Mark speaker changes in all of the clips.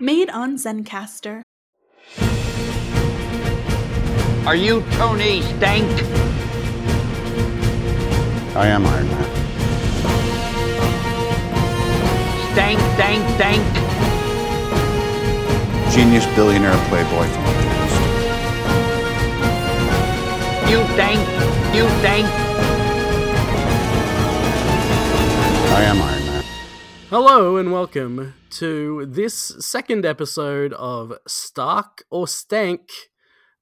Speaker 1: Made on Zencaster.
Speaker 2: Are you Tony Stank?
Speaker 3: I am Iron Man.
Speaker 2: Stank, stank, stank.
Speaker 3: Genius, billionaire, playboy, philanthropist.
Speaker 2: You stank, you stank.
Speaker 3: I am Iron Man.
Speaker 4: Hello and welcome to this second episode of Stark or Stank,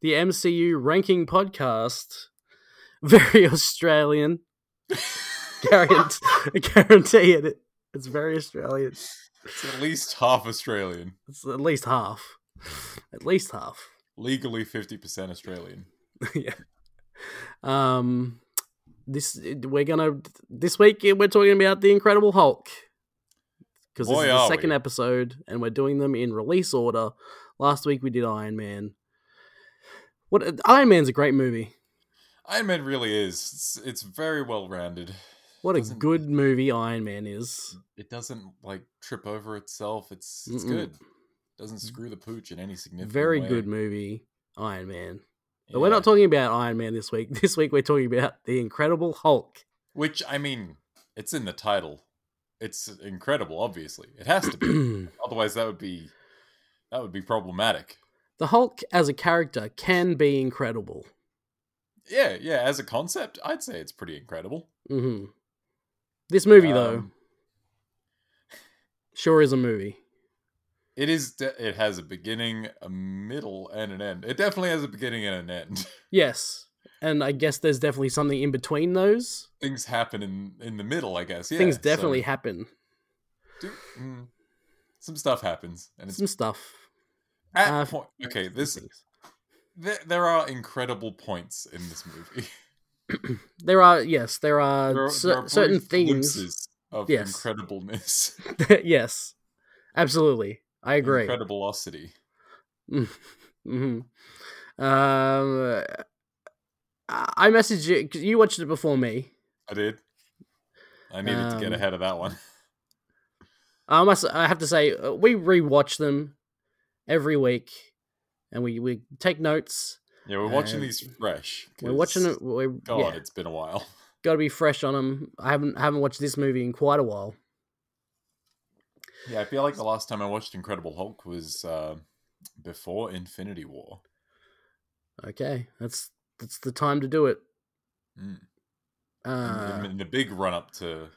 Speaker 4: the MCU ranking podcast. Very Australian. Guarant- I guarantee it. It's very Australian.
Speaker 5: It's at least half Australian.
Speaker 4: It's at least half. At least half.
Speaker 5: Legally 50% Australian.
Speaker 4: yeah. Um this we're going to this week we're talking about the Incredible Hulk. Cuz this
Speaker 5: Boy,
Speaker 4: is the
Speaker 5: are
Speaker 4: second
Speaker 5: we.
Speaker 4: episode and we're doing them in release order. Last week we did Iron Man. What Iron Man's a great movie.
Speaker 5: Iron Man really is. It's, it's very well rounded.
Speaker 4: What a
Speaker 5: Doesn't-
Speaker 4: good movie Iron Man is.
Speaker 5: It doesn't like trip over itself. It's it's
Speaker 4: Mm-mm. Mm.
Speaker 5: good. Doesn't screw the pooch in any significant
Speaker 4: Very
Speaker 5: way.
Speaker 4: good movie Iron Man. But
Speaker 5: Yeah.
Speaker 4: we're not talking about Iron Man this week. This week we're talking about the Incredible Hulk.
Speaker 5: Which I mean, it's in the title. It's incredible. Obviously, it has to be.
Speaker 4: the
Speaker 5: Otherwise, that would be that would be problematic.
Speaker 4: Hulk as a character can be incredible.
Speaker 5: Yeah, yeah. As a concept, I'd say it's pretty incredible.
Speaker 4: hmm This movie, though,
Speaker 5: Um,
Speaker 4: sure is a movie.
Speaker 5: It is. De- it has a beginning, a middle, and an end. It definitely has a beginning and an end.
Speaker 4: Yes. And I guess there's definitely something in between those.
Speaker 5: things happen in in the middle, I guess. Yeah,
Speaker 4: Things
Speaker 5: so
Speaker 4: definitely happen.
Speaker 5: do- mm, some stuff happens, and it's
Speaker 4: Some stuff.
Speaker 5: at
Speaker 4: uh,
Speaker 5: point. Okay, this
Speaker 4: Things.
Speaker 5: there, there are incredible points in this movie.
Speaker 4: There are, yes, there are,
Speaker 5: There are-
Speaker 4: Uh, cer-
Speaker 5: there are
Speaker 4: certain
Speaker 5: brief
Speaker 4: things.
Speaker 5: glimpses of
Speaker 4: Yes.
Speaker 5: incredibleness,
Speaker 4: yes. Absolutely. I agree.
Speaker 5: incredibilosity.
Speaker 4: Mm-hmm. Um, I I messaged you, 'cause you watched it before me.
Speaker 5: I did. I needed to get
Speaker 4: Um,
Speaker 5: ahead of that one.
Speaker 4: I must. I have to say, uh, we rewatch them every week, and we we take notes.
Speaker 5: Yeah, we're watching
Speaker 4: um,
Speaker 5: these fresh.
Speaker 4: We're watching
Speaker 5: 'cause,
Speaker 4: it. We're,
Speaker 5: God,
Speaker 4: yeah,
Speaker 5: it's been a while.
Speaker 4: got to be fresh on them. I haven't I haven't watched this movie in quite a while.
Speaker 5: Yeah, I feel like the last time I watched Incredible Hulk was uh, before Infinity War.
Speaker 4: Okay, that's that's the time to do it.
Speaker 5: Mm.
Speaker 4: Uh,
Speaker 5: in, in the big run up to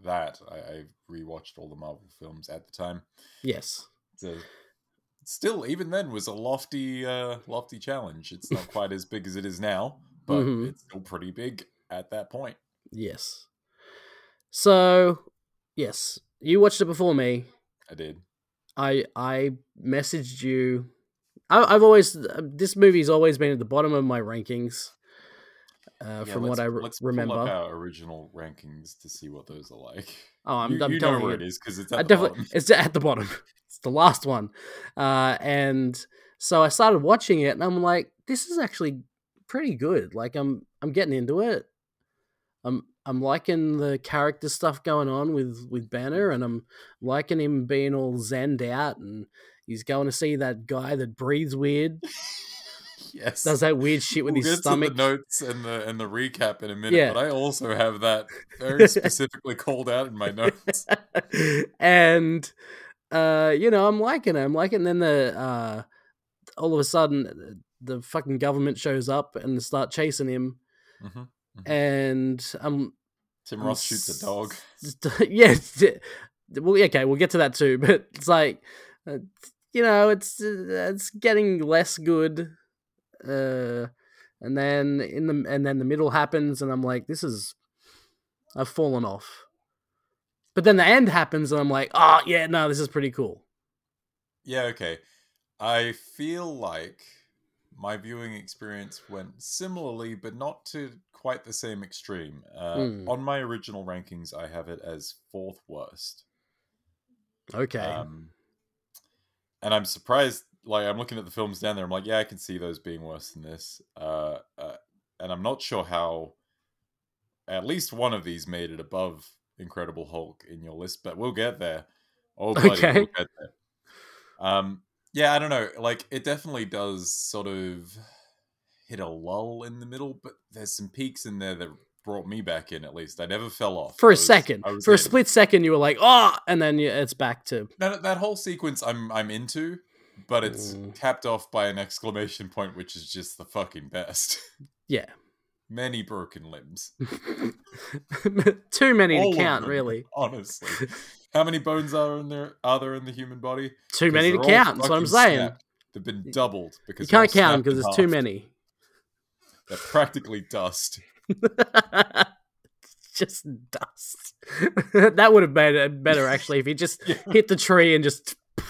Speaker 5: that, I, I rewatched all the Marvel films at the time.
Speaker 4: yes,
Speaker 5: So still, even then, was a lofty, uh, lofty challenge. It's not quite as big as it is now, but
Speaker 4: Mhm.
Speaker 5: it's still pretty big at that point.
Speaker 4: yes. So, yes, you watched it before me.
Speaker 5: I did.
Speaker 4: I I messaged you. I, I've always uh, this movie's always been at the bottom of my rankings. Uh,
Speaker 5: Yeah,
Speaker 4: from
Speaker 5: let's-
Speaker 4: what I re-
Speaker 5: let's pull up
Speaker 4: remember,
Speaker 5: our original rankings to see what those are like.
Speaker 4: oh, I'm,
Speaker 5: you
Speaker 4: I'm
Speaker 5: you know
Speaker 4: telling
Speaker 5: where
Speaker 4: you,
Speaker 5: it is because it's at
Speaker 4: I
Speaker 5: the
Speaker 4: definitely
Speaker 5: bottom.
Speaker 4: it's at the bottom. It's the last one, uh, and so I started watching it, and I'm like, this is actually pretty good. Like I'm I'm getting into it. I'm I'm liking the character stuff going on with with Banner, and I'm liking him being all zenned out, and he's going to see that guy that breathes weird,
Speaker 5: Yes.
Speaker 4: does that weird shit with
Speaker 5: We'll get
Speaker 4: his
Speaker 5: to
Speaker 4: stomach.
Speaker 5: the notes and the and the recap in a minute,
Speaker 4: Yeah.
Speaker 5: but I also have that very specifically called out in my notes.
Speaker 4: and uh, you know, I'm liking it. I'm liking. Then the uh, all of a sudden, uh, the fucking government shows up and start chasing him.
Speaker 5: hmm
Speaker 4: And um, I'm
Speaker 5: Tim
Speaker 4: I'm
Speaker 5: Roth shoots a dog.
Speaker 4: s- yeah. d- Well, yeah, okay, we'll get to that too. But it's like, uh, you know, it's uh, it's getting less good. Uh, and then in the and then the middle happens, and I'm like, this is, I've fallen off. But then the end happens, and I'm like, oh yeah, no, this is pretty cool.
Speaker 5: Yeah, okay. I feel like my viewing experience went similarly, but not to quite the same extreme. Uh,
Speaker 4: Mm.
Speaker 5: On my original rankings, I have it as fourth worst.
Speaker 4: Okay,
Speaker 5: Um, and I'm surprised. Like I'm looking at the films down there. I'm like, yeah, I can see those being worse than this. Uh, uh, and I'm not sure how. At least one of these made it above Incredible Hulk in your list, but we'll get there. Oh, buddy,
Speaker 4: Okay.
Speaker 5: we'll get there. Um, yeah, I don't know. Like, it definitely does sort of hit a lull in the middle, but there's some peaks in there that brought me back in. At least I never fell off
Speaker 4: for
Speaker 5: I
Speaker 4: a
Speaker 5: was-
Speaker 4: second.
Speaker 5: I was
Speaker 4: For a
Speaker 5: in.
Speaker 4: split second, you were like, oh, and then you, it's back to
Speaker 5: That that whole sequence, I'm I'm into, but it's
Speaker 4: Mm.
Speaker 5: capped off by an exclamation point, which is just the fucking best.
Speaker 4: yeah,
Speaker 5: Many broken limbs.
Speaker 4: too many
Speaker 5: All
Speaker 4: to
Speaker 5: of
Speaker 4: count.
Speaker 5: them,
Speaker 4: Really,
Speaker 5: Honestly, how many bones are in there? Are there in the human body?
Speaker 4: too
Speaker 5: 'Cause
Speaker 4: many to
Speaker 5: they're all
Speaker 4: count. That's what I'm
Speaker 5: fucking
Speaker 4: saying.
Speaker 5: snapped. They've been doubled
Speaker 4: You
Speaker 5: because they're
Speaker 4: can't
Speaker 5: all
Speaker 4: count them because
Speaker 5: snapped in
Speaker 4: there's too
Speaker 5: half.
Speaker 4: many.
Speaker 5: They're practically dust.
Speaker 4: just dust. that would have been uh, better actually if he just hit the tree and just.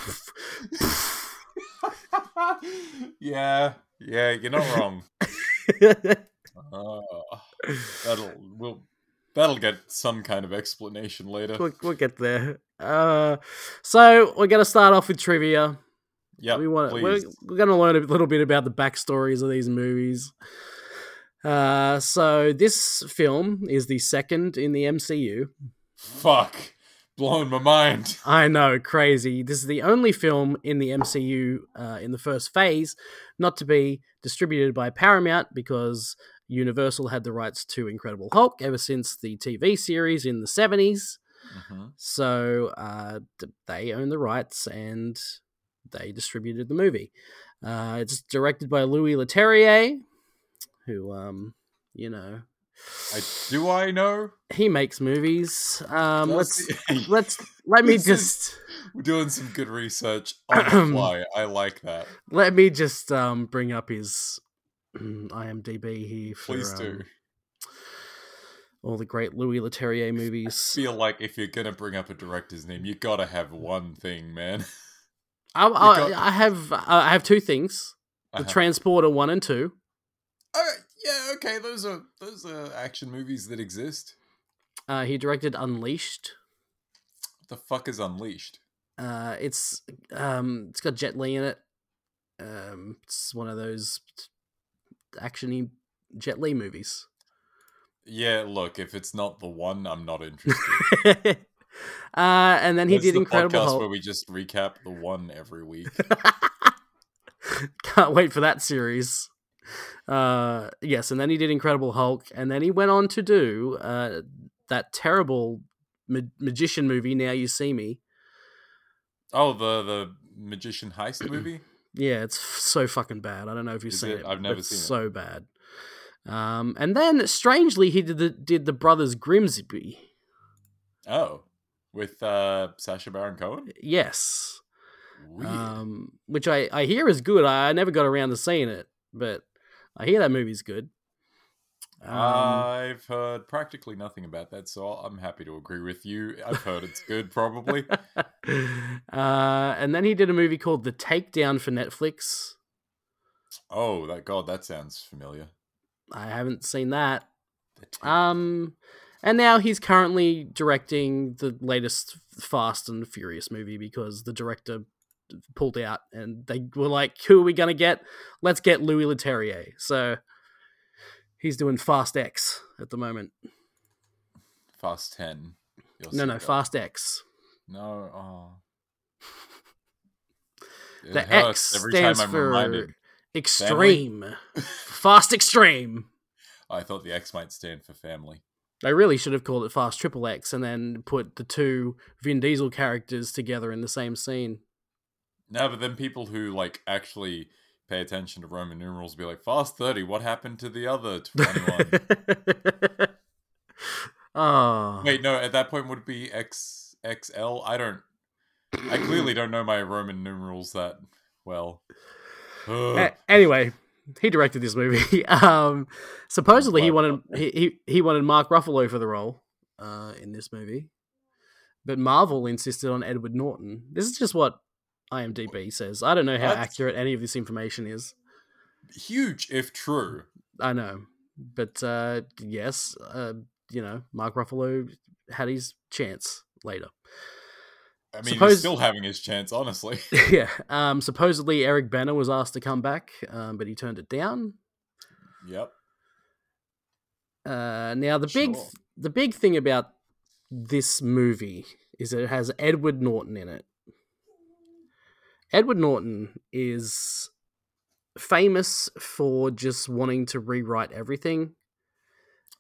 Speaker 5: yeah, yeah, you're not wrong. Uh, that'll we'll that'll get some kind of explanation later.
Speaker 4: we'll, we'll get there. Uh, so we're gonna start off with trivia.
Speaker 5: Yeah,
Speaker 4: we want we're,
Speaker 5: please.
Speaker 4: we're gonna learn a little bit about the backstories of these movies. Uh, so this film is the second in the MCU.
Speaker 5: Fuck, blowing my mind.
Speaker 4: I know, crazy. This is the only film in the MCU uh, in the first phase not to be distributed by Paramount because Universal had the rights to Incredible Hulk ever since the TV series in the 70s.
Speaker 5: Mhm.
Speaker 4: So uh, d- they own the rights and they distributed the movie. Uh, it's directed by Louis Leterrier, who, um, you know,
Speaker 5: I, do I know?
Speaker 4: he makes movies. Um, let's
Speaker 5: Does he-
Speaker 4: let's let me
Speaker 5: This is-
Speaker 4: just.
Speaker 5: We're doing some good research on the fly. I like that.
Speaker 4: Let me just um, bring up his mm, IMDb here. For,
Speaker 5: Please do.
Speaker 4: um, all the great Louis Leterrier movies.
Speaker 5: Feel like if you're gonna bring up a director's name, you gotta have one thing, man.
Speaker 4: I,
Speaker 5: got-
Speaker 4: I, I have uh, I have two things: the
Speaker 5: Uh-huh.
Speaker 4: Transporter one and two.
Speaker 5: Oh, yeah, okay. Those are those are action movies that exist.
Speaker 4: Uh, he directed Unleashed.
Speaker 5: What the fuck is Unleashed?
Speaker 4: Uh, it's um, it's got Jet Li in it. Um, it's one of those actiony Jet Li movies.
Speaker 5: Yeah, look, if it's not the one, I'm not interested.
Speaker 4: uh, and then he
Speaker 5: This is
Speaker 4: did
Speaker 5: the
Speaker 4: Incredible
Speaker 5: podcast
Speaker 4: Hulk.
Speaker 5: where we just recap the one every week.
Speaker 4: Can't wait for that series. Uh, yes, and then he did Incredible Hulk, and then he went on to do uh, that terrible ma- magician movie. Now you see me.
Speaker 5: oh, the the magician heist movie.
Speaker 4: Yeah, it's f- so fucking bad. I don't know if you've
Speaker 5: Is
Speaker 4: seen
Speaker 5: it?
Speaker 4: it.
Speaker 5: I've never
Speaker 4: it's
Speaker 5: seen it.
Speaker 4: So bad. Um, and then strangely, he did the did the Brothers Grimsby.
Speaker 5: Oh, with uh, Sasha Baron Cohen.
Speaker 4: Yes,
Speaker 5: Weird.
Speaker 4: um, which I I hear is good. I, I never got around to seeing it, but I hear that movie's good. Um,
Speaker 5: I've heard practically nothing about that, so I'll- I'm happy to agree with you. I've heard it's good, probably.
Speaker 4: uh, and then he did a movie called The Takedown for Netflix.
Speaker 5: Oh, that god, that sounds familiar.
Speaker 4: I haven't seen that.
Speaker 5: The Takedown.
Speaker 4: Um, and now he's currently directing the latest Fast and Furious movie because the director pulled out and they were like, who are we going to get? Let's get Louis Leterrier. So he's doing Fast X at the moment.
Speaker 5: Fast Ten. You're
Speaker 4: No,
Speaker 5: so
Speaker 4: no,
Speaker 5: right.
Speaker 4: Fast X.
Speaker 5: No, oh. It
Speaker 4: The
Speaker 5: hurts
Speaker 4: X stands
Speaker 5: I'm reminded.
Speaker 4: for Extreme. Fast Extreme.
Speaker 5: I thought the X might stand for family.
Speaker 4: They really should have called it Fast Triple X and then put the two Vin Diesel characters together in the same scene.
Speaker 5: No, but then people who like actually pay attention to Roman numerals be like, Fast 30, what happened to the other 21?
Speaker 4: oh.
Speaker 5: Wait, no, at that point would it be X XL? I don't I clearly don't know my Roman numerals that well. Ugh.
Speaker 4: A- anyway, he directed this movie. um, supposedly he
Speaker 5: Wow.
Speaker 4: wanted he, he he wanted Mark Ruffalo for the role uh, in this movie, but Marvel insisted on Edward Norton. This is just what IMDb says. I don't know how
Speaker 5: What?
Speaker 4: accurate any of this information is.
Speaker 5: Huge if true.
Speaker 4: I know, but uh, yes, uh, you know, Mark Ruffalo had his chance later.
Speaker 5: I mean,
Speaker 4: Suppose-
Speaker 5: he's still having his chance, honestly.
Speaker 4: yeah, um, supposedly Eric Banner was asked to come back, um, but he turned it down.
Speaker 5: yep.
Speaker 4: Uh, now the big
Speaker 5: Sure.
Speaker 4: the big thing about this movie is that it has Edward Norton in it, Edward Norton is famous for just wanting to rewrite everything.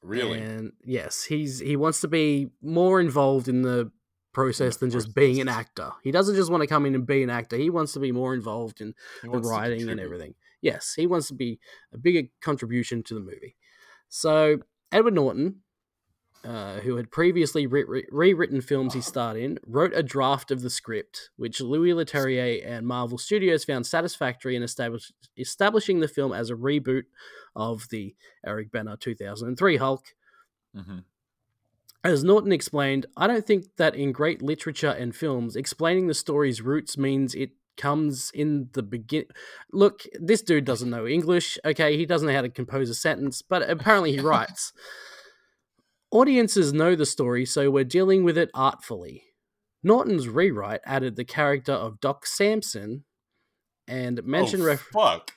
Speaker 5: Really?
Speaker 4: And yes, he's he wants to be more involved in the process
Speaker 5: the
Speaker 4: than just being an
Speaker 5: process.
Speaker 4: actor. He doesn't just want to come in and be an actor. He wants to be more involved in
Speaker 5: He
Speaker 4: the
Speaker 5: wants to
Speaker 4: writing and
Speaker 5: contribute.
Speaker 4: everything. Yes, he wants to be a bigger contribution to the movie. So Edward Norton, uh, who had previously re- re- rewritten films
Speaker 5: Uh-huh.
Speaker 4: he starred in, wrote a draft of the script, which Louis Leterrier and Marvel Studios found satisfactory in establish- establishing the film as a reboot of the Eric Banner 2003 Hulk.
Speaker 5: Mhm.
Speaker 4: As Norton explained, I don't think that in great literature and films, explaining the story's roots means it comes in the begin. Look, this dude doesn't know English, okay? He doesn't know how to compose a sentence, but apparently he writes. Audiences know the story, so we're dealing with it artfully. Norton's rewrite added the character of Doc Samson and mentioned
Speaker 5: oh,
Speaker 4: ref-
Speaker 5: fuck.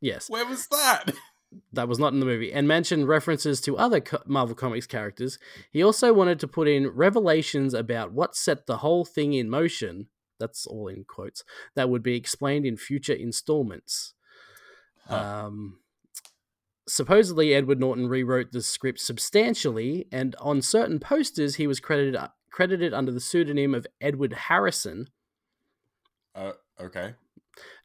Speaker 4: yes,
Speaker 5: Where was that?
Speaker 4: that was not in the movie, and mentioned references to other co- Marvel Comics characters. He also wanted to put in revelations about what set the whole thing in motion. That's all in quotes. That would be explained in future installments.
Speaker 5: Huh.
Speaker 4: Um, supposedly, Edward Norton rewrote the script substantially, and on certain posters, he was credited credited under the pseudonym of Edward Harrison.
Speaker 5: Uh, okay.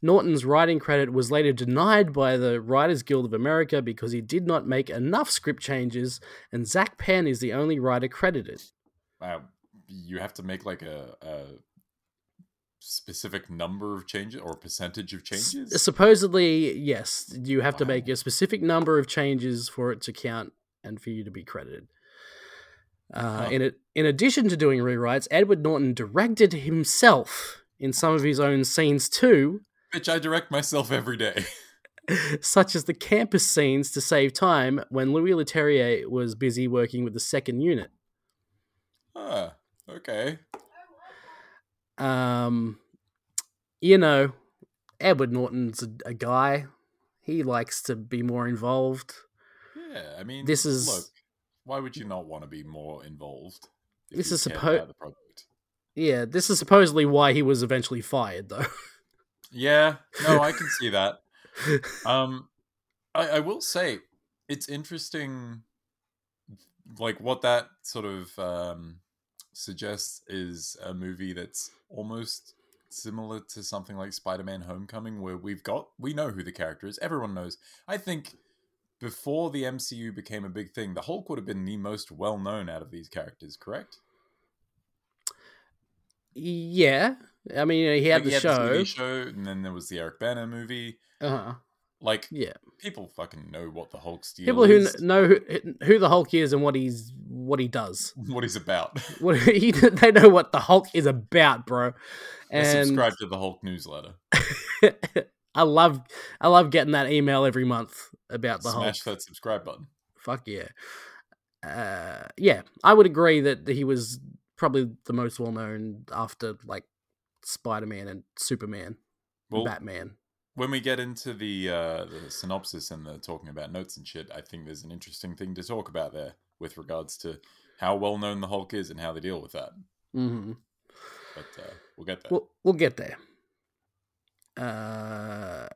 Speaker 4: Norton's writing credit was later denied by the Writers Guild of America because he did not make enough script changes, and Zach Penn is the only writer credited.
Speaker 5: Uh, you have to make like a, a specific number of changes or percentage of
Speaker 4: S-
Speaker 5: changes.
Speaker 4: supposedly, yes, you have to
Speaker 5: Wow.
Speaker 4: make a specific number of changes for it to count and for you to be credited. Uh,
Speaker 5: Huh.
Speaker 4: in, it, in addition to doing rewrites, Edward Norton directed himself in some of his own scenes too,
Speaker 5: Bitch, I direct myself every day.
Speaker 4: such as the campus scenes to save time when Louis Leterrier was busy working with the second unit.
Speaker 5: Huh. Okay.
Speaker 4: um you know edward norton's a, a guy he likes to be more involved
Speaker 5: Yeah. I mean,
Speaker 4: This is-
Speaker 5: Look, why would you not want to be more involved? if
Speaker 4: This
Speaker 5: you
Speaker 4: is
Speaker 5: cared
Speaker 4: suppo-
Speaker 5: about the project?
Speaker 4: yeah this is supposedly why he was eventually fired though
Speaker 5: Yeah. No, I can see that. Um, I, I will say it's interesting, like what that sort of um, suggests is a movie that's almost similar to something like Spider-Man: Homecoming, where we've got we know who the character is, everyone knows. I think before the MCU became a big thing, the Hulk would have been the most well-known out of these characters, correct?
Speaker 4: yeah i mean he had
Speaker 5: Like,
Speaker 4: the
Speaker 5: this
Speaker 4: show
Speaker 5: TV show, and then there was the Eric Banner movie.
Speaker 4: uh-huh.
Speaker 5: Like
Speaker 4: yeah
Speaker 5: people fucking know what the Hulk steal
Speaker 4: people who
Speaker 5: is,
Speaker 4: kn- know who, who the hulk is and what he's what he does
Speaker 5: what he's about.
Speaker 4: what he, they know what the hulk is about bro
Speaker 5: And...
Speaker 4: and
Speaker 5: subscribe to the Hulk newsletter.
Speaker 4: i love i love getting that email every month about the hulk
Speaker 5: Smash that subscribe button.
Speaker 4: fuck yeah. Uh, yeah, I would agree that he was probably the most well known after like Spider Man and Superman,
Speaker 5: Well,
Speaker 4: Batman.
Speaker 5: when we get into the uh, the synopsis and the talking about notes and shit, I think there's an interesting thing to talk about there with regards to how well known the Hulk is and how they deal with that.
Speaker 4: hmm
Speaker 5: But uh, we'll get there.
Speaker 4: We'll, we'll get there. Uh,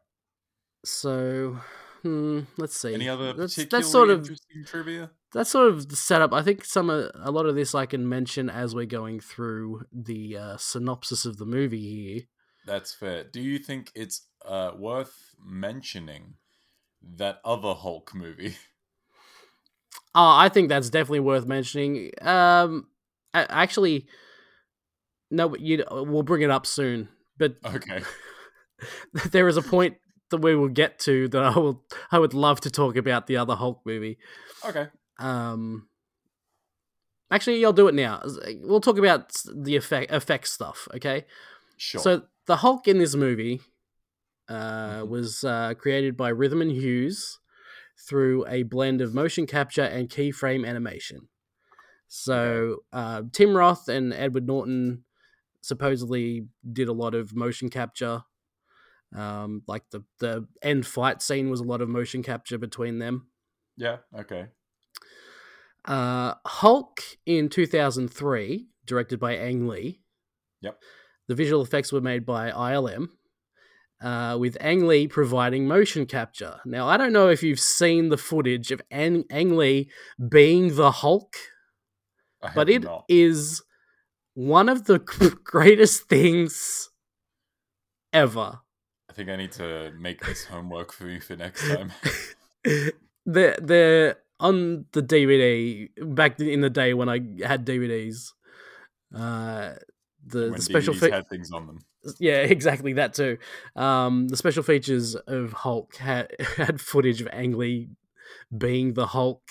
Speaker 4: so hmm, let's see.
Speaker 5: Any other
Speaker 4: that's,
Speaker 5: particularly
Speaker 4: that's sort of
Speaker 5: interesting trivia?
Speaker 4: that's sort of the setup. I think some of, a lot of this I can mention as we're going through the uh, synopsis of the movie here.
Speaker 5: That's fair. Do you think it's uh, worth mentioning that other Hulk movie?
Speaker 4: Oh, I think that's definitely worth mentioning. Um, a- actually, no, but you uh, we'll bring it up soon. But
Speaker 5: okay.
Speaker 4: there is a point that we will get to that I will. I would love to talk about the other Hulk movie.
Speaker 5: Okay.
Speaker 4: Um, actually, I'll do it now. We'll talk about s- the effect effects stuff. Okay.
Speaker 5: Sure.
Speaker 4: So the Hulk in this movie uh,
Speaker 5: Mhm.
Speaker 4: was uh, created by Rhythm and Hughes through a blend of motion capture and keyframe animation. So uh, Tim Roth and Edward Norton supposedly did a lot of motion capture. Um, like the the end fight scene was a lot of motion capture between them.
Speaker 5: yeah. Okay.
Speaker 4: Uh, Hulk in 2003, directed by Ang Lee.
Speaker 5: Yep.
Speaker 4: The visual effects were made by ILM, uh, with Ang Lee providing motion capture. Now, I don't know if you've seen the footage of Ang, Ang Lee being the Hulk,
Speaker 5: I
Speaker 4: but
Speaker 5: have
Speaker 4: it is
Speaker 5: not.
Speaker 4: one of the greatest things ever.
Speaker 5: I think I need to make this homework for you for next time.
Speaker 4: the the on the DVD back in the day when I had DVDs, uh, the,
Speaker 5: when
Speaker 4: the special
Speaker 5: DVDs
Speaker 4: fe-
Speaker 5: had things on them.
Speaker 4: yeah exactly that too. Um, the special features of Hulk had had footage of Ang Lee being the Hulk.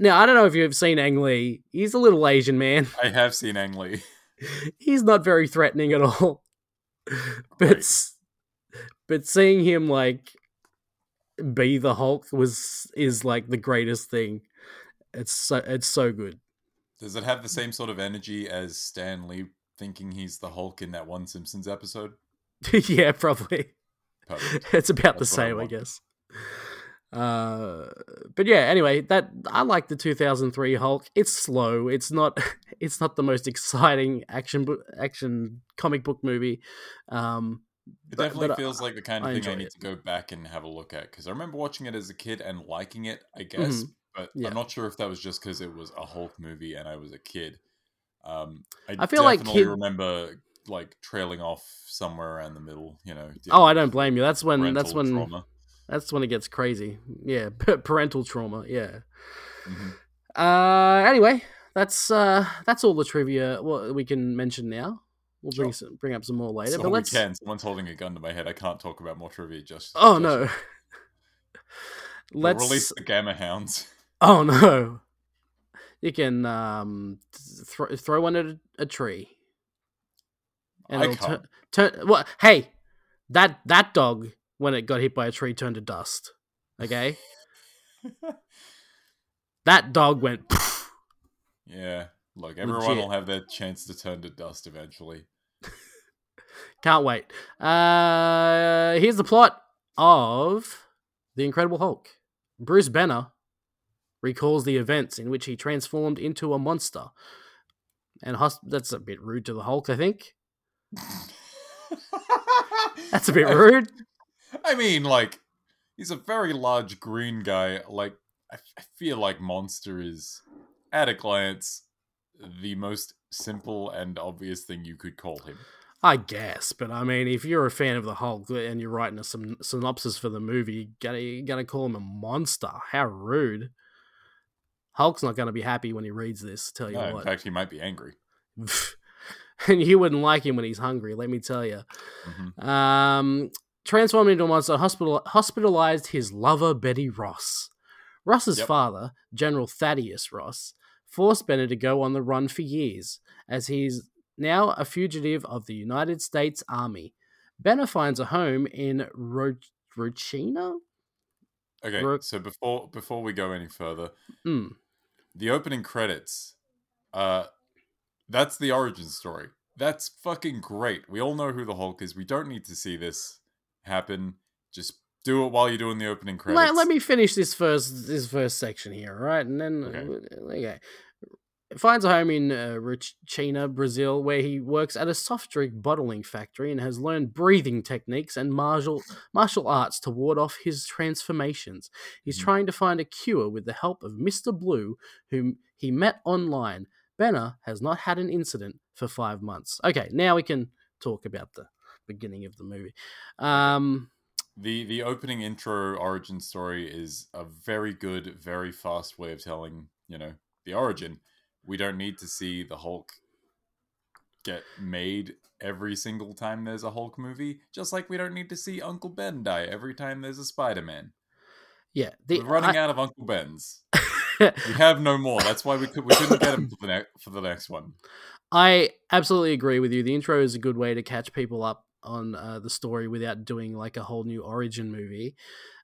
Speaker 4: Now I don't know if you've seen Ang Lee. He's a little Asian man.
Speaker 5: I have seen Ang Lee.
Speaker 4: He's not very threatening at all. But s- but seeing him like be the Hulk was is like the greatest thing. It's so it's so good.
Speaker 5: Does it have the same sort of energy as Stan Lee thinking he's the Hulk in that one Simpsons episode?
Speaker 4: yeah, probably.
Speaker 5: Perfect.
Speaker 4: It's about the
Speaker 5: That's what I
Speaker 4: same, I
Speaker 5: want.
Speaker 4: guess. Uh, but yeah. Anyway, that I like the 2003 Hulk. It's slow. It's not. It's not the most exciting action bo- action comic book movie. Um,
Speaker 5: It
Speaker 4: But-
Speaker 5: definitely
Speaker 4: but I-
Speaker 5: feels like the kind of
Speaker 4: I
Speaker 5: thing I
Speaker 4: enjoy
Speaker 5: need
Speaker 4: it.
Speaker 5: to go back and have a look at because I remember watching it as a kid and liking it, I guess. But
Speaker 4: Mm-hmm. Yeah.
Speaker 5: I'm not sure if that was just because it was a Hulk movie and I was a kid. Um, I,
Speaker 4: I feel like
Speaker 5: definitely
Speaker 4: kid-
Speaker 5: remember like trailing off somewhere around the middle. You know.
Speaker 4: oh,
Speaker 5: dealing
Speaker 4: I don't
Speaker 5: with
Speaker 4: blame you. That's when. that's
Speaker 5: parental
Speaker 4: when.
Speaker 5: trauma.
Speaker 4: That's when it gets crazy. Yeah, p- parental trauma. Yeah.
Speaker 5: Mhm.
Speaker 4: Uh, anyway, that's uh, that's all the trivia well, we can mention now. We'll bring some, bring up some more later.
Speaker 5: That's
Speaker 4: but
Speaker 5: all we
Speaker 4: let's.
Speaker 5: can. Someone's holding a gun to my head. I can't talk about more trivia. Just
Speaker 4: Oh
Speaker 5: just-
Speaker 4: no.
Speaker 5: We'll
Speaker 4: let's.
Speaker 5: release the Gamma Hounds.
Speaker 4: Oh no. You can um, th- throw throw one at a, a tree.
Speaker 5: I
Speaker 4: it'll
Speaker 5: can't.
Speaker 4: Turn, turn, well, hey, that that dog when it got hit by a tree turned to dust. Okay, that dog went.
Speaker 5: yeah. Look, everyone
Speaker 4: Legit.
Speaker 5: will have their chance to turn to dust eventually.
Speaker 4: Can't wait. Uh, here's the plot of The Incredible Hulk. Bruce Banner recalls the events in which he transformed into a monster. And hos- that's a bit rude to the Hulk, I think. That's a bit
Speaker 5: I-
Speaker 4: rude.
Speaker 5: I mean, like, he's a very large green guy. Like, I, f- I feel like Monster is, at a glance, the most simple and obvious thing you could call him.
Speaker 4: I guess, but I mean, if you're a fan of the Hulk and you're writing a syn- synopsis for the movie, you gotta, you're gonna call him a monster. How rude! Hulk's not gonna be happy when he reads this. Tell you
Speaker 5: No, in
Speaker 4: what.
Speaker 5: fact, he might be angry.
Speaker 4: and you wouldn't like him when he's hungry, let me tell you.
Speaker 5: Mhm.
Speaker 4: Um, transformed into a monster, hospital- hospitalized his lover, Betty Ross. Ross's
Speaker 5: Yep.
Speaker 4: father, General Thaddeus Ross, forced Bennett to go on the run for years, as he's now a fugitive of the United States Army. Benner finds a home in Ro- Rochina?
Speaker 5: Okay,
Speaker 4: Rook-
Speaker 5: so before before we go any further,
Speaker 4: Mm.
Speaker 5: the opening credits, uh, that's the origin story. That's fucking great. We all know who the Hulk is. We don't need to see this happen. Just do it while you're doing the opening
Speaker 4: Le-
Speaker 5: credits.
Speaker 4: Let, me finish this first this first section here, all right? And then uh,
Speaker 5: Okay.
Speaker 4: okay. Finds a home in uh, Rochina, Brazil, where he works at a soft drink bottling factory and has learned breathing techniques and martial martial arts to ward off his transformations. He's
Speaker 5: Mhm.
Speaker 4: trying to find a cure with the help of Mr. Blue, whom he met online. Banner has not had an incident for five months. Okay, now we can talk about the beginning of the movie. Um,
Speaker 5: The the opening intro origin story is a very good, very fast way of telling, you know, the origin. We don't need to see the Hulk get made every single time there's a Hulk movie, just like we don't need to see Uncle Ben die every time there's a Spider-Man.
Speaker 4: yeah, the,
Speaker 5: We're running out of Uncle Bens. We have no more. That's why we could we couldn't get him for the next for the next one.
Speaker 4: I absolutely agree with you. The intro is a good way to catch people up on uh, the story without doing like a whole new origin movie.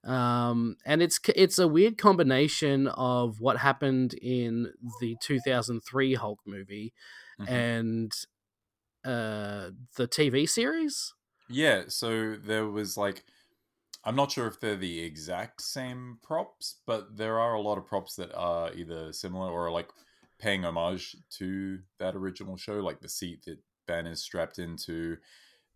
Speaker 4: Um, and it's c- it's a weird combination of what happened in the 2003 Hulk movie
Speaker 5: Mhm.
Speaker 4: and uh, the TV series.
Speaker 5: Yeah, so there was like I'm not sure if they're the exact same props, but there are a lot of props that are either similar or like paying homage to that original show, like the seat that Ben is strapped into,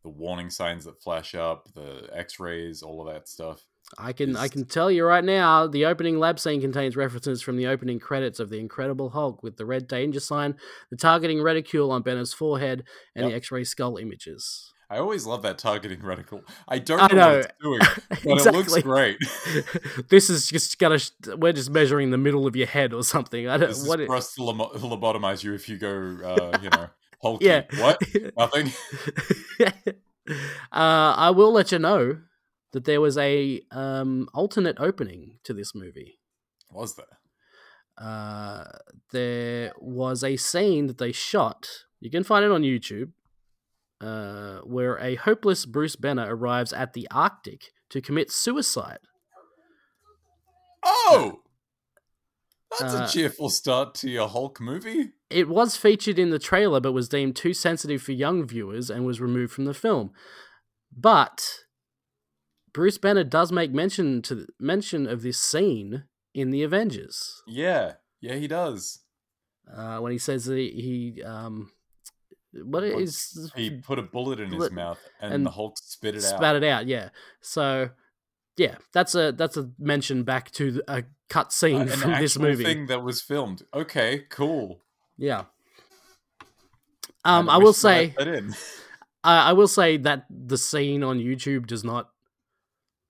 Speaker 5: the warning signs that flash up, the X-rays, all of that stuff.
Speaker 4: I can I
Speaker 5: Just-
Speaker 4: can tell you right now, the opening lab scene contains references from the opening credits of the Incredible Hulk with the red danger sign, the targeting reticule on Banner's forehead, and the
Speaker 5: Yep.
Speaker 4: X-ray skull images.
Speaker 5: I always love that targeting reticle. I don't
Speaker 4: I
Speaker 5: know,
Speaker 4: know.
Speaker 5: what it's doing, but it looks great.
Speaker 4: this is just gonna. Sh- we're just measuring the middle of your head or something. I don't
Speaker 5: This is
Speaker 4: what. It,
Speaker 5: for us to lomo- lobotomize you if you go, uh, you know, hulky.
Speaker 4: Yeah.
Speaker 5: What? Nothing.
Speaker 4: uh, I will let you know that there was a um, alternate opening to this movie.
Speaker 5: Was there?
Speaker 4: Uh, there was a scene that they shot. You can find it on YouTube, uh, where a hopeless Bruce Banner arrives at the Arctic to commit suicide.
Speaker 5: Oh, that's
Speaker 4: Uh,
Speaker 5: a cheerful start to your Hulk movie.
Speaker 4: It was featured in the trailer, but was deemed too sensitive for young viewers and was removed from the film. But Bruce Banner does make mention to mention of this scene in the Avengers
Speaker 5: Yeah, yeah, he does.
Speaker 4: uh, when he says that he, he um, what
Speaker 5: What-
Speaker 4: is
Speaker 5: He put a bullet in his
Speaker 4: Bullet-
Speaker 5: mouth, and,
Speaker 4: and
Speaker 5: the Hulk spit it
Speaker 4: spat
Speaker 5: out.
Speaker 4: it out. Yeah. So yeah, that's a that's a mention back to th- a cut
Speaker 5: Uh,
Speaker 4: scene
Speaker 5: an
Speaker 4: from this
Speaker 5: actual
Speaker 4: movie.
Speaker 5: thing that was filmed. Okay, cool.
Speaker 4: Yeah. Um,
Speaker 5: Kinda
Speaker 4: I will
Speaker 5: wish they
Speaker 4: say,
Speaker 5: left that in.
Speaker 4: I I will say that the scene on YouTube does not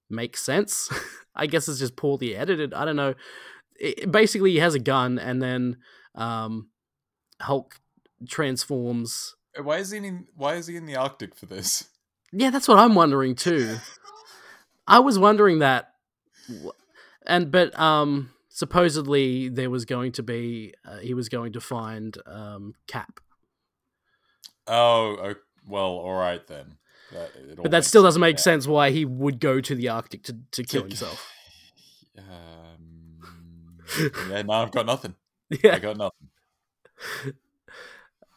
Speaker 4: make sense. I guess it's just poorly edited. I don't know. It, basically, he has a gun, and then um, Hulk transforms.
Speaker 5: Uh, Why is he in? Why is he in the Arctic for this?
Speaker 4: Yeah, that's what I'm wondering too. I was wondering that, Wh- and but um, supposedly there was going to be uh, he was going to find um, Cap,
Speaker 5: Oh, oh well, all right then. That, it all
Speaker 4: but that
Speaker 5: makes
Speaker 4: still doesn't make
Speaker 5: now.
Speaker 4: sense why he would go to the Arctic to to kill himself.
Speaker 5: Um, yeah, no, I've got nothing. I
Speaker 4: Yeah,
Speaker 5: got nothing.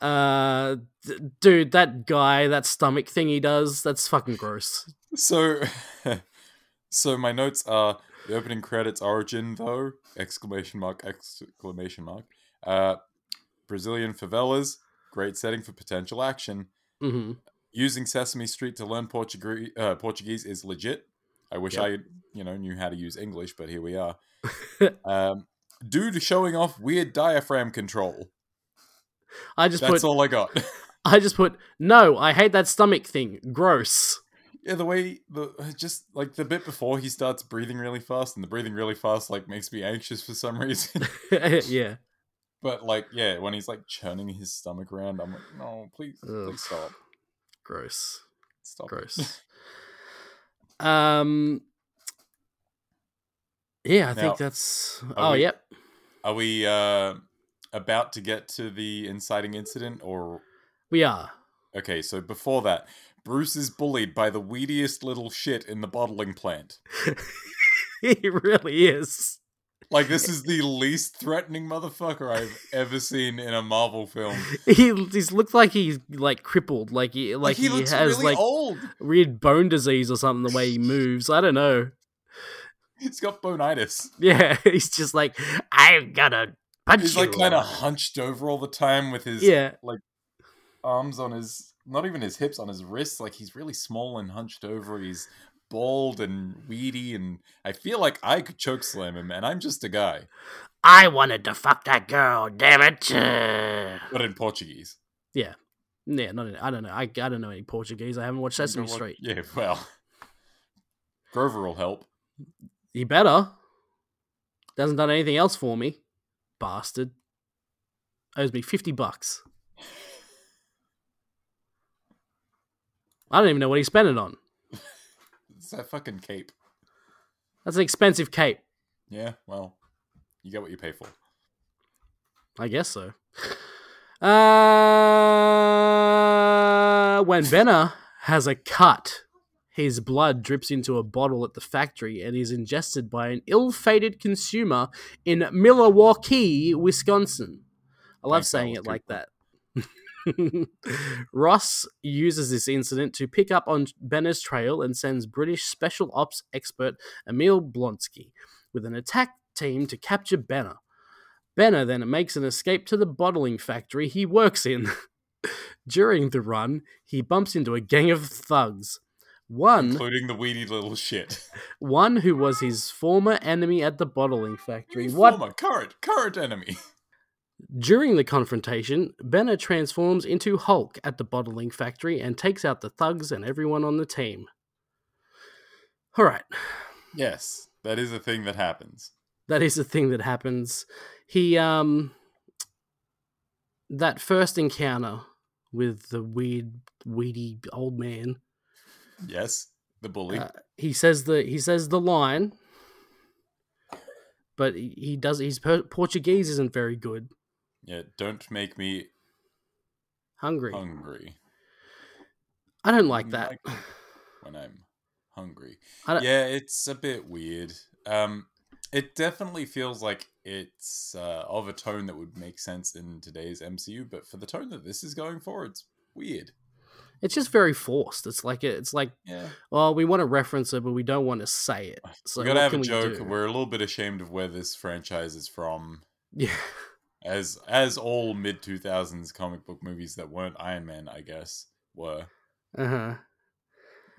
Speaker 4: uh, d- dude, that guy, that stomach thing he does, that's fucking gross.
Speaker 5: So, so my notes are the opening credits origin though exclamation mark exclamation mark uh, Brazilian favelas great setting for potential action
Speaker 4: hmm
Speaker 5: using Sesame Street to learn Portuguese uh, Portuguese is legit. I wish
Speaker 4: Yep.
Speaker 5: I you know knew how to use English, but here we are. um, dude showing off weird diaphragm control.
Speaker 4: I just
Speaker 5: That's
Speaker 4: put
Speaker 5: all I got.
Speaker 4: I just put no. I hate that stomach thing. Gross.
Speaker 5: yeah, the way the uh, just like the bit before he starts breathing really fast, and the breathing really fast like makes me anxious for some reason.
Speaker 4: yeah.
Speaker 5: but like yeah, when he's like churning his stomach around, I'm like, no, please,
Speaker 4: Ugh.
Speaker 5: please stop,
Speaker 4: Gross.
Speaker 5: stop. it."
Speaker 4: Gross. Um. Yeah, I
Speaker 5: Now,
Speaker 4: think that's.
Speaker 5: are
Speaker 4: Oh,
Speaker 5: we-
Speaker 4: yep.
Speaker 5: Are we uh, about to get to the inciting incident, or
Speaker 4: We are.
Speaker 5: Okay, so before that, Bruce is bullied by the weediest little shit in the bottling plant.
Speaker 4: he really is.
Speaker 5: Like this is the least threatening motherfucker I've ever seen in a Marvel film.
Speaker 4: He he's looked like he's like crippled, like he like, he,
Speaker 5: looks
Speaker 4: has
Speaker 5: really
Speaker 4: like
Speaker 5: old.
Speaker 4: weird bone disease or something. The way he moves, I don't know.
Speaker 5: He's got bonitis.
Speaker 4: Yeah, he's just like I've got to punch
Speaker 5: He's
Speaker 4: you.
Speaker 5: like kind of hunched over all the time with his
Speaker 4: yeah,
Speaker 5: arms on his not even his hips on his wrists. Like he's really small and hunched over. He's bald and weedy and I feel like I could choke slam him and I'm just a guy,
Speaker 4: I wanted to fuck that girl. Damn it. Uh,
Speaker 5: but in Portuguese.
Speaker 4: Yeah, not in, I don't know. I, I don't know any Portuguese. I haven't watched Sesame Street.
Speaker 5: Yeah, well. Grover will help.
Speaker 4: He better. Doesn't done anything else for me. Bastard. Owes me 50 bucks. I don't even know what he spent it on.
Speaker 5: It's that fucking cape.
Speaker 4: That's an expensive cape.
Speaker 5: Yeah, well, you get what you pay for.
Speaker 4: I guess so. Uh, when Benner has a cut, his blood drips into a bottle at the factory and is ingested by an ill-fated consumer in Milwaukee, Wisconsin. I love
Speaker 5: Thanks,
Speaker 4: saying
Speaker 5: that
Speaker 4: it
Speaker 5: was
Speaker 4: like that. Ross uses this incident to pick up on Benner's trail and sends British special ops expert Emil Blonsky with an attack team to capture Benner. Benner then makes an escape to the bottling factory he works in. During the run, he bumps into a gang of thugs. One
Speaker 5: including the weedy little shit.
Speaker 4: one who was his former enemy at the bottling factory. What
Speaker 5: Former, Oh current, current enemy.
Speaker 4: During the confrontation, Benner transforms into Hulk at the bottling factory and takes out the thugs and everyone on the team. All right,
Speaker 5: Yes, that is a thing that happens.
Speaker 4: that is a thing that happens. He um that first encounter with the weird weedy old man.
Speaker 5: Yes, the bully.
Speaker 4: Uh, he says the he says the line but he, he does his per- Portuguese isn't very good.
Speaker 5: yeah, don't make me
Speaker 4: Hungry.
Speaker 5: hungry
Speaker 4: I don't like that.
Speaker 5: when I'm hungry.
Speaker 4: I don't-
Speaker 5: Yeah, it's a bit weird. Um, it definitely feels like it's uh, of a tone that would make sense in today's MCU, but for the tone that this is going for, it's weird.
Speaker 4: It's just very forced. It's like a, it's like
Speaker 5: Yeah,
Speaker 4: Oh, we want to reference it, but we don't want to say it. So
Speaker 5: we gotta
Speaker 4: what
Speaker 5: have a
Speaker 4: can we
Speaker 5: joke.
Speaker 4: do?
Speaker 5: We're a little bit ashamed of where this franchise is from.
Speaker 4: yeah,
Speaker 5: as as all mid two thousands comic book movies that weren't Iron Man, I guess, were.
Speaker 4: uh-huh.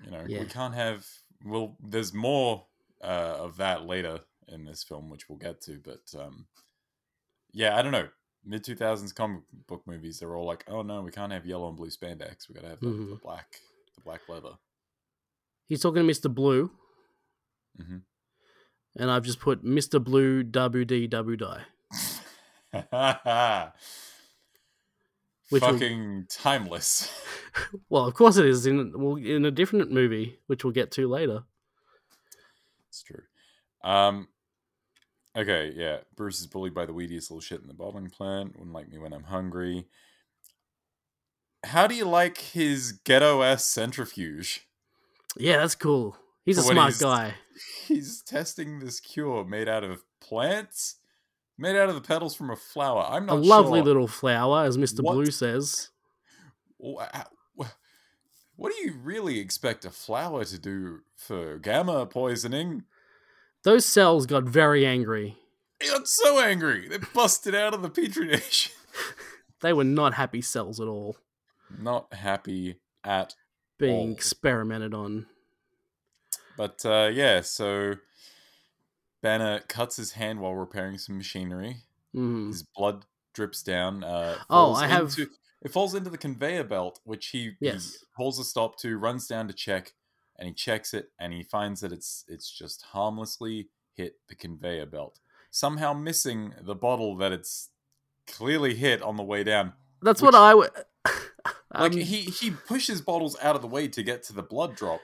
Speaker 5: You know,
Speaker 4: Yeah.
Speaker 5: we can't have. Well, there's more uh, of that later in this film, which we'll get to. But um, yeah, I don't know. Mid two thousands comic book movies, they're all like, oh no, we can't have yellow and blue spandex. We gotta have the, the
Speaker 4: Mhm.
Speaker 5: black, the black leather.
Speaker 4: He's talking to Mr. Blue,
Speaker 5: Mhm.
Speaker 4: and I've just put Mr. Blue WD W die. Which will-
Speaker 5: Fucking timeless.
Speaker 4: Well, of course it is in well in a different movie, which we'll get to later.
Speaker 5: It's true. Um, okay, yeah. Bruce is bullied by the weediest little shit in the bottling plant. Wouldn't like me when I'm hungry. How do you like his ghetto ass centrifuge?
Speaker 4: Yeah, that's cool. He's a
Speaker 5: For when
Speaker 4: smart
Speaker 5: he's-
Speaker 4: guy.
Speaker 5: He's testing this cure made out of plants, made out of the petals from a flower. I'm
Speaker 4: A
Speaker 5: not
Speaker 4: lovely
Speaker 5: sure.
Speaker 4: little flower, as Mr.
Speaker 5: What?
Speaker 4: Blue says.
Speaker 5: Wha- wha- What do you really expect a flower to do for gamma poisoning?
Speaker 4: Those cells got very angry.
Speaker 5: He got so angry. They busted out of the petri dish.
Speaker 4: They were not happy cells at all,
Speaker 5: Not happy at
Speaker 4: being
Speaker 5: Oh.
Speaker 4: experimented on.
Speaker 5: But uh, yeah, so Banner cuts his hand while repairing some machinery.
Speaker 4: Mm.
Speaker 5: His blood drips down. Uh,
Speaker 4: Oh,
Speaker 5: falls
Speaker 4: I have-
Speaker 5: into- it falls into the conveyor belt, which he, he
Speaker 4: Yes.
Speaker 5: pulls a stop to, runs down to check, and he checks it, and he finds that it's it's just harmlessly hit the conveyor belt, somehow missing the bottle that it's clearly hit on the way down.
Speaker 4: That's
Speaker 5: Which-
Speaker 4: what I would.
Speaker 5: Like
Speaker 4: Um,
Speaker 5: he he pushes bottles out of the way to get to the blood drop.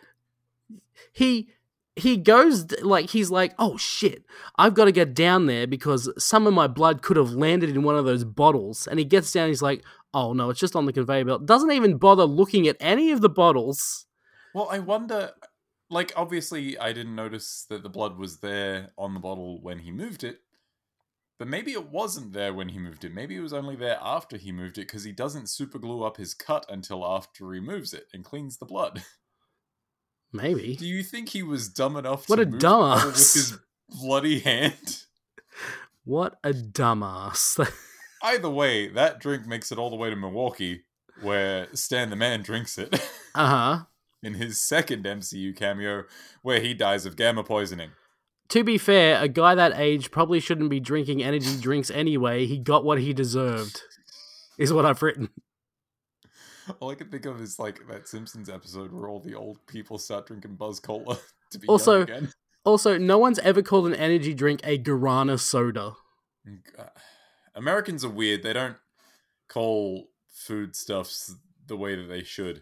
Speaker 4: he he goes th- like he's like oh shit i've got to get down there because some of my blood could have landed in one of those bottles and he gets down he's like oh no it's just on the conveyor belt doesn't even bother looking at any of the bottles
Speaker 5: Well, I wonder. Like, obviously, I didn't notice that the blood was there on the bottle when he moved it, but maybe it wasn't there when he moved it. Maybe it was only there after he moved it because he doesn't super glue up his cut until after he moves it and cleans the blood.
Speaker 4: maybe
Speaker 5: Do you think he was dumb enough
Speaker 4: What
Speaker 5: to
Speaker 4: a
Speaker 5: move the bottle with
Speaker 4: dumbass.
Speaker 5: his bloody hand?
Speaker 4: what a dumbass
Speaker 5: Either way, that drink makes it all the way to Milwaukee, where Stan the Man drinks it
Speaker 4: uh-huh
Speaker 5: in his second MCU cameo, where he dies of gamma poisoning.
Speaker 4: to be fair a guy that age probably shouldn't be drinking energy drinks anyway he got what he deserved is what i've written
Speaker 5: All I can think of is like that Simpsons episode where all the old people start drinking Buzz Cola to be
Speaker 4: Also-
Speaker 5: young again.
Speaker 4: also no one's ever called an energy drink a guarana soda
Speaker 5: Uh, Americans are weird. They don't call foodstuffs the way that they should.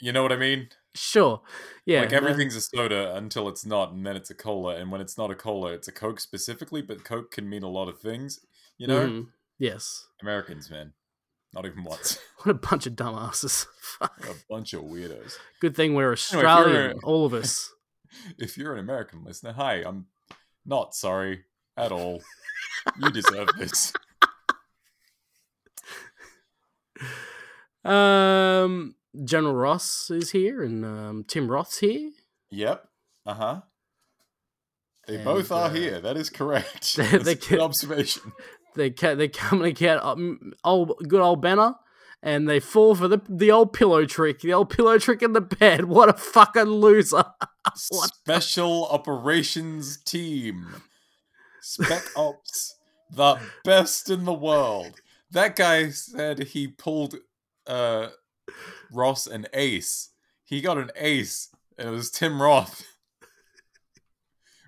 Speaker 5: you know what I mean?
Speaker 4: sure yeah
Speaker 5: like
Speaker 4: no-
Speaker 5: everything's a soda until it's not, and then it's a cola. And when it's not a cola, it's a Coke specifically. But Coke can mean a lot of things. You know,
Speaker 4: Mhm. Yes.
Speaker 5: Americans, man, not even once.
Speaker 4: What a bunch of dumbasses. Fuck.
Speaker 5: a bunch of weirdos.
Speaker 4: Good thing we're Australian,
Speaker 5: you're-
Speaker 4: all of us.
Speaker 5: if you're an American listener, hi, I'm not sorry at all. You deserve this.
Speaker 4: Um, General Ross is here, and um, Tim Roth's here.
Speaker 5: Yep. Uh huh. They
Speaker 4: And,
Speaker 5: both are
Speaker 4: uh,
Speaker 5: here. That is correct.
Speaker 4: they
Speaker 5: That's a good
Speaker 4: can-
Speaker 5: observation.
Speaker 4: They ca- they come and get um, old good old Banner, and they fall for the the old pillow trick, the old pillow trick in the bed. What a fucking loser!
Speaker 5: Special operations team. Spec Ops, the best in the world. That guy said he pulled uh, Ross an ace. He got an ace, and it was Tim Roth.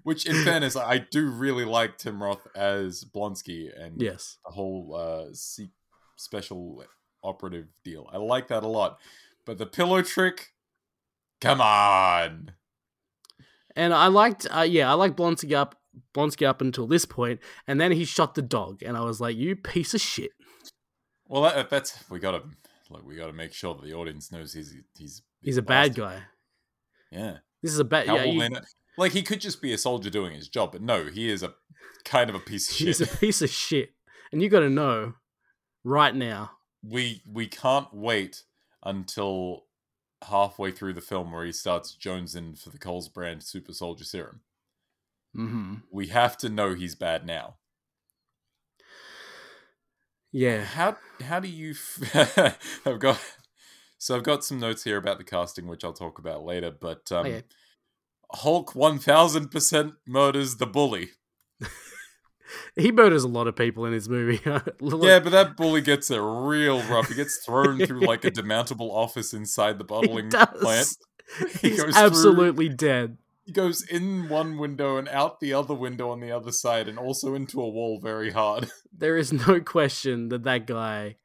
Speaker 5: Which, in fairness, I do really like Tim Roth as Blonsky and
Speaker 4: Yes,
Speaker 5: the whole uh, se- special operative deal. I like that a lot. But the pillow trick, come on.
Speaker 4: and I liked, uh, yeah, I liked Blonsky up, Blonsky up until this point, and then he shot the dog, and I was like, you piece of shit.
Speaker 5: Well, that, that's we gotta like we gotta make sure that the audience knows he's he's
Speaker 4: He's a bad
Speaker 5: bastard.
Speaker 4: guy.
Speaker 5: Yeah,
Speaker 4: This is a bad.
Speaker 5: How
Speaker 4: Yeah,
Speaker 5: will
Speaker 4: you-
Speaker 5: they know? Like he could just be a soldier doing his job, but no, he is a kind of a piece of shit.
Speaker 4: he's a piece of shit, and you got to know right now.
Speaker 5: we we can't wait until halfway through the film where he starts jonesing for the Coles brand super soldier serum.
Speaker 4: Mm-hmm.
Speaker 5: We have to know he's bad now.
Speaker 4: Yeah.
Speaker 5: How how do you? F- I've got so I've got some notes here about the casting, which I'll talk about later. But um,
Speaker 4: Okay.
Speaker 5: Hulk one thousand percent murders the bully.
Speaker 4: He murders a lot of people in his movie. Look,
Speaker 5: yeah, but that bully gets it real rough. He gets thrown through like a demountable office inside the
Speaker 4: he
Speaker 5: bottling
Speaker 4: does.
Speaker 5: plant. He
Speaker 4: He's
Speaker 5: goes through-
Speaker 4: absolutely dead.
Speaker 5: He goes in one window and out the other window on the other side, and also into a wall very hard.
Speaker 4: There is no question that that guy.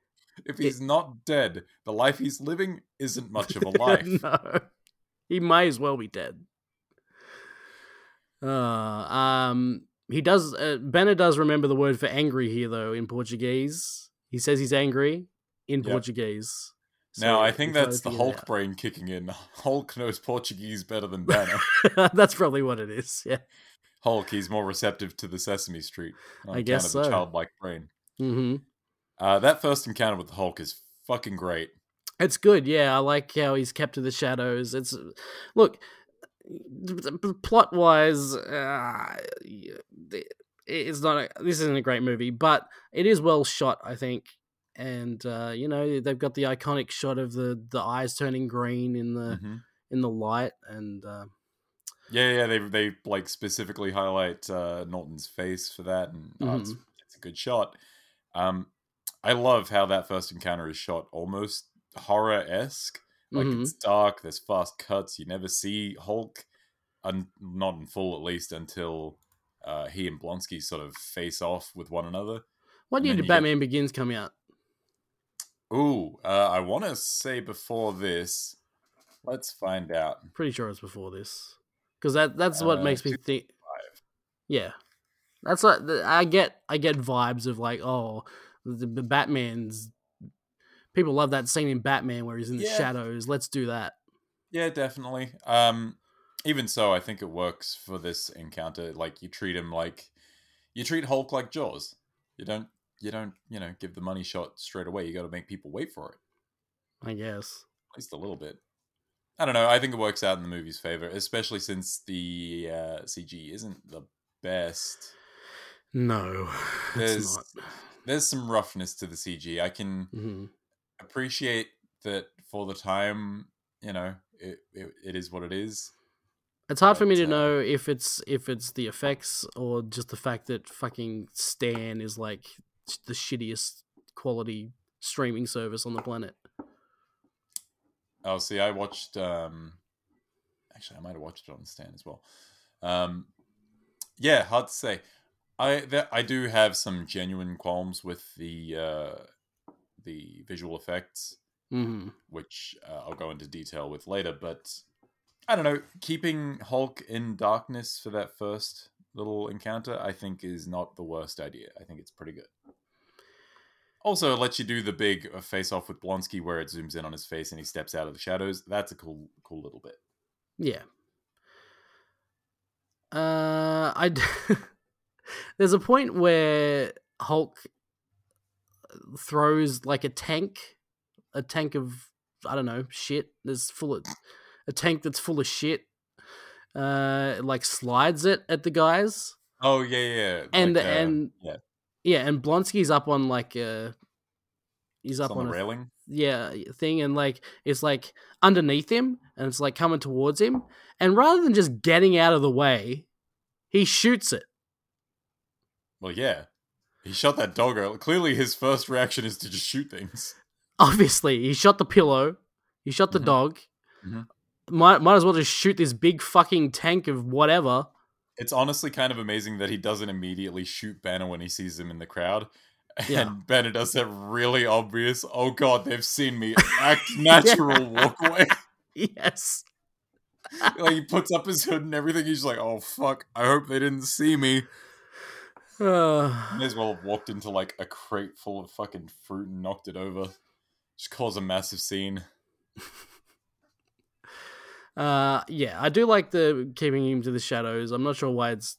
Speaker 5: If he's not dead, the life he's living isn't much of a life.
Speaker 4: no, he may as well be dead. Uh, um, he does. Uh, Banner does remember the word for angry here, though, in Portuguese. He says he's angry in
Speaker 5: Yeah.
Speaker 4: Portuguese.
Speaker 5: now
Speaker 4: So
Speaker 5: I think
Speaker 4: we try
Speaker 5: that's
Speaker 4: to
Speaker 5: the
Speaker 4: figure that
Speaker 5: Hulk brain kicking in. Hulk knows Portuguese better than Banner.
Speaker 4: out. that's probably what it is. Yeah.
Speaker 5: Hulk, he's more receptive to the Sesame Street. on
Speaker 4: I
Speaker 5: account
Speaker 4: guess
Speaker 5: of
Speaker 4: so.
Speaker 5: A childlike brain.
Speaker 4: hmm
Speaker 5: Uh, that first encounter with the Hulk is fucking great.
Speaker 4: It's good, yeah. I like how he's kept to the shadows. It's uh, look, plot wise, uh, it- it's not. A, this isn't a great movie, but it is well shot, I think. And uh, you know, they've got the iconic shot of the the eyes turning green in the
Speaker 5: Mhm.
Speaker 4: in the light, and uh,
Speaker 5: Yeah, yeah, they they like specifically highlight uh, Norton's face for that, and oh, it's, it's a good shot. Um, I love how that first encounter is shot, almost horror esque. Like
Speaker 4: mhm.
Speaker 5: it's dark, there's fast cuts. You never see Hulk, un- not in full at least, until uh, he and Blonsky sort of face off with one another.
Speaker 4: what
Speaker 5: and
Speaker 4: year
Speaker 5: then
Speaker 4: did
Speaker 5: you get-
Speaker 4: Batman Begins come out?
Speaker 5: Ooh, uh, I want to say before this, let's find out.
Speaker 4: Pretty sure it's before this, because that that's what
Speaker 5: Uh,
Speaker 4: makes me
Speaker 5: 2005.
Speaker 4: think. Yeah, that's what the- I get. I get vibes of like, oh, the, the Batman's people love that scene in Batman where he's in the
Speaker 5: Yeah.
Speaker 4: shadows. Let's do that.
Speaker 5: Yeah, definitely. Um, even so, I think it works for this encounter. Like you treat him like you treat Hulk like Jaws. You don't, you don't, you know, give the money shot straight away. You got to make people wait for it
Speaker 4: I guess.
Speaker 5: at least a little bit. I don't know. I think it works out in the movie's favor, especially since the uh, CG isn't the best.
Speaker 4: No,
Speaker 5: There's-
Speaker 4: it's not.
Speaker 5: There's some roughness to the CG. I can
Speaker 4: hmm
Speaker 5: appreciate that for the time. You know, it it, it is what it is.
Speaker 4: It's hard for me to
Speaker 5: But, uh,
Speaker 4: know if it's if it's the effects or just the fact that fucking Stan is like the shittiest quality streaming service on the planet.
Speaker 5: Oh, see, I watched. Um, actually, I might have watched it on Stan as well. Um, yeah, hard to say. I there, I do have some genuine qualms with the uh, the visual effects,
Speaker 4: hmm
Speaker 5: which uh, I'll go into detail with later. But I don't know, keeping Hulk in darkness for that first little encounter, I think, is not the worst idea. I think it's pretty good. Also, it lets you do the big uh, face-off with Blonsky, where it zooms in on his face and he steps out of the shadows. That's a cool, cool little bit.
Speaker 4: Yeah. Uh, I d- there's a point where Hulk uh, throws like a tank, a tank of I don't know shit. There's full of a tank that's full of shit. Uh, like slides it at the guys,
Speaker 5: Oh uh, yeah, yeah, yeah.
Speaker 4: and
Speaker 5: like, uh,
Speaker 4: and
Speaker 5: yeah.
Speaker 4: yeah, and Blonsky's up on like a uh, he's
Speaker 5: It's
Speaker 4: up
Speaker 5: on
Speaker 4: on,
Speaker 5: the
Speaker 4: a
Speaker 5: railing.
Speaker 4: yeah thing and like it's like underneath him and it's like coming towards him and rather than just getting out of the way he shoots it
Speaker 5: Well, yeah. He shot that dog. early. Clearly, his first reaction is to just shoot things.
Speaker 4: obviously he shot the pillow he shot the
Speaker 5: Mhm.
Speaker 4: dog Mm-hmm.
Speaker 5: Mhm.
Speaker 4: might, might as well just shoot this big fucking tank of whatever
Speaker 5: It's honestly kind of amazing that he doesn't immediately shoot Banner when he sees him in the crowd.
Speaker 4: Yeah.
Speaker 5: And Banner does that really obvious, oh god, they've seen me act natural walk away.
Speaker 4: yes
Speaker 5: like he puts up his hood and everything. He's like, oh fuck, I hope they didn't see me. May
Speaker 4: Uh,
Speaker 5: as well have walked into like a crate full of fucking fruit and knocked it over. Just cause a massive scene.
Speaker 4: uh yeah i do like the keeping him to the shadows i'm not sure why it's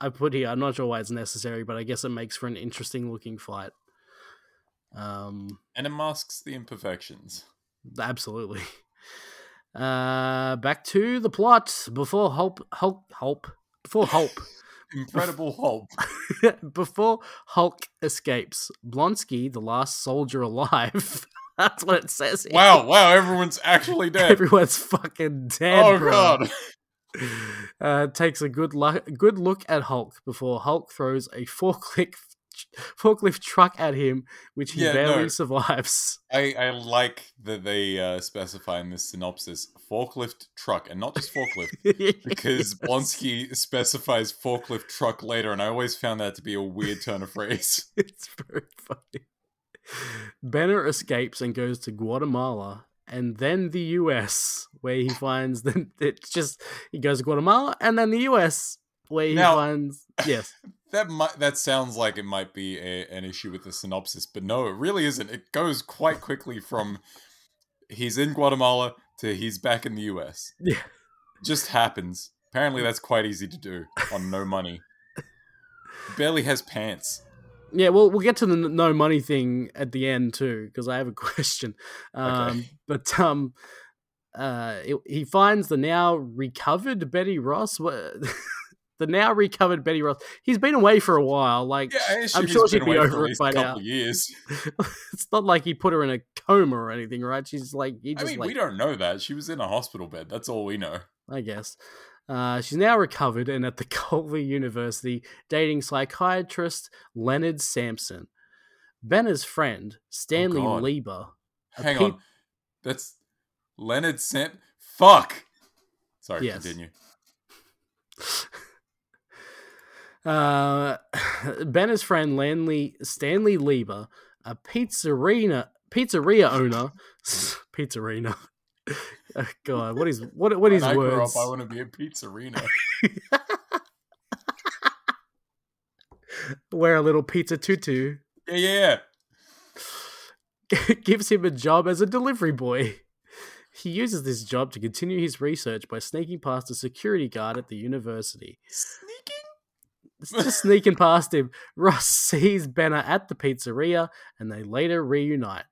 Speaker 4: i put here i'm not sure why it's necessary but i guess it makes for an interesting looking fight um
Speaker 5: And it masks the imperfections.
Speaker 4: Absolutely. Uh, back to the plot before Hulk, Hulk, Hulk, before Hulk,
Speaker 5: Incredible Hulk.
Speaker 4: before Hulk escapes. Blonsky, the last soldier alive. That's what it says. here.
Speaker 5: Wow, wow, everyone's actually dead.
Speaker 4: Everyone's fucking dead.
Speaker 5: oh
Speaker 4: bro.
Speaker 5: god.
Speaker 4: Uh, takes a good look, good look at Hulk before Hulk throws a forklift, forklift truck at him, which he
Speaker 5: Yeah,
Speaker 4: barely
Speaker 5: no.
Speaker 4: survives.
Speaker 5: I, I like that they uh, specify in this synopsis forklift truck and not just forklift because Blonsky specifies forklift truck later, and I always found that to be a weird turn of phrase.
Speaker 4: it's very funny. Banner escapes and goes to Guatemala and then the US, where he finds that it's just he goes to Guatemala and then the US, where he
Speaker 5: Now-
Speaker 4: finds yes,
Speaker 5: That might that sounds like it might be a, an issue with the synopsis, but no, it really isn't. It goes quite quickly from he's in Guatemala to he's back in the U.S.
Speaker 4: Yeah.
Speaker 5: just happens. Apparently, that's quite easy to do on no money. Barely has pants.
Speaker 4: yeah. Well, we'll get to the n- no money thing at the end too, because I have a question. Um,
Speaker 5: Okay.
Speaker 4: But um, uh, it- he finds the now recovered Betty Ross. wha- the now recovered Betty Ross. He's been away for a while. Like
Speaker 5: Yeah, I assume
Speaker 4: I'm
Speaker 5: he's
Speaker 4: sure she'd
Speaker 5: been
Speaker 4: be
Speaker 5: away for
Speaker 4: over
Speaker 5: at
Speaker 4: it
Speaker 5: least
Speaker 4: by
Speaker 5: a
Speaker 4: now.
Speaker 5: couple of years.
Speaker 4: it's not like he put her in a coma or anything, right? She's like, he
Speaker 5: I
Speaker 4: just
Speaker 5: mean,
Speaker 4: like,
Speaker 5: we don't know that she was in a hospital bed. That's all we know.
Speaker 4: I guess. Uh, she's now recovered and at the Culver University dating psychiatrist Leonard Sampson. Benner's friend, Stanley
Speaker 5: Oh, God.
Speaker 4: Lieber. A
Speaker 5: Hang
Speaker 4: peep-
Speaker 5: on, that's Leonard Sam. Fuck. Sorry,
Speaker 4: Yes.
Speaker 5: continue.
Speaker 4: Uh, Benner's friend Lanley, Stanley Lieber, a pizzeria, pizzeria owner.
Speaker 5: Mm.
Speaker 4: pizzeria. Oh, God, what is what? What is
Speaker 5: when I grow
Speaker 4: words?
Speaker 5: up, I want to be a pizzerino.
Speaker 4: Wear a little pizza tutu.
Speaker 5: yeah, yeah, yeah.
Speaker 4: gives him a job as a delivery boy. He uses this job to continue his research by sneaking past a security guard at the university.
Speaker 5: Sneaking.
Speaker 4: It's Just sneaking past him, Ross sees Banner at the pizzeria and they later reunite.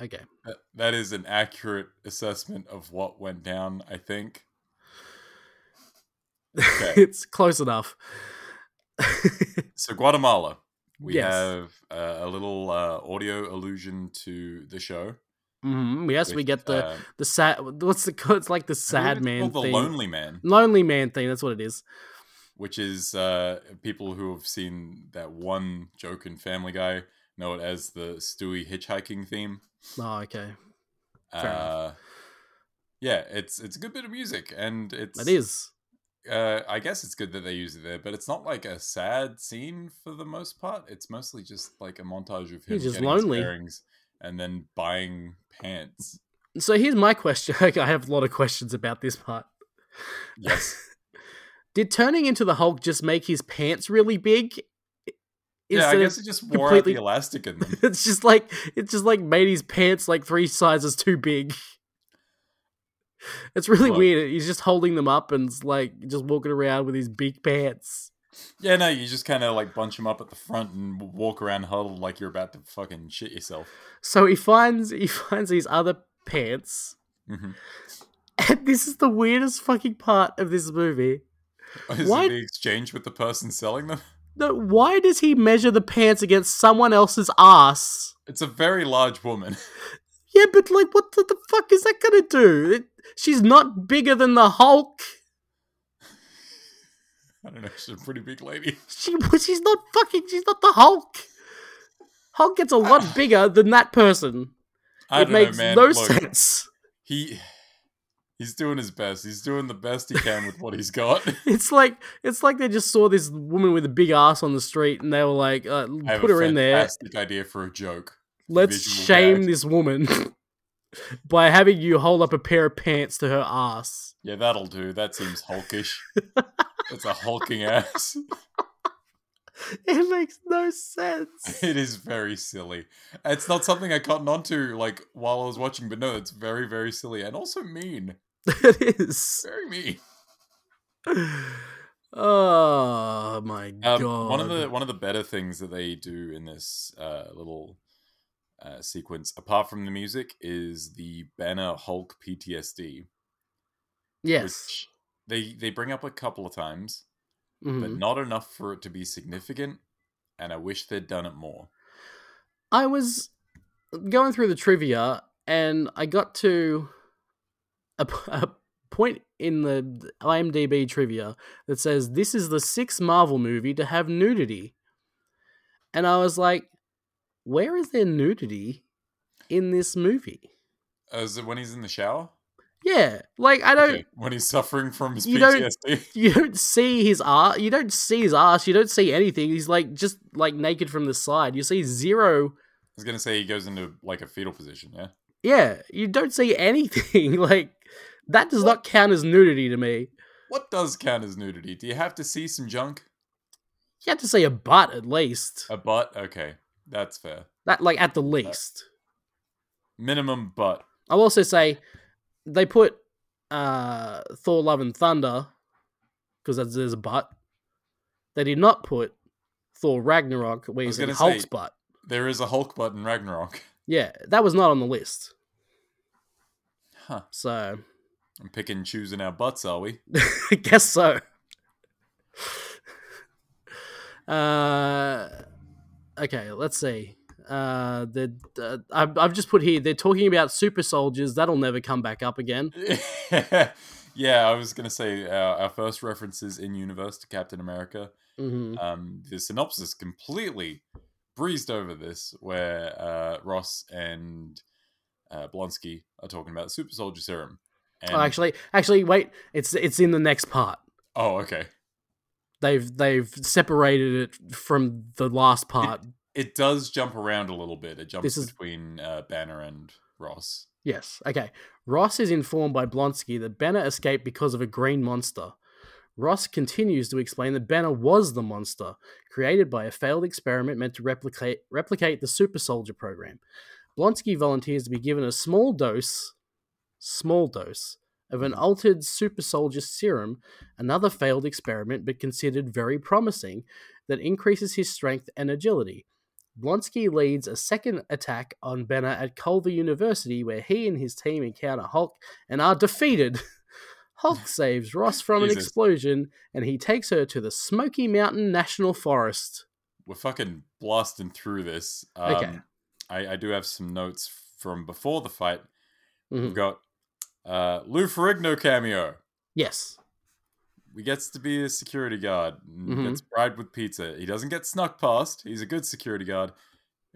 Speaker 4: Okay.
Speaker 5: That- That is an accurate assessment of what went down. I think. Okay.
Speaker 4: it's close enough.
Speaker 5: So Guatemala, we
Speaker 4: Yes.
Speaker 5: have uh, a little uh, audio allusion to the show.
Speaker 4: hmm Yes, we
Speaker 5: with,
Speaker 4: get the
Speaker 5: uh,
Speaker 4: the sad. What's the co- it's like the
Speaker 5: I believe
Speaker 4: sad
Speaker 5: it's
Speaker 4: man
Speaker 5: called the
Speaker 4: thing,
Speaker 5: lonely man,
Speaker 4: lonely man thing. That's what it is.
Speaker 5: which is uh, people who have seen that one joke in Family Guy know it as the Stewie hitchhiking theme.
Speaker 4: Oh, okay. Fair enough.
Speaker 5: Uh, yeah, it's it's a good bit of music, and it's
Speaker 4: It is.
Speaker 5: uh, I guess it's good that they use it there, but it's not like a sad scene for the most part. It's mostly just like a montage of him
Speaker 4: He's just
Speaker 5: getting his
Speaker 4: lonely.
Speaker 5: bearings and then buying pants.
Speaker 4: So here's my question. Okay, I have a lot of questions about this part.
Speaker 5: Yes,
Speaker 4: Did turning into the Hulk just make his pants really big?
Speaker 5: yeah.
Speaker 4: Instead
Speaker 5: I
Speaker 4: of-
Speaker 5: guess it just wore
Speaker 4: completely-
Speaker 5: out the elastic in them.
Speaker 4: it's just like it just like made his pants like three sizes too big. It's really
Speaker 5: Look.
Speaker 4: weird. He's just holding them up and it's like just walking around with his big pants.
Speaker 5: yeah, no, you just kind of like bunch them up at the front and walk around huddled like you're about to fucking shit yourself.
Speaker 4: So he finds he finds these other pants. Mm-hmm.
Speaker 5: Mhm.
Speaker 4: And this is the weirdest fucking part of this movie.
Speaker 5: Is it
Speaker 4: What?
Speaker 5: the exchange with the person selling them?
Speaker 4: No, why does he measure the pants against someone else's ass?
Speaker 5: It's a very large woman.
Speaker 4: Yeah, but like, what the, the fuck is that gonna do? It, she's not bigger than the Hulk.
Speaker 5: I don't know. She's a pretty big lady.
Speaker 4: She, she's not fucking. She's not the Hulk. Hulk gets a lot bigger than that person.
Speaker 5: I
Speaker 4: it
Speaker 5: don't
Speaker 4: makes
Speaker 5: know, man.
Speaker 4: no
Speaker 5: Look,
Speaker 4: sense.
Speaker 5: He he's doing his best. He's doing the best he can with what he's got.
Speaker 4: It's like it's like they just saw this woman with a big ass on the street, and they were like, uh,
Speaker 5: I have
Speaker 4: "Put
Speaker 5: a
Speaker 4: her in there.
Speaker 5: fantastic idea for a joke.
Speaker 4: Let's
Speaker 5: visual
Speaker 4: shame
Speaker 5: gag."
Speaker 4: this woman by having you hold up a pair of pants to her ass."
Speaker 5: Yeah, that'll do. That seems hulkish. That's a hulking ass.
Speaker 4: It makes no sense.
Speaker 5: It is very silly. It's not something I cottoned onto like while I was watching, but no, it's very, very silly and also mean.
Speaker 4: it is.
Speaker 5: Very mean.
Speaker 4: Oh my
Speaker 5: Um,
Speaker 4: god!
Speaker 5: One of the one of the better things that they do in this uh, little uh, sequence, apart from the music, is the banner Hulk PTSD,
Speaker 4: yes.
Speaker 5: which they they bring up a couple of times, but
Speaker 4: Mhm.
Speaker 5: not enough for it to be significant. And I wish they'd done it more.
Speaker 4: I was going through the trivia and I got to a, p- a point in the IMDb trivia that says this is the sixth Marvel movie to have nudity. And I was like, where is there nudity in this movie?
Speaker 5: Uh, Is it when he's in the shower?
Speaker 4: Yeah, like I don't
Speaker 5: Okay, When he's suffering from his
Speaker 4: You don't-
Speaker 5: PTSD.
Speaker 4: you don't see his ass. You don't see his ass. You don't see anything. He's like just like naked from the side. You see zero.
Speaker 5: I was gonna say he goes into like a fetal position. Yeah,
Speaker 4: Yeah, you don't see anything. like that does not count as nudity to me.
Speaker 5: what does count as nudity? Do you have to see some junk?
Speaker 4: You have to see a butt at least.
Speaker 5: A butt? Okay, that's fair.
Speaker 4: That like at the least.
Speaker 5: Minimum butt.
Speaker 4: I'll also say they put uh Thor Love and Thunder because there's a butt. They did not put Thor Ragnarok where
Speaker 5: I
Speaker 4: you
Speaker 5: was
Speaker 4: see
Speaker 5: gonna
Speaker 4: Hulk's
Speaker 5: say-
Speaker 4: butt.
Speaker 5: There is a Hulk butt in Ragnarok.
Speaker 4: Yeah, that was not on the list.
Speaker 5: Huh.
Speaker 4: So
Speaker 5: I'm picking and choosing our butts, are we?
Speaker 4: I guess so. Uh, okay, let's see. Uh, the uh, I've, I've just put here they're talking about super soldiers that'll never come back up again.
Speaker 5: yeah, I was gonna say uh, our first references in universe to Captain America.
Speaker 4: hmm
Speaker 5: Um, the synopsis completely breezed over this, where uh, Ross and uh, Blonsky are talking about super soldier serum. And,
Speaker 4: Oh, actually, actually, wait, it's it's in the next part.
Speaker 5: oh, okay.
Speaker 4: They've they've separated it from the last part.
Speaker 5: It does jump around a little bit. It jumps
Speaker 4: This is-
Speaker 5: between uh, Banner and Ross.
Speaker 4: Yes. Okay. Ross is informed by Blonsky that Banner escaped because of a green monster. Ross continues to explain that Banner was the monster created by a failed experiment meant to replicate replicate the super soldier program. Blonsky volunteers to be given a small dose, small dose of an altered super soldier serum, another failed experiment but considered very promising that increases his strength and agility. Blonsky leads a second attack on Banner at Culver University, where he and his team encounter Hulk and are defeated. Hulk saves Ross from an
Speaker 5: Jesus.
Speaker 4: explosion, and he takes her to the Smoky Mountain National Forest.
Speaker 5: We're fucking blasting through this. Um,
Speaker 4: Okay.
Speaker 5: I, I do have some notes from before the fight.
Speaker 4: Mhm.
Speaker 5: We've got uh, Lou Ferrigno cameo.
Speaker 4: Yes.
Speaker 5: He gets to be a security guard. and
Speaker 4: Mhm.
Speaker 5: Gets bribed with pizza. He doesn't get snuck past. He's a good security guard,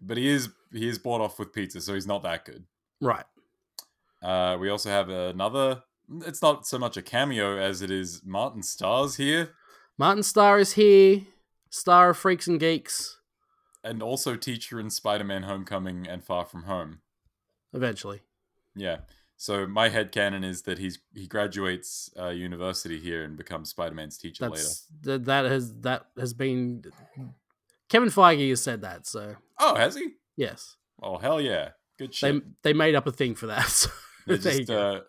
Speaker 5: but he is he is bought off with pizza, so he's not that good.
Speaker 4: Right.
Speaker 5: Uh, we also have another. It's not so much a cameo as it is Martin Stars here,
Speaker 4: Martin Starr is here, star of Freaks and Geeks,
Speaker 5: and also teacher in Spider-Man: Homecoming and Far From Home.
Speaker 4: eventually.
Speaker 5: Yeah. So my headcanon is that he's he graduates uh, university here and becomes Spider-Man's teacher later.
Speaker 4: That's that, that has that has been Kevin Feige has said that, so
Speaker 5: Oh, has he?
Speaker 4: yes.
Speaker 5: Oh, hell yeah! Good shit.
Speaker 4: They they made up a thing for that. So
Speaker 5: They
Speaker 4: there you
Speaker 5: just,
Speaker 4: go.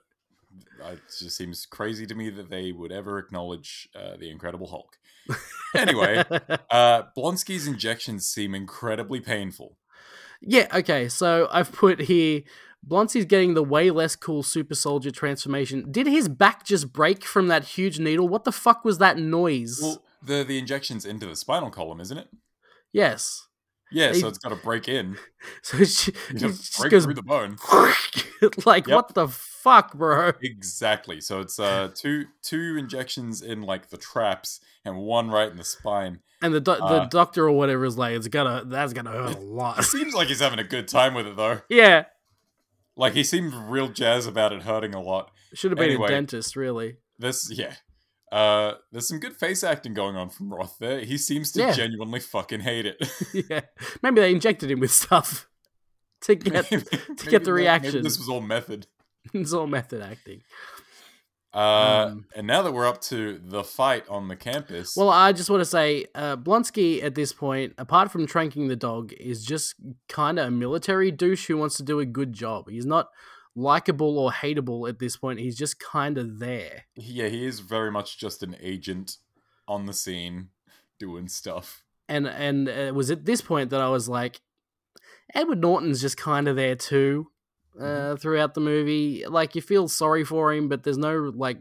Speaker 5: uh, it just seems crazy to me that they would ever acknowledge uh, the Incredible Hulk. anyway, uh, Blonsky's injections seem incredibly painful.
Speaker 4: Yeah, okay. So I've put here Blonsky's getting the way less cool super soldier transformation. Did his back just break from that huge needle? What the fuck was that noise?
Speaker 5: Well, the the injections into the spinal column, isn't it?
Speaker 4: Yes.
Speaker 5: Yeah,
Speaker 4: They-
Speaker 5: so it's got to break in,
Speaker 4: So she,
Speaker 5: you
Speaker 4: she
Speaker 5: know,
Speaker 4: just
Speaker 5: break
Speaker 4: goes
Speaker 5: through the bone.
Speaker 4: like
Speaker 5: Yep.
Speaker 4: what the fuck, bro?
Speaker 5: Exactly. So it's uh two two injections in like the traps and one right in the spine.
Speaker 4: And the do- the
Speaker 5: Uh,
Speaker 4: doctor or whatever is like, it's gonna that's gonna hurt a lot.
Speaker 5: Seems like he's having a good time with it though.
Speaker 4: yeah,
Speaker 5: Like he seemed real jazz about it hurting a lot.
Speaker 4: should have been
Speaker 5: Anyway.
Speaker 4: a dentist, really.
Speaker 5: This yeah. Uh there's some good face acting going on from Roth there. He seems to
Speaker 4: Yeah.
Speaker 5: genuinely fucking hate it.
Speaker 4: yeah, maybe they injected him with stuff to get
Speaker 5: Maybe-
Speaker 4: the
Speaker 5: maybe that- maybe
Speaker 4: reaction.
Speaker 5: this was all method.
Speaker 4: it's all method acting.
Speaker 5: Uh
Speaker 4: Um,
Speaker 5: and now that we're up to the fight on the campus.
Speaker 4: Well, I just want to say, uh, Blonsky at this point, apart from tranking the dog, is just kind of a military douche who wants to do a good job. He's not likable or hateable at this point. He's just kind of there.
Speaker 5: yeah, he is very much just an agent on the scene doing stuff.
Speaker 4: And and uh, it was at this point that I was like, Edward Norton's just kind of there too.
Speaker 5: Mm-hmm.
Speaker 4: Uh, throughout the movie, like you feel sorry for him, but there's no like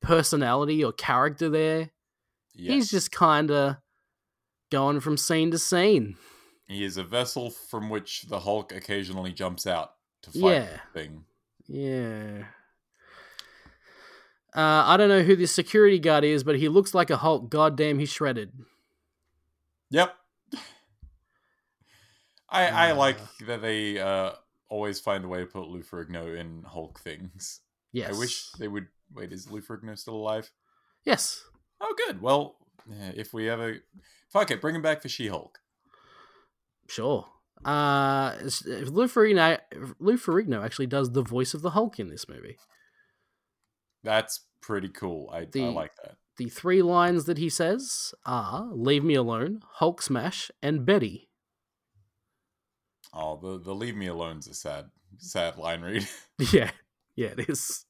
Speaker 4: personality or character there.
Speaker 5: Yeah.
Speaker 4: He's just kind of going from scene to scene.
Speaker 5: He is a vessel from which the Hulk occasionally jumps out to fight
Speaker 4: Yeah.
Speaker 5: the thing.
Speaker 4: Yeah. Uh, I don't know who this security guard is, but he looks like a Hulk. Goddamn, he's shredded.
Speaker 5: Yep. I I
Speaker 4: Uh.
Speaker 5: like that they uh, always find a way to put Lou Ferrigno in Hulk things.
Speaker 4: Yes.
Speaker 5: I wish they would. Wait, is Lou Ferrigno still alive?
Speaker 4: Yes.
Speaker 5: Oh, good. Well, eh, if we ever, fuck it, bring him back for She Hulk.
Speaker 4: Sure. Uh, s- if Lou Ferrigno, Lou Ferrigno actually does the voice of the Hulk in this movie.
Speaker 5: That's pretty cool. I,
Speaker 4: The-
Speaker 5: I like that.
Speaker 4: The three lines that he says are "Leave me alone," "Hulk smash," and "Betty."
Speaker 5: Oh, the the Leave Me Alone's a sad sad line read.
Speaker 4: Yeah, yeah, it is.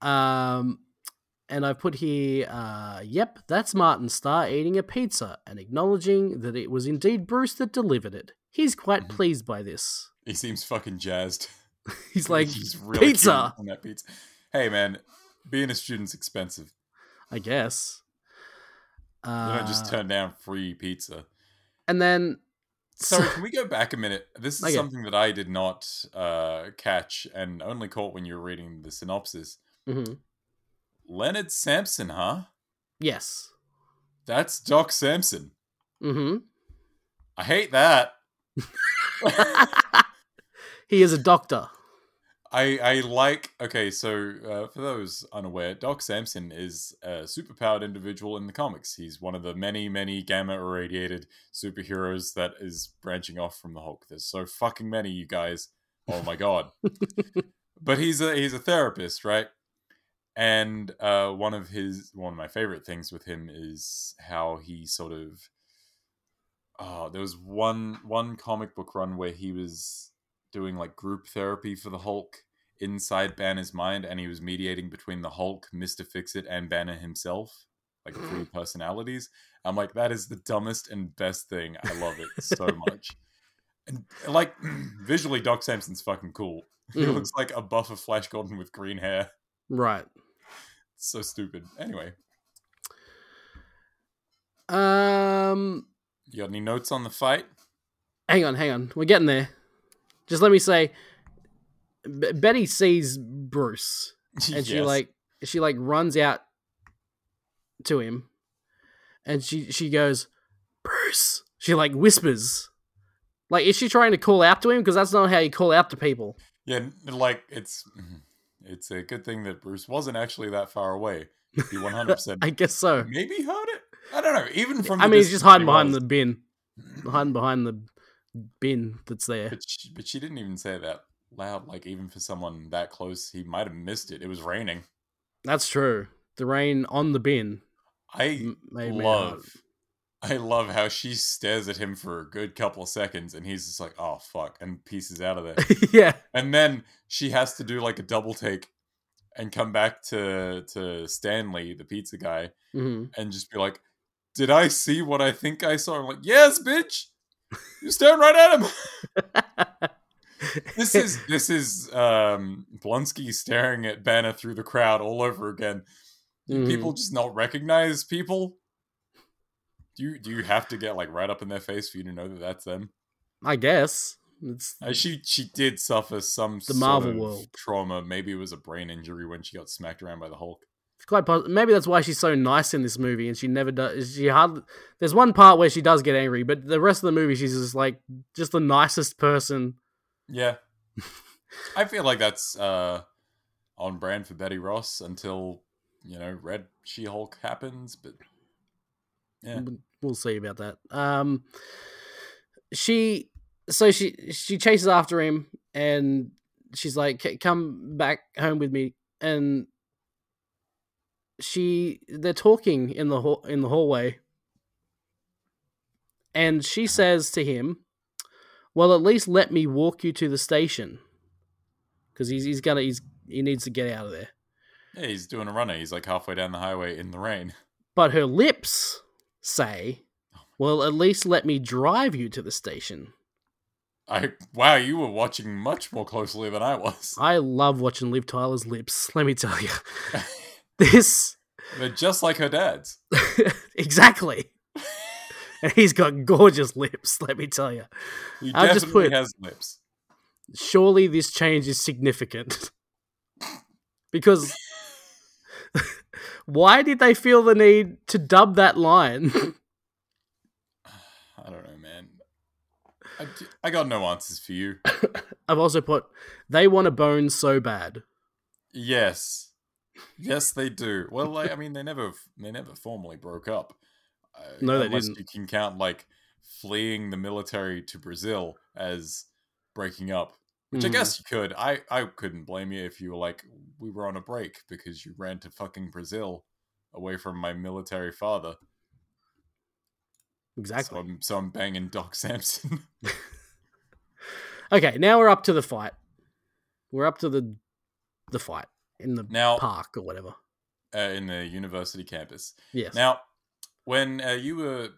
Speaker 4: Um, and I put here, uh, yep, that's Martin Starr eating a pizza and acknowledging that it was indeed Bruce that delivered it. He's quite
Speaker 5: Mhm.
Speaker 4: pleased by this.
Speaker 5: he seems fucking jazzed.
Speaker 4: He's like,
Speaker 5: He's really keen
Speaker 4: pizza.
Speaker 5: on that pizza. Hey man, being a student's expensive.
Speaker 4: I guess.
Speaker 5: You
Speaker 4: Uh,
Speaker 5: don't just turn down free pizza.
Speaker 4: and then,
Speaker 5: Sorry, can we go back a minute? This is
Speaker 4: Okay.
Speaker 5: something that I did not uh, catch and only caught when you were reading the synopsis.
Speaker 4: Mhm.
Speaker 5: Leonard Sampson, huh?
Speaker 4: yes,
Speaker 5: That's Doc Sampson.
Speaker 4: hmm
Speaker 5: I hate that.
Speaker 4: he is a doctor.
Speaker 5: I I like okay. So uh, for those unaware, Doc Samson is a superpowered individual in the comics. He's one of the many many gamma irradiated superheroes that is branching off from the Hulk. There's so fucking many, you guys. Oh my god. but he's a he's a therapist, right? And uh, one of his one of my favorite things with him is how he sort of. Oh, there was one one comic book run where he was doing like group therapy for the Hulk inside Banner's mind, and he was mediating between the Hulk, Mister Fixit, and Banner himself, like
Speaker 4: Mm.
Speaker 5: three personalities. I'm like, that is the dumbest and best thing. I love it so much. And like visually, Doc Samson's fucking cool. He
Speaker 4: Mm,
Speaker 5: looks like a buff of Flash Gordon with green hair.
Speaker 4: right.
Speaker 5: It's so stupid. Anyway,
Speaker 4: Um,
Speaker 5: you got any notes on the fight?
Speaker 4: hang on, hang on. We're getting there. Just let me say, B- Betty sees Bruce, and she
Speaker 5: Yes.
Speaker 4: like she like runs out to him, and she she goes, Bruce. She like whispers, like is she trying to call out to him? Because that's not how you call out to people.
Speaker 5: yeah, n- like it's mm, it's a good thing that Bruce wasn't actually that far away. He 100 percent
Speaker 4: I guess so.
Speaker 5: maybe heard it. I don't know. Even from
Speaker 4: I
Speaker 5: the
Speaker 4: mean, he's just
Speaker 5: distance
Speaker 4: hiding
Speaker 5: he
Speaker 4: behind
Speaker 5: was.
Speaker 4: the bin, hiding behind the bin that's there.
Speaker 5: But she, but she didn't even say that loud. Like even for someone that close, he might have missed it. It was raining.
Speaker 4: That's true. The rain on the bin
Speaker 5: I
Speaker 4: m- made me
Speaker 5: love.
Speaker 4: hard.
Speaker 5: I love how she stares at him for a good couple of seconds, and he's just like, "Oh fuck," and pieces out of there.
Speaker 4: yeah.
Speaker 5: and then she has to do like a double take and come back to to Stanley, the pizza guy,
Speaker 4: hmm
Speaker 5: and just be like, "Did I see what I think I saw?" I'm like, "Yes, bitch, you're staring right at him." this is this is um Blonsky staring at Banner through the crowd all over again.
Speaker 4: Mhm.
Speaker 5: people just not recognize people? Do you do you have to get like right up in their face for you to know that that's them?
Speaker 4: I guess it's
Speaker 5: Uh, she she did suffer some
Speaker 4: The
Speaker 5: sort
Speaker 4: Marvel
Speaker 5: of
Speaker 4: world.
Speaker 5: trauma. Maybe it was a brain injury when she got smacked around by the Hulk.
Speaker 4: It's quite possible. Maybe that's why she's so nice in this movie, and she never does. She hardly. There's one part where she does get angry, but the rest of the movie, she's just like just the nicest person.
Speaker 5: Yeah, I feel like that's uh, on brand for Betty Ross until you know Red She Hulk happens. But yeah,
Speaker 4: W- We'll see about that. Um, she. So she she chases after him, and she's like, "C- "Come back home with me." And she they're talking in the hall in the hallway, and she says to him, "Well, at least let me walk you to the station, because he's he's gonna he's he needs to get out of there."
Speaker 5: yeah, he's doing a runner. He's like halfway down the highway in the rain.
Speaker 4: But her lips say, "Well, at least let me drive you to the station."
Speaker 5: I wow, you were watching much more closely than I was.
Speaker 4: I love watching Liv Tyler's lips. Let me tell you, this
Speaker 5: They're just like her dad's.
Speaker 4: exactly. And he's got gorgeous lips. Let me tell you.
Speaker 5: He
Speaker 4: I'll just
Speaker 5: definitely
Speaker 4: put-
Speaker 5: has lips.
Speaker 4: surely this change is significant. because why did they feel the need to dub that line?
Speaker 5: I don't know, man. I, d- I got no answers for you.
Speaker 4: I've also put they want a bone so bad.
Speaker 5: Yes, yes, they do. Well, like, I mean, they never they never formally broke up. Uh,
Speaker 4: No, they
Speaker 5: unless
Speaker 4: didn't.
Speaker 5: You can count like fleeing the military to Brazil as breaking up, which
Speaker 4: Mhm.
Speaker 5: I guess you could. I I couldn't blame you if you were like we were on a break because you ran to fucking Brazil away from my military father. So
Speaker 4: Exactly.
Speaker 5: I'm so I'm banging Doc Sampson.
Speaker 4: Okay, now we're up to the fight. We're up to the the fight in the
Speaker 5: now
Speaker 4: park or whatever.
Speaker 5: uh, in the university campus.
Speaker 4: Yes.
Speaker 5: Now, when uh, you were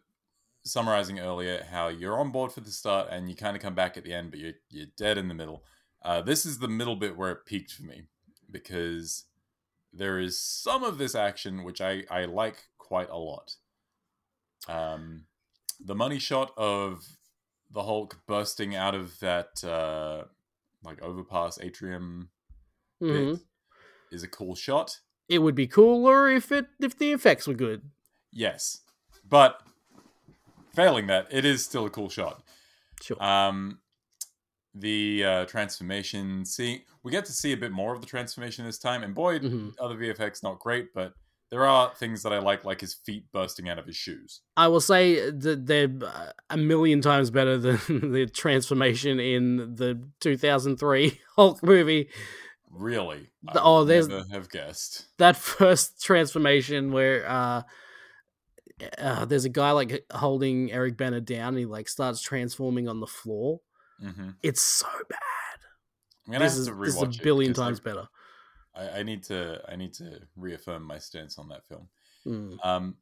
Speaker 5: summarizing earlier how you're on board for the start and you kind of come back at the end, but you're, you're dead in the middle, uh, this is the middle bit where it peaked for me because there is some of this action which I, I like quite a lot. Um, the money shot of the Hulk bursting out of that uh, like overpass atrium
Speaker 4: Mhm.
Speaker 5: bit is a cool shot.
Speaker 4: It would be cooler if it if the effects were good.
Speaker 5: Yes. But failing that, it is still a cool shot.
Speaker 4: Sure.
Speaker 5: Um the uh, transformation see we get to see a bit more of the transformation this time and boy
Speaker 4: Mhm.
Speaker 5: other VFX not great but there are things that I like like his feet bursting out of his shoes.
Speaker 4: I will say that they're uh, a million times better than the transformation in the 2003 Hulk movie.
Speaker 5: Really? I
Speaker 4: The- oh,
Speaker 5: would
Speaker 4: there's-
Speaker 5: never have guessed.
Speaker 4: That first transformation where uh, uh, there's a guy like holding Eric Banner down and he like starts transforming on the floor.
Speaker 5: Mm-hmm.
Speaker 4: It's so bad.
Speaker 5: I'm gonna
Speaker 4: this,
Speaker 5: have
Speaker 4: is,
Speaker 5: to rewatch
Speaker 4: this is a
Speaker 5: it
Speaker 4: billion
Speaker 5: because I-
Speaker 4: times better.
Speaker 5: I, I need to I need to reaffirm my stance on that film.
Speaker 4: Mm.
Speaker 5: Um,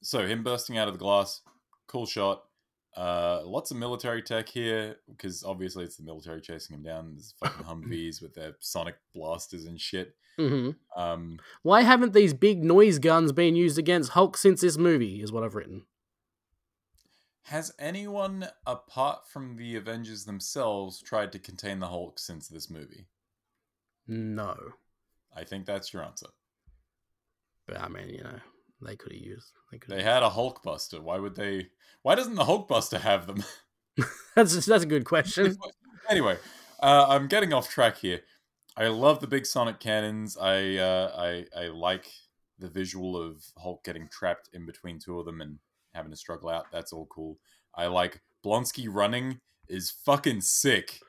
Speaker 5: so him bursting out of the glass, cool shot. Uh, lots of military tech here because obviously it's the military chasing him down. There's fucking Humvees with their sonic blasters and shit.
Speaker 4: hmm
Speaker 5: Um,
Speaker 4: Why haven't these big noise guns been used against Hulk since this movie? Is what I've written.
Speaker 5: has anyone apart from the Avengers themselves tried to contain the Hulk since this movie?
Speaker 4: No,
Speaker 5: I think that's your answer.
Speaker 4: but I mean, you know, they could have used. They could.
Speaker 5: They had a Hulkbuster. Why would they? Why doesn't the Hulkbuster have them?
Speaker 4: That's that's a good question.
Speaker 5: anyway, uh, I'm getting off track here. I love the big sonic cannons. I uh, I I like the visual of Hulk getting trapped in between two of them and having to struggle out. That's all cool. I like Blonsky running is fucking sick.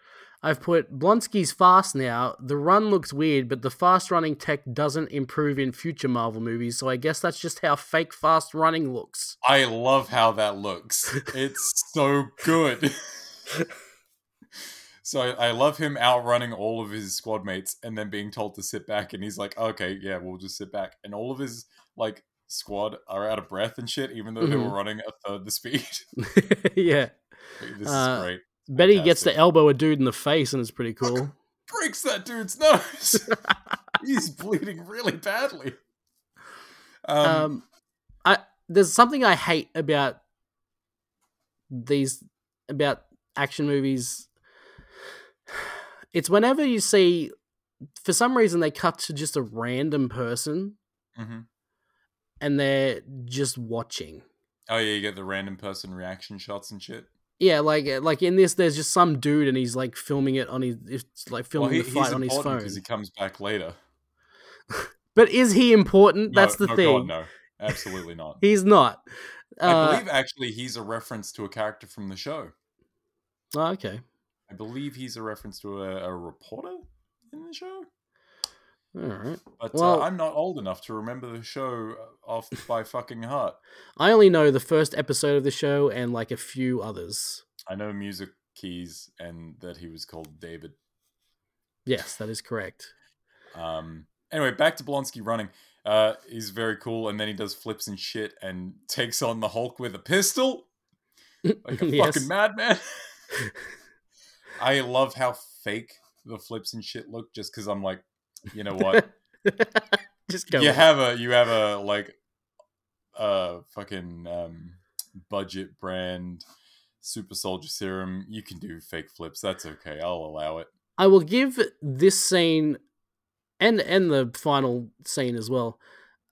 Speaker 4: I've put Blonsky's fast now. The run looks weird, but the fast running tech doesn't improve in future Marvel movies, so I guess that's just how fake fast running looks.
Speaker 5: I love how that looks. It's so good. so I, I love him outrunning all of his squad mates and then being told to sit back and he's like, okay, yeah, we'll just sit back. And all of his like squad are out of breath and shit, even though they were
Speaker 4: Mhm.
Speaker 5: running a third the speed.
Speaker 4: yeah.
Speaker 5: Like, this
Speaker 4: Uh,
Speaker 5: is great.
Speaker 4: Betty gets to
Speaker 5: Fantastic.
Speaker 4: elbow a dude in the face and it's pretty cool.
Speaker 5: Breaks that dude's nose. he's bleeding really badly. Um,
Speaker 4: um, I there's something I hate about these about action movies. It's whenever you see, for some reason, they cut to just a random person
Speaker 5: mhm.
Speaker 4: and they're just watching.
Speaker 5: Oh yeah, you get the random person reaction shots and shit.
Speaker 4: Yeah, like uh, like in this, there's just some dude and he's like filming it on his, it's like filming
Speaker 5: he-
Speaker 4: the fight on his phone.
Speaker 5: because he comes back later.
Speaker 4: But is he important?
Speaker 5: No,
Speaker 4: That's the
Speaker 5: no,
Speaker 4: thing.
Speaker 5: God, no, absolutely not.
Speaker 4: He's not.
Speaker 5: I
Speaker 4: Uh,
Speaker 5: believe actually he's a reference to a character from the show.
Speaker 4: oh, okay.
Speaker 5: I believe he's a reference to a, a reporter in the show.
Speaker 4: All right.
Speaker 5: But
Speaker 4: Well-
Speaker 5: uh, I'm not old enough to remember the show uh, off by fucking heart.
Speaker 4: I only know the first episode of the show and like a few others.
Speaker 5: I know music keys and that he was called David.
Speaker 4: Yes, that is correct.
Speaker 5: Um, anyway, back to Blonsky running. Uh, he's very cool, and then he does flips and shit and takes on the Hulk with a pistol, like a
Speaker 4: Yes.
Speaker 5: fucking madman. I love how fake the flips and shit look, just because I'm like, you know what?
Speaker 4: Just go.
Speaker 5: you
Speaker 4: with it.
Speaker 5: have a you have a like a fucking um, budget brand super soldier serum. You can do fake flips. That's okay. I'll allow it.
Speaker 4: I will give this scene and and the final scene as well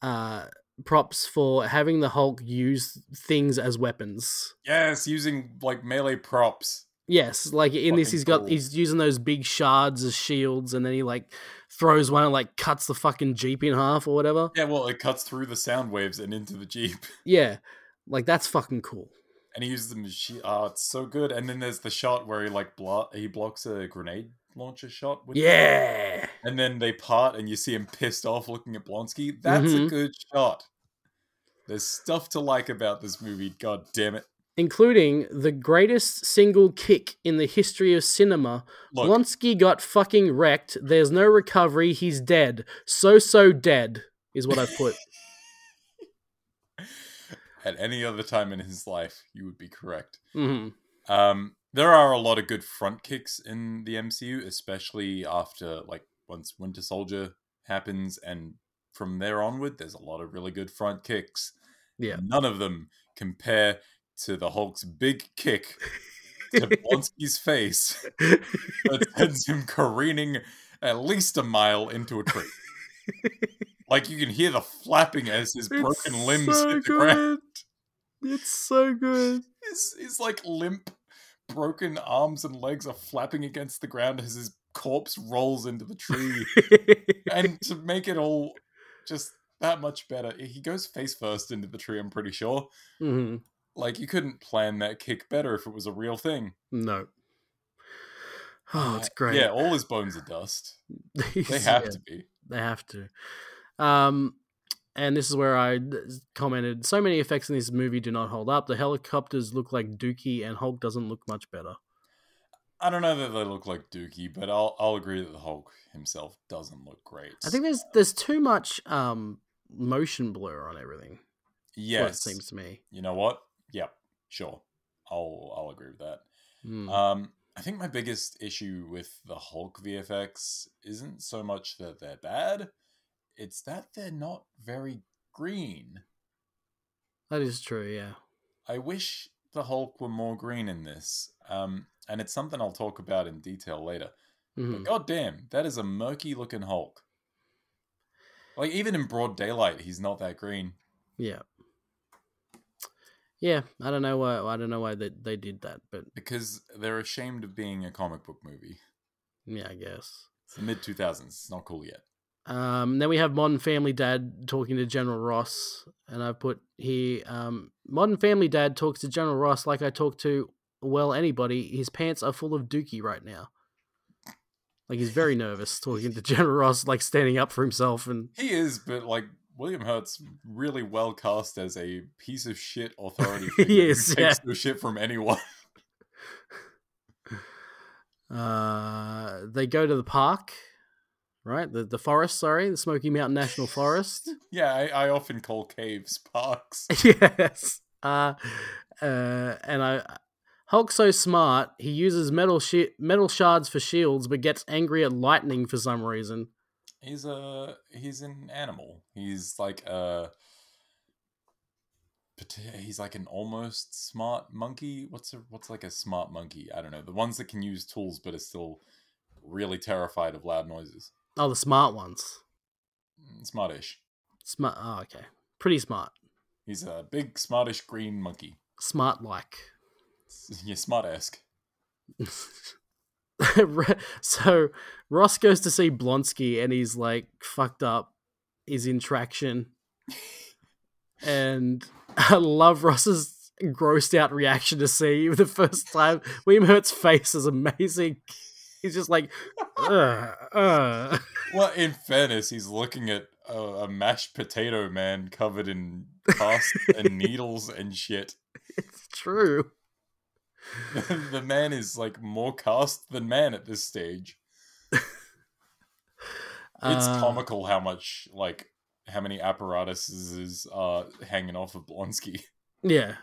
Speaker 4: uh props for having the Hulk use things as weapons.
Speaker 5: Yes, using like melee props.
Speaker 4: Yes, like in this
Speaker 5: Fucking
Speaker 4: he's got
Speaker 5: cool.
Speaker 4: he's using those big shards as shields and then he like throws one and like cuts the fucking jeep in half or whatever.
Speaker 5: Yeah, well, it cuts through the sound waves and into the jeep,
Speaker 4: Yeah. Like that's fucking cool.
Speaker 5: and he uses the machine. Oh, it's so good. And then there's the shot where he like blo- he blocks a grenade launcher shot. With
Speaker 4: Yeah.
Speaker 5: And then they part, and you see him pissed off looking at Blonsky. That's a
Speaker 4: Mhm.
Speaker 5: good shot. There's stuff to like about this movie. God damn it!
Speaker 4: including the greatest single kick in the history of cinema.
Speaker 5: Look,
Speaker 4: Blonsky got fucking wrecked. There's no recovery. He's dead. So, so dead is what I put.
Speaker 5: at any other time in his life, you would be correct.
Speaker 4: hmm
Speaker 5: Um, there are a lot of good front kicks in the MCU, especially after like once Winter Soldier happens, and from there onward, there's a lot of really good front kicks.
Speaker 4: Yeah.
Speaker 5: none of them compare to the Hulk's big kick to Blonsky's face that sends him careening at least a mile into a tree. like you can hear the flapping as his broken limbs hit the ground.
Speaker 4: It's so good.
Speaker 5: His, his like limp, broken arms and legs are flapping against the ground as his corpse rolls into the tree. and to make it all just that much better, he goes face first into the tree, I'm pretty sure. Mm-hmm.
Speaker 4: hmm
Speaker 5: Like, you couldn't plan that kick better if it was a real thing.
Speaker 4: No. Oh, it's
Speaker 5: Uh,
Speaker 4: great.
Speaker 5: Yeah, all his bones are dust. They
Speaker 4: He's-
Speaker 5: have
Speaker 4: yeah.
Speaker 5: to be.
Speaker 4: They have to. Um, and this is where I d- commented so many effects in this movie do not hold up. The helicopters look like Dookie, and Hulk doesn't look much better.
Speaker 5: I don't know that they look like Dookie, but I'll, I'll agree that the Hulk himself doesn't look great.
Speaker 4: I think there's there's too much um, motion blur on everything. That's what it
Speaker 5: yes.
Speaker 4: seems to me.
Speaker 5: You know what? Yep, sure. I'll I'll agree with that.
Speaker 4: Mm.
Speaker 5: Um, I think my biggest issue with the Hulk VFX isn't so much that they're bad, it's that they're not very green.
Speaker 4: that is true. Yeah.
Speaker 5: I wish the Hulk were more green in this. Um, and it's something I'll talk about in detail later.
Speaker 4: Mhm.
Speaker 5: But goddamn, that is a murky looking Hulk. Like even in broad daylight, he's not that green.
Speaker 4: Yeah. Yeah. I don't know why. I don't know why they they did that, but
Speaker 5: Because they're ashamed of being a comic book movie.
Speaker 4: yeah, I guess.
Speaker 5: It's the mid two thousands. It's not cool yet.
Speaker 4: Um, then we have Modern Family Dad talking to General Ross, and I've put here um, Modern Family Dad talks to General Ross like I talk to well anybody. His pants are full of dookie right now. Like he's very nervous talking to General Ross, like standing up for himself, and
Speaker 5: He is, but like William Hurt's really well cast as a piece of shit authority
Speaker 4: He
Speaker 5: figure who
Speaker 4: is,
Speaker 5: takes
Speaker 4: yeah.
Speaker 5: no shit from anyone.
Speaker 4: uh, they go to the park, right? The the forest, sorry, the Smoky Mountain National Forest.
Speaker 5: yeah, I, I often call caves parks.
Speaker 4: yes. Uh, uh, and I, Hulk's so smart. He uses metal shi metal shards for shields, but gets angry at lightning for some reason.
Speaker 5: He's a he's an animal. He's like a pati- he's like an almost smart monkey. What's a what's like a smart monkey? I don't know. The ones that can use tools but are still really terrified of loud noises.
Speaker 4: Oh, the smart ones.
Speaker 5: Mm, Smartish.
Speaker 4: Smart. Oh, okay. Pretty smart.
Speaker 5: He's a big smartish green monkey.
Speaker 4: Smart like.
Speaker 5: Yeah, smart esque.
Speaker 4: so Ross goes to see Blonsky and he's like fucked up. He's in traction. and I love Ross's grossed out reaction to see you the first time. William Hurt's face is amazing. He's just like, "Ugh, ugh."
Speaker 5: Well, in fairness, he's looking at a, a mashed potato man covered in casts and needles and shit.
Speaker 4: it's true.
Speaker 5: the man is like more cast than man at this stage. It's
Speaker 4: Uh,
Speaker 5: comical how much like how many apparatuses is uh hanging off of Blonsky.
Speaker 4: Yeah.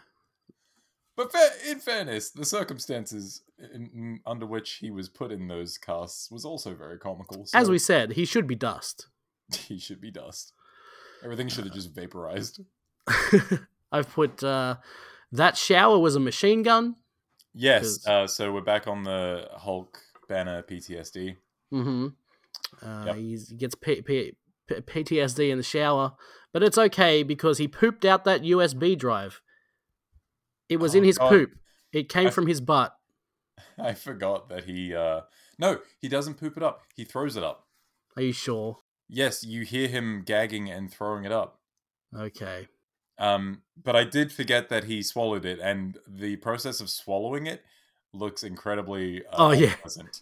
Speaker 5: But fair, in fairness, the circumstances in, in- under which he was put in those casts was also very comical. So
Speaker 4: As we said, he should be dust.
Speaker 5: he should be dust. Everything should have just vaporized.
Speaker 4: I've put uh, that shower was a machine gun.
Speaker 5: Yes.
Speaker 4: 'Cause-
Speaker 5: Uh, so we're back on the Hulk banner PTSD.
Speaker 4: Mm-hmm. Uh,
Speaker 5: Yep.
Speaker 4: he's, he gets P- P- P- PTSD in the shower, but it's okay because he pooped out that USB drive. It was
Speaker 5: Oh,
Speaker 4: in his
Speaker 5: God.
Speaker 4: poop. It came
Speaker 5: I-
Speaker 4: from his butt.
Speaker 5: I forgot that he. Uh... No, he doesn't poop it up. He throws it up.
Speaker 4: Are you sure?
Speaker 5: Yes, you hear him gagging and throwing it up.
Speaker 4: Okay.
Speaker 5: Um, but I did forget that he swallowed it, and the process of swallowing it looks incredibly. Uh,
Speaker 4: Oh, yeah.
Speaker 5: unpleasant.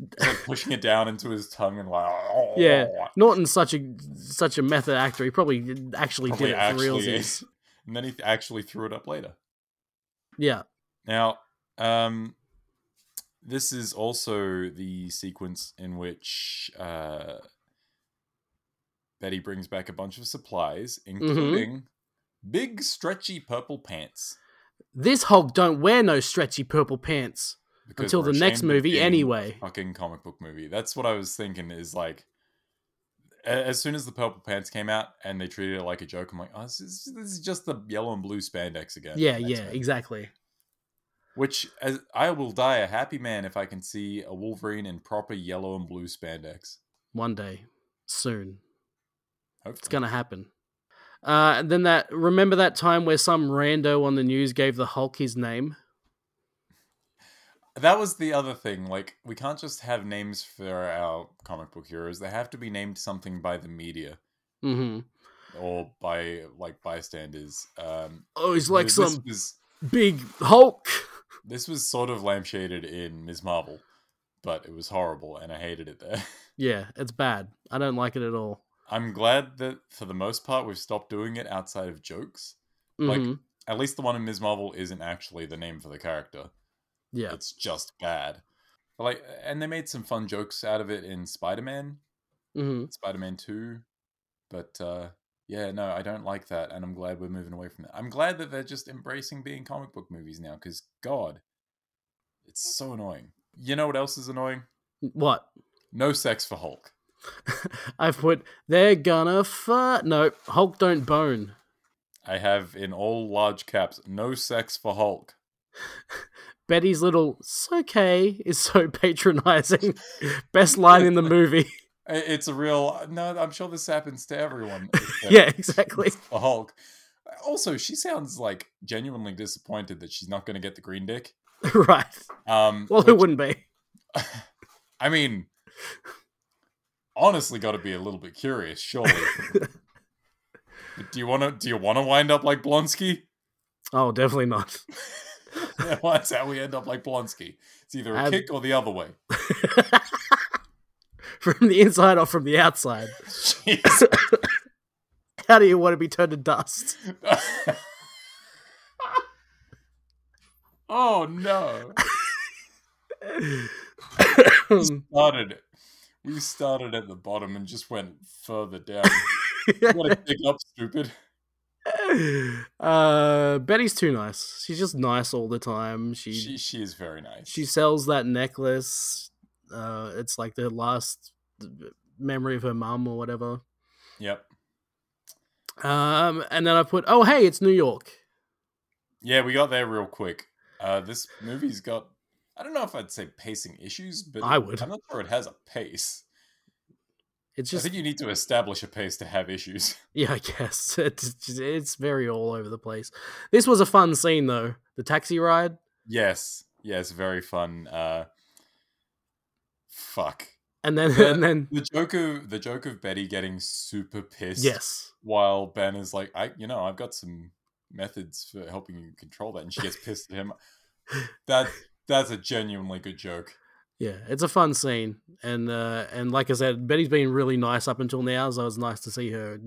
Speaker 5: It's like pushing it down into his tongue and like.
Speaker 4: yeah, Norton's such a such a method actor. He probably actually
Speaker 5: Probably
Speaker 4: did it for
Speaker 5: actually
Speaker 4: realsies.
Speaker 5: And then he actually threw it up later.
Speaker 4: Yeah.
Speaker 5: Now, um, this is also the sequence in which uh, Betty brings back a bunch of supplies,
Speaker 4: Mm-hmm.
Speaker 5: including big, stretchy purple pants.
Speaker 4: This Hulk don't wear no stretchy purple pants.
Speaker 5: because
Speaker 4: Until
Speaker 5: we're
Speaker 4: the next
Speaker 5: ashamed of
Speaker 4: movie
Speaker 5: being
Speaker 4: anyway.
Speaker 5: a Fucking comic book movie. That's what I was thinking. Is like, a- as soon as the purple pants came out and they treated it like a joke, I'm like, oh, this is, this is just the yellow and blue spandex again.
Speaker 4: Yeah,
Speaker 5: X-Men.
Speaker 4: yeah, exactly.
Speaker 5: Which as I will die a happy man if I can see a Wolverine in proper yellow and blue spandex.
Speaker 4: One day, soon.
Speaker 5: Hopefully.
Speaker 4: It's gonna happen. Uh, and then that remember that time where some rando on the news gave the Hulk his name?
Speaker 5: That was the other thing. Like, we can't just have names for our comic book heroes. They have to be named something by the media
Speaker 4: Mm-hmm.
Speaker 5: or by like bystanders. Um,
Speaker 4: Oh, he's like
Speaker 5: this
Speaker 4: some
Speaker 5: was-
Speaker 4: big Hulk.
Speaker 5: This was sort of lampshaded in Ms. Marvel, but it was horrible and I hated it there.
Speaker 4: Yeah, it's bad. I don't like it at all.
Speaker 5: I'm glad that for the most part we've stopped doing it outside of jokes. Like-
Speaker 4: Mhm.
Speaker 5: At least the one in Ms. Marvel isn't actually the name for the character.
Speaker 4: yeah,
Speaker 5: It's just bad. But like and they made some fun jokes out of it in Spider-Man,
Speaker 4: hmm
Speaker 5: Spider-Man 2. But uh yeah, no, I don't like that and I'm glad we're moving away from that. I'm glad that they're just embracing being comic book movies now cuz god, it's so annoying. You know what else is annoying?
Speaker 4: what?
Speaker 5: No sex for Hulk.
Speaker 4: I've put they're gonna fuck. No, Hulk don't bone
Speaker 5: I have in all large caps, no sex for Hulk.
Speaker 4: Betty's little "it's okay" is so patronizing. Best line in the movie.
Speaker 5: I- It's a real uh, no. I'm sure this happens to everyone. except
Speaker 4: yeah, exactly.
Speaker 5: for Hulk. Also, she sounds like genuinely disappointed that she's not going to get the green dick.
Speaker 4: right.
Speaker 5: Um,
Speaker 4: Well, who
Speaker 5: which-
Speaker 4: wouldn't be?
Speaker 5: I mean, honestly, got to be a little bit curious, surely. But do you want to? Do you want to wind up like Blonsky?
Speaker 4: Oh, definitely not.
Speaker 5: That's how we end up like Blonsky. It's either a
Speaker 4: Um,
Speaker 5: kick or the other way.
Speaker 4: from the inside or from the outside.
Speaker 5: Jeez.
Speaker 4: How do you want to be turned to dust?
Speaker 5: oh no! Started. We started at the bottom and just went further down. what a dig up, stupid.
Speaker 4: uh, Betty's too nice. She's just nice all the time. She she,
Speaker 5: She she is very nice.
Speaker 4: sells that necklace. Uh, it's like the last memory of her mum or whatever.
Speaker 5: yep.
Speaker 4: Um, and then I put, oh hey, it's New York.
Speaker 5: Yeah, we got there real quick. Uh, this movie's got, I don't know if I'd say pacing issues, but
Speaker 4: I would.
Speaker 5: I'm not sure it has a pace.
Speaker 4: It's just
Speaker 5: I think you need to establish a pace to have issues.
Speaker 4: Yeah, I guess it's just- it's very all over the place. This was a fun scene though. The taxi ride
Speaker 5: Yes, yes, very fun. Uh, fuck
Speaker 4: and then
Speaker 5: Yeah.
Speaker 4: and then
Speaker 5: the joke of the joke of Betty getting super pissed.
Speaker 4: yes.
Speaker 5: while Ben is like, I, you know, I've got some methods for helping you control that, and she gets pissed at him. That that's a genuinely good joke.
Speaker 4: Yeah, it's a fun scene. And uh and like I said, Betty's been really nice up until now, so it's nice to see her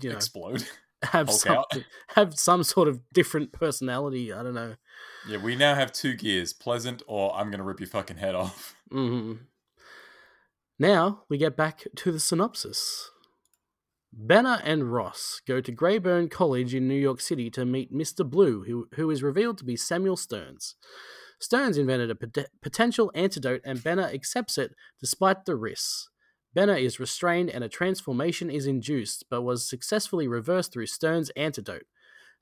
Speaker 4: you know
Speaker 5: Explode.
Speaker 4: have
Speaker 5: Hulk
Speaker 4: some
Speaker 5: out.
Speaker 4: have some sort of different personality, I don't know.
Speaker 5: Yeah, we now have two gears: pleasant, or I'm gonna rip your fucking head off.
Speaker 4: hmm Now we get back to the synopsis. Banner and Ross go to Greyburn College in New York City to meet Mr. Blue, who, who is revealed to be Samuel Stearns. Stearns invented a pot- potential antidote, and Banner accepts it despite the risks. Banner is restrained and a transformation is induced, but was successfully reversed through Stearns' antidote.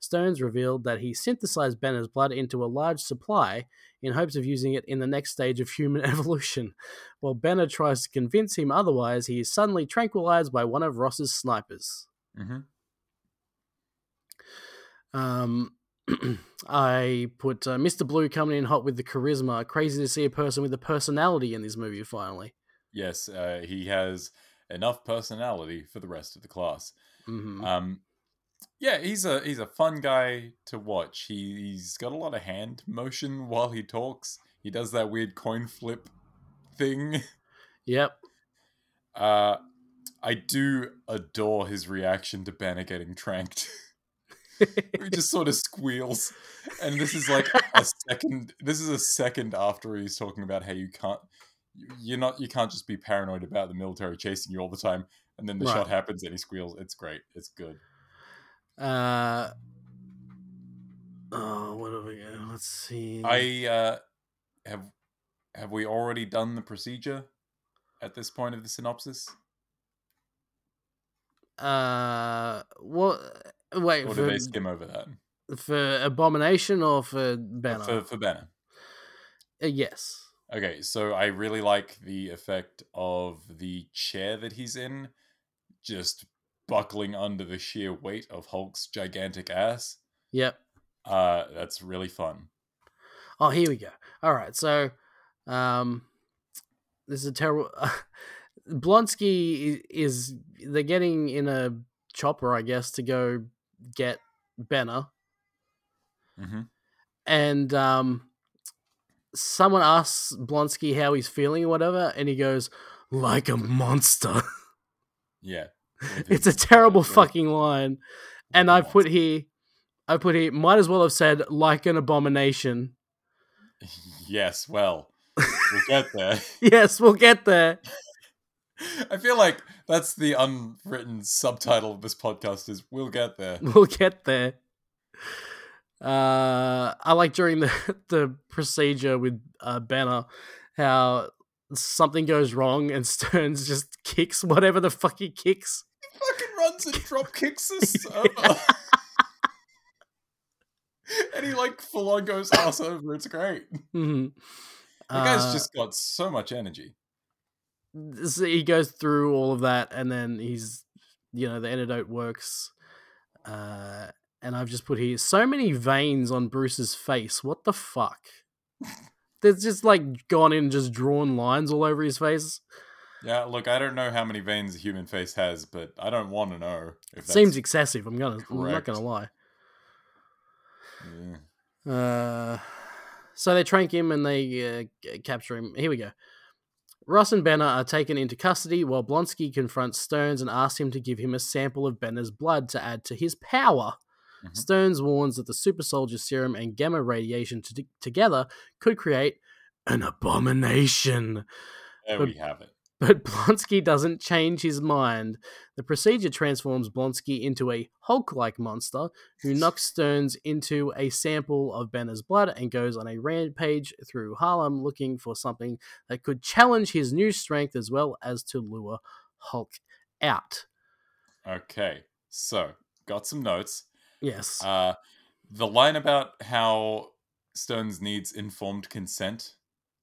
Speaker 4: Stearns revealed that he synthesized Banner's blood into a large supply in hopes of using it in the next stage of human evolution. While Banner tries to convince him otherwise, he is suddenly tranquilized by one of Ross's snipers.
Speaker 5: Mm-hmm.
Speaker 4: Um, I put uh, Mr. Blue coming in hot with the charisma. Crazy to see a person with a personality in this movie finally.
Speaker 5: Yes, uh, he has enough personality for the rest of the class.
Speaker 4: hmm
Speaker 5: Um, yeah, he's a he's a fun guy to watch. He, he's got a lot of hand motion while he talks. He does that weird coin flip thing.
Speaker 4: Yep.
Speaker 5: Uh, I do adore his reaction to Banner getting tranked. he just sort of squeals, and this is like a second. This is a second after he's talking about how you can't, you- you're not, you can't just be paranoid about the military chasing you all the time. And then the
Speaker 4: Right.
Speaker 5: shot happens, and he squeals. It's great. It's good.
Speaker 4: Uh, oh, what have we got? Let's see.
Speaker 5: I uh, have have we already done the procedure at this point of the synopsis?
Speaker 4: uh, what? Wait
Speaker 5: Or do
Speaker 4: for,
Speaker 5: they skim over that
Speaker 4: for abomination or for Banner?
Speaker 5: for for Banner?
Speaker 4: Uh, yes.
Speaker 5: Okay, so I really like the effect of the chair that he's in just buckling under the sheer weight of Hulk's gigantic ass.
Speaker 4: Yep.
Speaker 5: Uh, that's really fun.
Speaker 4: Oh, here we go. All right, so um, this is a terrible. Blonsky i- is they're getting in a chopper, I guess, to go get Banner,
Speaker 5: Mm-hmm.
Speaker 4: and um, someone asks Blonsky how he's feeling or whatever, and he goes like a monster.
Speaker 5: Yeah.
Speaker 4: it's a terrible
Speaker 5: Yeah.
Speaker 4: fucking line, and I
Speaker 5: Monster.
Speaker 4: put here, I put here, might as well have said like an abomination.
Speaker 5: Yes, well, we'll get there.
Speaker 4: Yes, we'll get there.
Speaker 5: I feel like that's the unwritten subtitle of this podcast is We'll Get There.
Speaker 4: we'll get there. Uh, I like during the the procedure with uh, Banner how something goes wrong and Stearns just kicks whatever the fuck he kicks.
Speaker 5: fucking runs and drop kicks us over. and he like full on goes ass over. It's great. The
Speaker 4: Mhm.
Speaker 5: guy's
Speaker 4: Uh,
Speaker 5: just got so much energy.
Speaker 4: so Uh, he goes through all of that and then he's you know the antidote works. Uh, and I've just put here so many veins on Bruce's face. What the fuck? There's just like gone in and just drawn lines all over his face.
Speaker 5: Yeah, look, I don't know how many veins a human face has, but I don't want to know. If that's,
Speaker 4: Seems excessive. I'm gonna. I'm not
Speaker 5: correct.
Speaker 4: gonna lie.
Speaker 5: Yeah.
Speaker 4: Uh, so they trank him and they uh, c- capture him. Here we go. Ross and Banner are taken into custody while Blonsky confronts Stearns and asks him to give him a sample of Banner's blood to add to his power.
Speaker 5: Mhm.
Speaker 4: Stearns warns that the super soldier serum and gamma radiation to- together could create an abomination.
Speaker 5: There
Speaker 4: But-
Speaker 5: we have it.
Speaker 4: But Blonsky doesn't change his mind. The procedure transforms Blonsky into a Hulk like monster who knocks Stearns into a sample of Banner's blood and goes on a rampage through Harlem looking for something that could challenge his new strength as well as to lure Hulk out.
Speaker 5: Okay, so got some notes.
Speaker 4: Yes.
Speaker 5: Uh, the line about how Stearns needs informed consent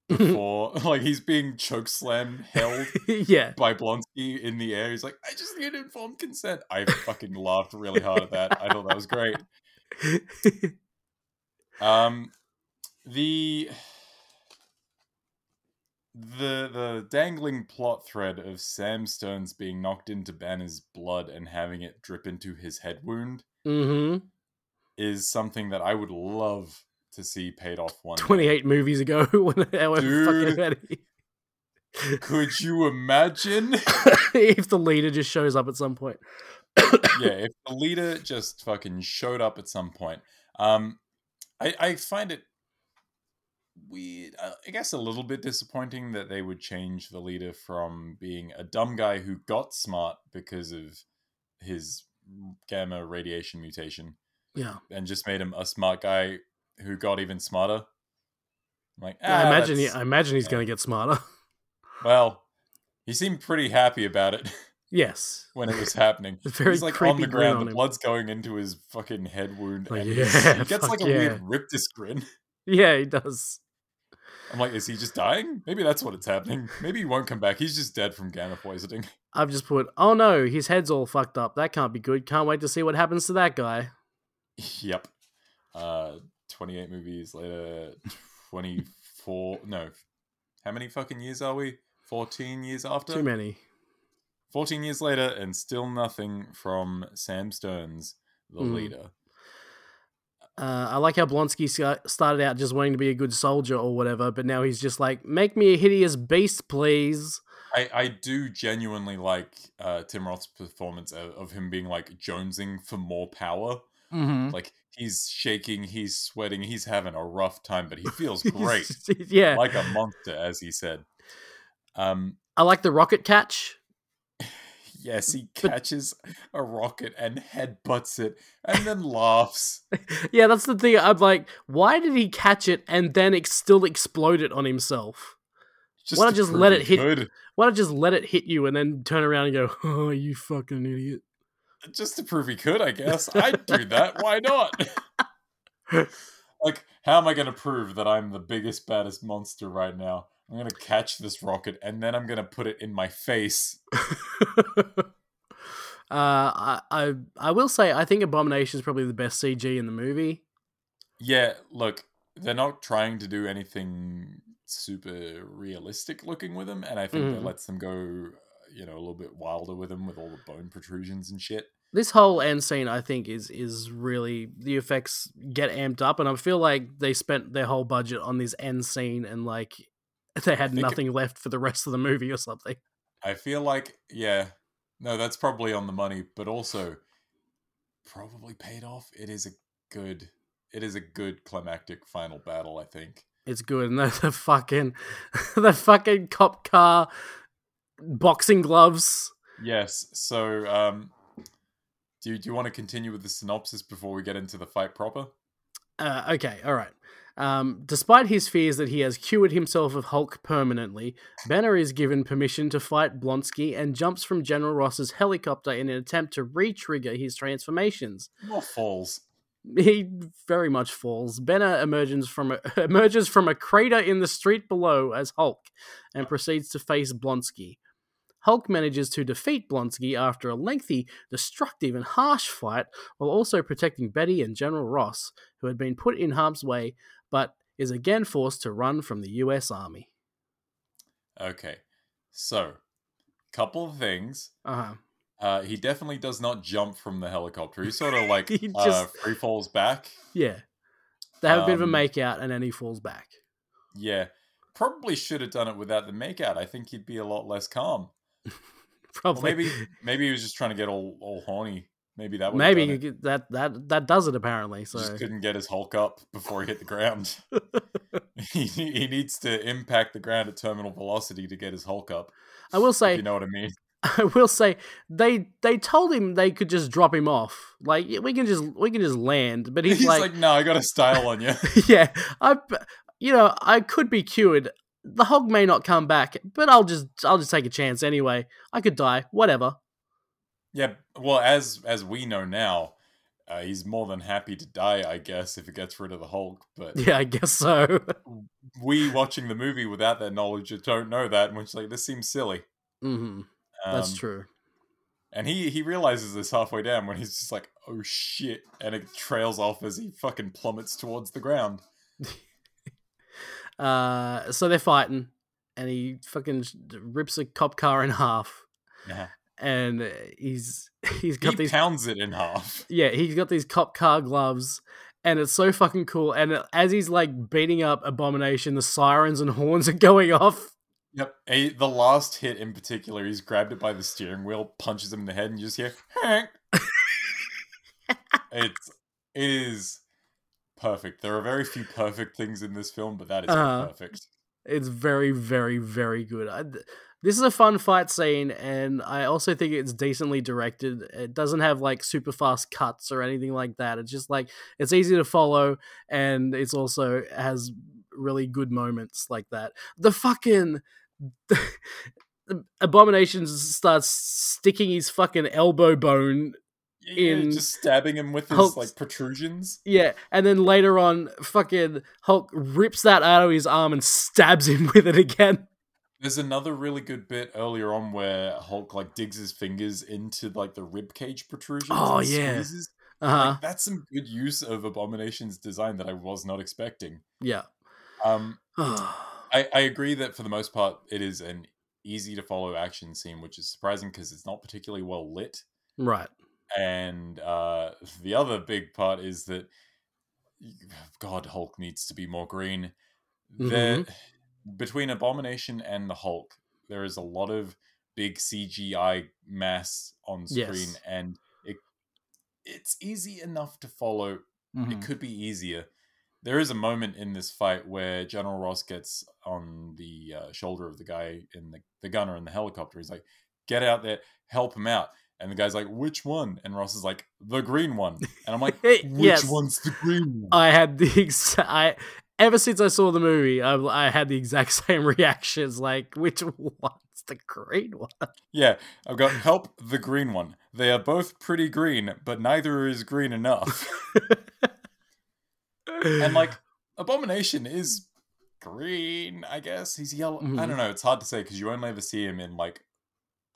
Speaker 5: before, like, he's being choke slam held
Speaker 4: yeah.
Speaker 5: by Blonsky in the air. He's like, I just need informed consent. I fucking laughed really hard at that. I thought that was great. Um, the the the dangling plot thread of Sam Stearns being knocked into Banner's blood and having it drip into his head wound
Speaker 4: hmm
Speaker 5: is something that I would love to see paid off one. day.
Speaker 4: 28 movies ago, when they were fucking
Speaker 5: Dude.
Speaker 4: ready.
Speaker 5: Could you imagine?
Speaker 4: if the leader just shows up at some point.
Speaker 5: yeah, if the leader just fucking showed up at some point. Um, I, I find it weird. uh, I guess a little bit disappointing that they would change the leader from being a dumb guy who got smart because of his gamma radiation mutation
Speaker 4: Yeah.
Speaker 5: and just made him a smart guy who got even smarter. I'm like,
Speaker 4: Yeah, I
Speaker 5: "Ah,
Speaker 4: imagine.
Speaker 5: that's-
Speaker 4: I imagine he's
Speaker 5: yeah.
Speaker 4: going to get smarter.
Speaker 5: well, he seemed pretty happy about it
Speaker 4: yes.
Speaker 5: when it was happening.
Speaker 4: It's very
Speaker 5: he's like
Speaker 4: creepy
Speaker 5: on the
Speaker 4: grin
Speaker 5: ground,
Speaker 4: on
Speaker 5: the
Speaker 4: him.
Speaker 5: blood's going into his fucking head wound,
Speaker 4: Like,
Speaker 5: and he's-
Speaker 4: yeah,
Speaker 5: he gets
Speaker 4: fuck
Speaker 5: like a
Speaker 4: yeah.
Speaker 5: weird riptus grin.
Speaker 4: Yeah, he does.
Speaker 5: I'm like, is he just dying? Maybe that's what it's happening. Maybe he won't come back. He's just dead from gamma poisoning.
Speaker 4: I've just put. Oh no, his head's all fucked up. That can't be good. Can't wait to see what happens to that guy.
Speaker 5: yep. Uh, 28 movies later, 24. no, how many fucking years are we? 14 years after.
Speaker 4: Too many.
Speaker 5: 14 years later, and still nothing from Sam Stearns, the
Speaker 4: Mm.
Speaker 5: leader.
Speaker 4: Uh, I like how Blonsky sta- started out just wanting to be a good soldier or whatever, but now he's just like, make me a hideous beast, please.
Speaker 5: I, I do genuinely like uh, Tim Roth's performance of, of him being like jonesing for more power.
Speaker 4: Mm-hmm.
Speaker 5: Like he's shaking, he's sweating, he's having a rough time, but he feels great,
Speaker 4: yeah.
Speaker 5: like a monster, as he said. Um,
Speaker 4: I like the rocket catch.
Speaker 5: yes, he catches a rocket and headbutts it, and then laughs.
Speaker 4: Yeah, that's the thing. I'm like, why did he catch it and then ex- still explode it on himself?
Speaker 5: Just
Speaker 4: Why not
Speaker 5: to
Speaker 4: just
Speaker 5: prove
Speaker 4: let
Speaker 5: he's
Speaker 4: it hit-
Speaker 5: Good,
Speaker 4: Why not just let it hit you and then turn around and go, oh, you fucking idiot?
Speaker 5: just to prove he could, I guess. I'd do that. Why not? like, how am I going to prove that I'm the biggest, baddest monster right now? I'm going to catch this rocket and then I'm going to put it in my face.
Speaker 4: uh, I, I I will say I think Abomination is probably the best CG in the movie.
Speaker 5: Yeah, look, they're not trying to do anything super realistic looking with them, and I think that
Speaker 4: Mhm.
Speaker 5: lets them go, you know, a little bit wilder with them with all the bone protrusions and shit.
Speaker 4: This whole end scene I think is is really the effects get amped up, and I feel like they spent their whole budget on this end scene and like they had
Speaker 5: think it-
Speaker 4: nothing left for the rest of the movie or something.
Speaker 5: I feel like, yeah, no, that's probably on the money, but also probably paid off. It is a good, it is a good climactic final battle. I think.
Speaker 4: It's good, and the, the fucking the fucking cop car boxing gloves.
Speaker 5: Yes. So, um, do you, do you want to continue with the synopsis before we get into the fight proper?
Speaker 4: Uh, okay, all right. Um, despite his fears that he has cured himself of Hulk permanently, Banner is given permission to fight Blonsky and jumps from General Ross's helicopter in an attempt to re trigger his transformations.
Speaker 5: More falls.
Speaker 4: He very much falls. Banner emerges from, a, emerges from a crater in the street below as Hulk and proceeds to face Blonsky. Hulk manages to defeat Blonsky after a lengthy, destructive, and harsh fight while also protecting Betty and General Ross, who had been put in harm's way but is again forced to run from the US Army.
Speaker 5: Okay. So, couple of things.
Speaker 4: Uh-huh.
Speaker 5: Uh, he definitely does not jump from the helicopter. He sort of like
Speaker 4: He
Speaker 5: uh,
Speaker 4: just-
Speaker 5: free falls back.
Speaker 4: Yeah. They have a bit of a
Speaker 5: Um,
Speaker 4: makeout and then he falls back.
Speaker 5: Yeah. Probably should have done it without the makeout. I think he'd be a lot less calm. Or
Speaker 4: Probably.
Speaker 5: maybe maybe he was just trying to get all, all horny. Maybe that would
Speaker 4: Maybe
Speaker 5: done
Speaker 4: you
Speaker 5: it.
Speaker 4: could- that that that does it apparently. So
Speaker 5: just couldn't get his Hulk up before he hit the ground. he, he needs to impact the ground at terminal velocity to get his Hulk up.
Speaker 4: I will
Speaker 5: if
Speaker 4: say
Speaker 5: you know what I mean.
Speaker 4: I will say they they told him they could just drop him off. Like yeah, we can just we can just land, but he's,
Speaker 5: He's like,
Speaker 4: like,
Speaker 5: no, I got a style on you.
Speaker 4: yeah, I you know, I could be cured. The hog may not come back, but I'll just I'll just take a chance anyway. I could die, whatever.
Speaker 5: yeah. Well, as as we know now, uh, he's more than happy to die, I guess, if it gets rid of the Hulk. But
Speaker 4: Yeah, I guess so.
Speaker 5: we watching the movie without that knowledge don't know that, and we're just like, this seems silly.
Speaker 4: hmm
Speaker 5: Um,
Speaker 4: That's true.
Speaker 5: And he he realizes this halfway down when he's just like, oh shit, and it trails off as he fucking plummets towards the ground.
Speaker 4: Uh, so they're fighting, and he fucking sh- rips a cop car in half,
Speaker 5: Yeah.
Speaker 4: and uh, he's he's
Speaker 5: He
Speaker 4: got these
Speaker 5: pounds it in half.
Speaker 4: yeah he's got these cop car gloves, and it's so fucking cool. And uh, as he's like beating up Abomination, the sirens and horns are going off.
Speaker 5: Yep. A, the last hit in particular, he's grabbed it by the steering wheel, punches him in the head, and you just hear, "Hank." it's it is perfect. There are very few perfect things in this film, but that is
Speaker 4: Uh-huh.
Speaker 5: perfect.
Speaker 4: It's very very very good. I, th- this is a fun fight scene, and I also think it's decently directed. It doesn't have like super fast cuts or anything like that. It's just like it's easy to follow, and it's also has really good moments like that. The fucking the abomination starts sticking his fucking elbow bone
Speaker 5: Yeah,
Speaker 4: In-
Speaker 5: just stabbing him with his
Speaker 4: Hulk's-
Speaker 5: like protrusions.
Speaker 4: yeah and then later on fucking hulk rips that out of his arm and stabs him with it again
Speaker 5: There's another really good bit earlier on where Hulk like digs his fingers into like the rib cage protrusions.
Speaker 4: Oh,
Speaker 5: and
Speaker 4: yeah.
Speaker 5: squeezes.
Speaker 4: uh-huh
Speaker 5: Like, that's some good use of Abomination's design that I was not expecting.
Speaker 4: yeah
Speaker 5: Um, I, I agree that for the most part, it is an easy to follow action scene, which is surprising because it's not particularly well lit.
Speaker 4: right
Speaker 5: And uh, the other big part is that God, Hulk needs to be more green. There, between Abomination and the Hulk, there is a lot of big CGI mass on screen,
Speaker 4: Yes.
Speaker 5: and it it's easy enough to follow it could be easier. There is a moment in this fight where General Ross gets on the uh, shoulder of the guy in the, the gunner in the helicopter. He's like, "Get out there, help him out." And the guy's like, "Which one?" And Ross is like, "The green one." And I'm like, "Which
Speaker 4: Yes. Uh,
Speaker 5: one's the green one?"
Speaker 4: i had the exact i ever since i saw the movie I, I had the exact same reactions like which one's the green one
Speaker 5: yeah, I've got help the green one. They are both pretty green, but neither is green enough. and like, Abomination is green, I guess. He's yellow. I
Speaker 4: Mhm.
Speaker 5: don't know. It's hard to say because you only ever see him in like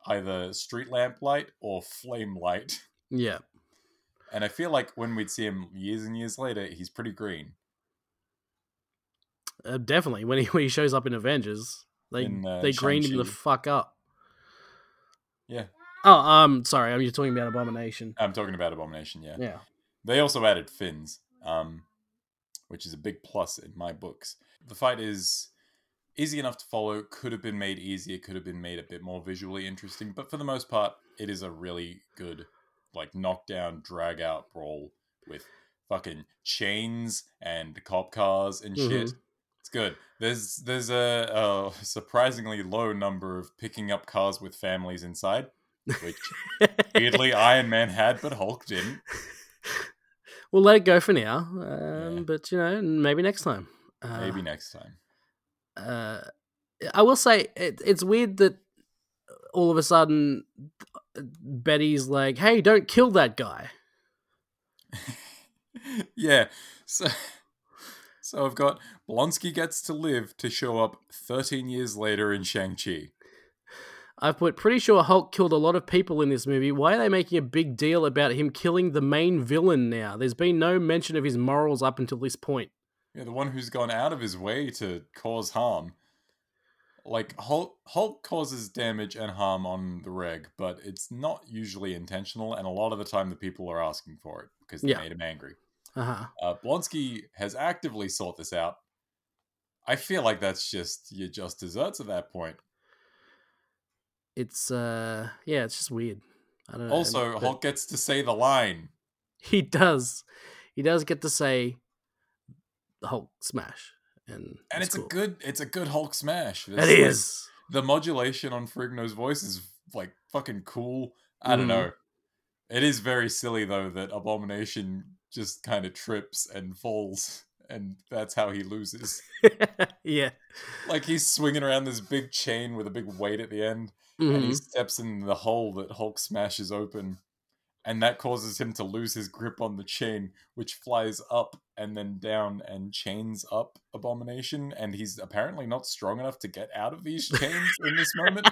Speaker 5: either street lamp light or flame light.
Speaker 4: yeah
Speaker 5: And I feel like when we'd see him years and years later, he's pretty green.
Speaker 4: uh, definitely when he, when he shows up in avengers they
Speaker 5: In, uh,
Speaker 4: they green him the
Speaker 5: Shang-Chi.
Speaker 4: fuck up
Speaker 5: Yeah.
Speaker 4: oh um sorry i'm you're talking about abomination
Speaker 5: I'm talking about Abomination, yeah.
Speaker 4: yeah
Speaker 5: They also added fins, um, which is a big plus in my books. The fight is easy enough to follow, could have been made easier, could have been made a bit more visually interesting, but for the most part, it is a really good, like, knockdown, drag out brawl with fucking chains and cop cars and shit. It's good. There's there's a, a surprisingly low number of picking up cars with families inside, which weirdly Iron Man had, but Hulk didn't.
Speaker 4: we'll let it go for now. Um,
Speaker 5: Yeah.
Speaker 4: But you know, maybe next time. Uh,
Speaker 5: Maybe next time.
Speaker 4: Uh, I will say it, it's weird that all of a sudden uh, Betty's like, "Hey, don't kill that guy."
Speaker 5: yeah. So so I've got Blonsky gets to live to show up 13 years later in Shang-Chi.
Speaker 4: I've put pretty sure Hulk killed a lot of people in this movie. Why are they making a big deal about him killing the main villain now? There's been no mention of his morals up until this point.
Speaker 5: Yeah, the one who's gone out of his way to cause harm. Like Hulk, Hulk causes damage and harm on the reg, but it's not usually intentional, and a lot of the time the people are asking for it because they
Speaker 4: Yeah.
Speaker 5: made him angry.
Speaker 4: Uh huh.
Speaker 5: Uh, Blonsky has actively sought this out. I feel like that's just you're just desserts at that point.
Speaker 4: It's uh, yeah, it's just weird. I don't know.
Speaker 5: Also,
Speaker 4: but-
Speaker 5: Hulk gets to say the line.
Speaker 4: he does he does get to say the Hulk smash and
Speaker 5: and it's,
Speaker 4: cool.
Speaker 5: a good it's a good Hulk smash. This,
Speaker 4: it
Speaker 5: like,
Speaker 4: is
Speaker 5: the modulation on Frigno's voice is like fucking cool. I don't
Speaker 4: Mhm.
Speaker 5: know. It is very silly though that Abomination just kind of trips and falls, and that's how he loses.
Speaker 4: yeah
Speaker 5: like he's swinging around this big chain with a big weight at the end, and
Speaker 4: Mhm.
Speaker 5: he steps in the hole that Hulk smashes open, and that causes him to lose his grip on the chain, which flies up and then down and chains up Abomination, and he's apparently not strong enough to get out of these chains in this moment.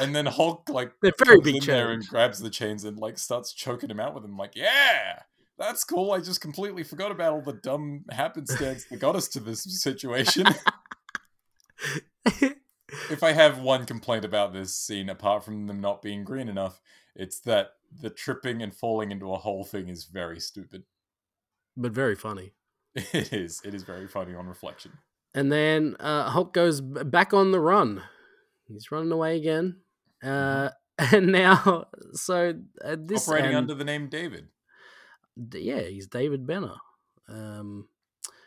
Speaker 5: And then Hulk like
Speaker 4: They're very
Speaker 5: comes
Speaker 4: big
Speaker 5: in there and
Speaker 4: chains.
Speaker 5: grabs the chains and like starts choking him out with him. Like, yeah, that's cool. I just completely forgot about all the dumb happenstance that got us to this situation. if I have one complaint about this scene, apart from them not being green enough, it's that the tripping and falling into a hole thing is very stupid.
Speaker 4: but very funny.
Speaker 5: It is. It is very funny on reflection.
Speaker 4: And then uh, Hulk goes b- back on the run. He's running away again. Uh, and now, so uh, this
Speaker 5: Operating
Speaker 4: and-
Speaker 5: under the name David.
Speaker 4: D- yeah, he's David Benner. Um,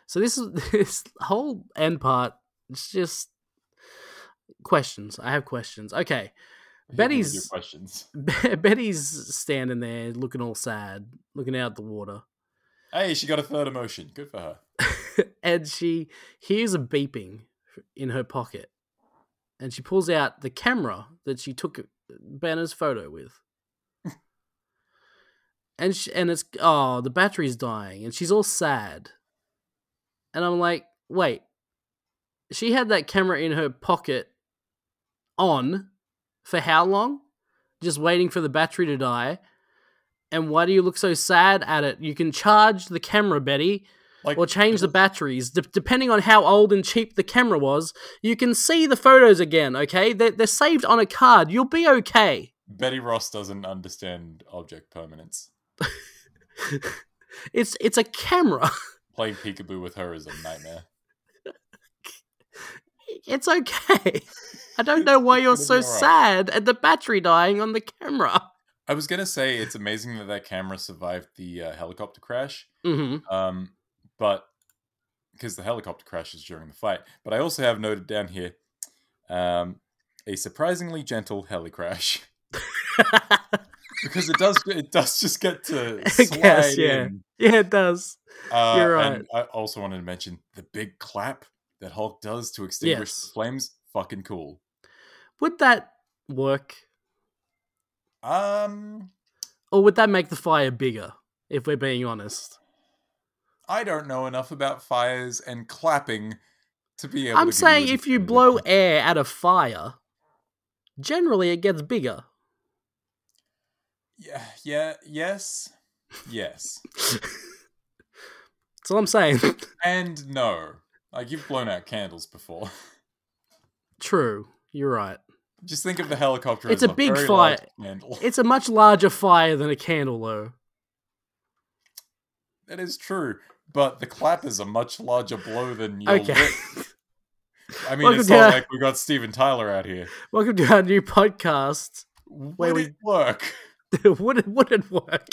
Speaker 4: so this is this whole end part. It's just questions. I have questions. Okay,
Speaker 5: I hate when we do
Speaker 4: Betty's
Speaker 5: questions.
Speaker 4: Betty's standing there looking all sad, looking out the water,
Speaker 5: Hey, she got a third emotion. Good for her.
Speaker 4: and she hears a beeping in her pocket, and she pulls out the camera that she took Benner's photo with. And she, and it's oh the battery's dying and she's all sad, and I'm like wait, she had that camera in her pocket, on, for how long? Just waiting for the battery to die, and why do you look so sad at it? You can charge the camera, Betty
Speaker 5: Like,
Speaker 4: or change the batteries de- depending on how old and cheap the camera was you can see the photos again okay they're, they're saved on a card you'll be okay
Speaker 5: Betty Ross doesn't understand object permanence.
Speaker 4: it's it's a camera
Speaker 5: Playing peekaboo with her is a nightmare.
Speaker 4: it's okay i don't know why you're
Speaker 5: It'll be
Speaker 4: so
Speaker 5: alright.
Speaker 4: sad at the battery dying on the camera
Speaker 5: I was gonna say it's amazing that that camera survived the uh, helicopter crash,
Speaker 4: hmm
Speaker 5: um, but because the helicopter crashes during the fight. But I also have noted down here um, a surprisingly gentle heli crash because it does it does just get to
Speaker 4: I
Speaker 5: slide
Speaker 4: guess, yeah.
Speaker 5: in.
Speaker 4: yeah it does
Speaker 5: Uh,
Speaker 4: You're
Speaker 5: And I also wanted to mention the big clap that Hulk does to extinguish the
Speaker 4: Yes.
Speaker 5: flames. Fucking cool.
Speaker 4: would that work
Speaker 5: Um,
Speaker 4: or would that make the fire bigger if we're being honest
Speaker 5: I don't know enough about fires and clapping to be able.
Speaker 4: i'm
Speaker 5: to give
Speaker 4: saying
Speaker 5: a
Speaker 4: if you
Speaker 5: definitive
Speaker 4: blow air at a fire generally it gets bigger
Speaker 5: Yeah, yeah, yes, yes,
Speaker 4: That's all I'm saying.
Speaker 5: and no. Like you've blown out candles before.
Speaker 4: True. You're right.
Speaker 5: Just think of the helicopter.
Speaker 4: It's
Speaker 5: as
Speaker 4: a big
Speaker 5: very large
Speaker 4: fire.
Speaker 5: Candle.
Speaker 4: It's a much larger fire than a candle, though.
Speaker 5: That is true, but the clap is a much larger blow than your
Speaker 4: Okay.
Speaker 5: lip. I mean,
Speaker 4: Welcome
Speaker 5: it's
Speaker 4: to
Speaker 5: not
Speaker 4: our-
Speaker 5: like we got Steven Tyler out here.
Speaker 4: Welcome to our new podcast.
Speaker 5: Would
Speaker 4: we-
Speaker 5: it work?
Speaker 4: would it would it work?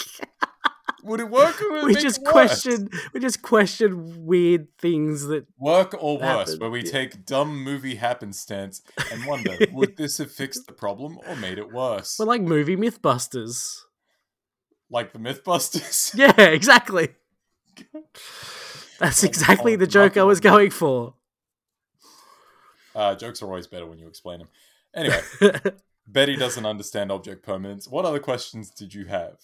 Speaker 5: Would it work? Or would it
Speaker 4: we
Speaker 5: make
Speaker 4: just
Speaker 5: it worse?
Speaker 4: question we just question weird things that
Speaker 5: Work or worse,
Speaker 4: Happen,
Speaker 5: where we
Speaker 4: yeah.
Speaker 5: take dumb movie happenstance and wonder would this have fixed the problem or made it worse?
Speaker 4: were like movie mythbusters.
Speaker 5: like the Mythbusters.
Speaker 4: Yeah, exactly. That's
Speaker 5: Oh,
Speaker 4: exactly
Speaker 5: oh,
Speaker 4: the joke I was
Speaker 5: nothing.
Speaker 4: going for.
Speaker 5: Uh, jokes are always better when you explain them. Anyway, Betty doesn't understand object permanence. What other questions did you have?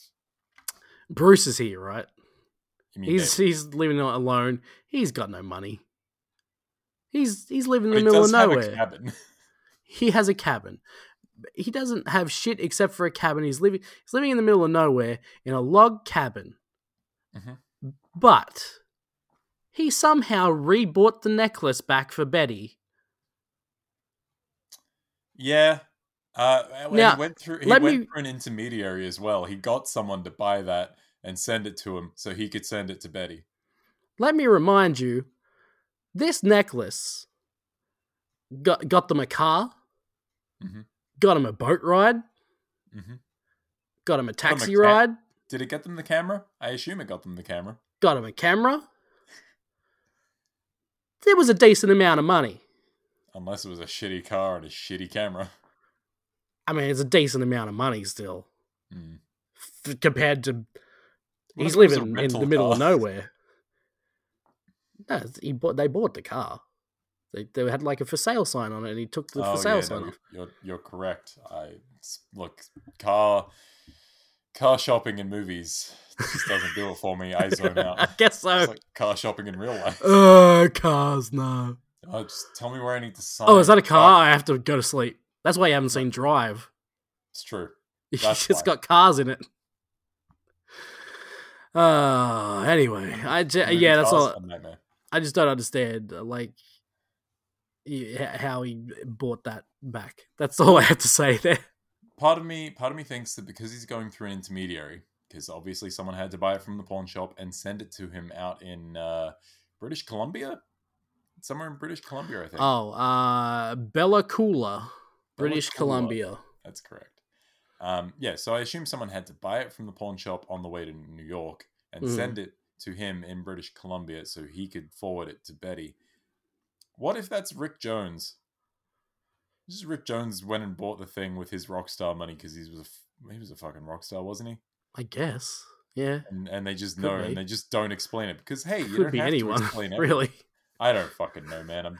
Speaker 4: Bruce is here, right?
Speaker 5: You mean
Speaker 4: He's
Speaker 5: David?
Speaker 4: he's living alone. He's got no money. He's he's living in
Speaker 5: But
Speaker 4: the
Speaker 5: he
Speaker 4: middle of
Speaker 5: does have a
Speaker 4: nowhere.
Speaker 5: cabin.
Speaker 4: he has a cabin. He doesn't have shit except for a cabin. He's living he's living in the middle of nowhere in a log cabin.
Speaker 5: Mhm.
Speaker 4: Mm-hmm. But he somehow rebought the necklace back for Betty.
Speaker 5: Yeah. Uh, and
Speaker 4: Now,
Speaker 5: he went through. He
Speaker 4: let
Speaker 5: went
Speaker 4: me-
Speaker 5: through an intermediary as well. He got someone to buy that and send it to him, so he could send it to Betty.
Speaker 4: Let me remind you, this necklace got got them a car, Mm-hmm.
Speaker 5: Mhm.
Speaker 4: got them a boat ride,
Speaker 5: hmm
Speaker 4: got them a
Speaker 5: them a
Speaker 4: taxi
Speaker 5: ca-
Speaker 4: ride,
Speaker 5: Did it get them the camera? I assume it got them the camera.
Speaker 4: got him a camera. There was a decent amount of money.
Speaker 5: Unless it was a shitty car and a shitty camera.
Speaker 4: I mean, it's a decent amount of money still
Speaker 5: Hmm.
Speaker 4: f- compared to
Speaker 5: What
Speaker 4: he's
Speaker 5: if it was a
Speaker 4: living in
Speaker 5: rental
Speaker 4: the middle of
Speaker 5: car?
Speaker 4: nowhere. No, it's- he bought. They bought the car. They they had like a for sale sign on it, and he took the for sale
Speaker 5: Oh, yeah,
Speaker 4: sign
Speaker 5: no,
Speaker 4: off.
Speaker 5: you're you're correct. I s- look car car shopping in movies just doesn't do it for me. I zone
Speaker 4: I
Speaker 5: out.
Speaker 4: guess so.
Speaker 5: It's like car shopping in real life.
Speaker 4: Uh, cars, no.
Speaker 5: Oh, just tell me where I need to sign.
Speaker 4: Oh, is that a car?
Speaker 5: Fuck,
Speaker 4: I have to go to sleep. That's why you haven't seen Drive.
Speaker 5: It's true.
Speaker 4: It's
Speaker 5: That's why.
Speaker 4: got cars in it. Uh, anyway, I ju-
Speaker 5: Moving
Speaker 4: yeah, that's
Speaker 5: cars
Speaker 4: all.
Speaker 5: are a nightmare.
Speaker 4: I just don't understand, uh, like, y- h- how he bought that back. That's all I have to say there.
Speaker 5: part of me part of me thinks that because he's going through an intermediary because obviously someone had to buy it from the pawn shop and send it to him out in uh, british columbia somewhere in british columbia i think
Speaker 4: Oh, uh, Bella Coola, British
Speaker 5: Bella Coola.
Speaker 4: Columbia.
Speaker 5: that's correct um, yeah so i assume someone had to buy it from the pawn shop on the way to new york and
Speaker 4: Mhm.
Speaker 5: send it to him in british columbia so he could forward it to betty what if that's rick jones This is rick jones went and bought the thing with his rock star money because he was a f- he was a fucking rock star wasn't he
Speaker 4: I guess. Yeah,
Speaker 5: and, and they just
Speaker 4: Could
Speaker 5: know
Speaker 4: be.
Speaker 5: and they just don't explain it because hey, you
Speaker 4: could
Speaker 5: don't
Speaker 4: be
Speaker 5: have
Speaker 4: anyone.
Speaker 5: to explain everything.
Speaker 4: Really,
Speaker 5: I don't fucking know, man. I'm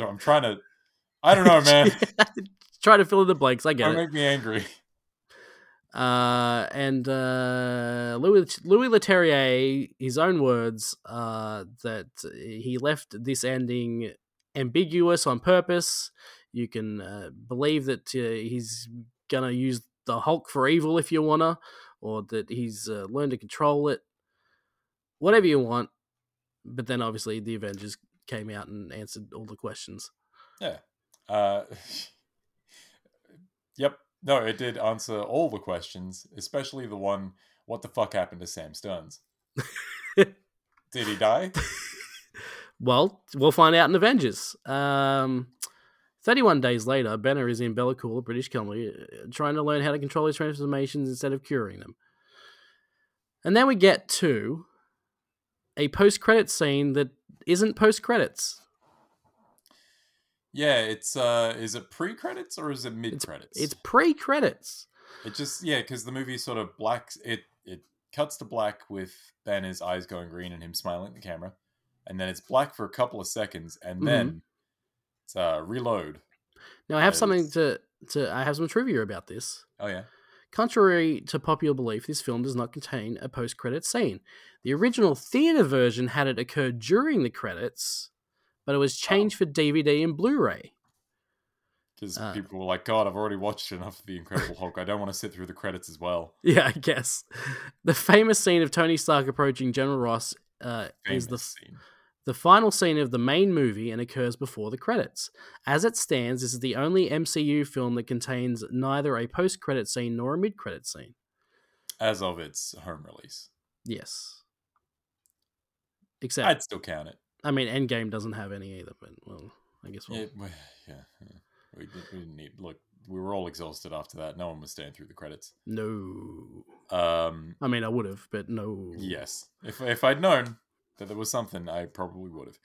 Speaker 5: I'm trying to. I don't know, man.
Speaker 4: Try to fill in the blanks. I get
Speaker 5: Don't
Speaker 4: it.
Speaker 5: make me angry.
Speaker 4: uh, and uh, Louis Louis Leterrier, his own words, uh, that he left this ending ambiguous on purpose. You can uh, believe that uh, he's gonna use the Hulk for evil if you wanna, or that he's uh, learned to control it. Whatever you want, but then obviously the Avengers came out and answered all the questions.
Speaker 5: Uh, yep. No, it did answer all the questions, especially the one: What the fuck happened to Sam Stearns? Did he die?
Speaker 4: Well, we'll find out in Avengers. Um, 31 days later, Banner is in Bella Coola, British Columbia, uh, trying to learn how to control his transformations instead of curing them. And then we get to a post credit scene that isn't post credits.
Speaker 5: Yeah, it's uh, is it pre credits or is it mid credits?
Speaker 4: It's pre credits.
Speaker 5: It just yeah, because the movie sort of blacks it. It cuts to black with Banner's eyes going green and him smiling at the camera, and then it's black for a couple of seconds, and
Speaker 4: Mhm.
Speaker 5: then it's uh, reload.
Speaker 4: Now, I have
Speaker 5: Yeah,
Speaker 4: something
Speaker 5: it's-
Speaker 4: to, to. I have some trivia about this.
Speaker 5: Oh yeah,
Speaker 4: Contrary to popular belief, this film does not contain a post credit scene. The original theater version had it occur during the credits, but it
Speaker 5: Oh.
Speaker 4: was changed for DVD and Blu ray.
Speaker 5: because
Speaker 4: Uh.
Speaker 5: people were like, "God, I've already watched enough of the Incredible Hulk. I don't want to sit through the credits as well."
Speaker 4: Yeah, I guess. The famous scene of Tony Stark approaching General Ross uh, is the,
Speaker 5: Famous scene.
Speaker 4: the final scene of the main movie and occurs before the credits. As it stands, this is the only MCU film that contains neither a post credit scene nor a mid credit scene.
Speaker 5: as of its home release.
Speaker 4: Yes. Except,
Speaker 5: I'd still count it.
Speaker 4: I mean, Endgame doesn't have any either, but, well, I guess we'll.
Speaker 5: Yeah, we- yeah, yeah. We, did- we didn't need look. We were all exhausted after that. No one was staying through the credits.
Speaker 4: No.
Speaker 5: Um,
Speaker 4: I mean, I would have, but no.
Speaker 5: Yes. If if I'd known that there was something, I probably would have.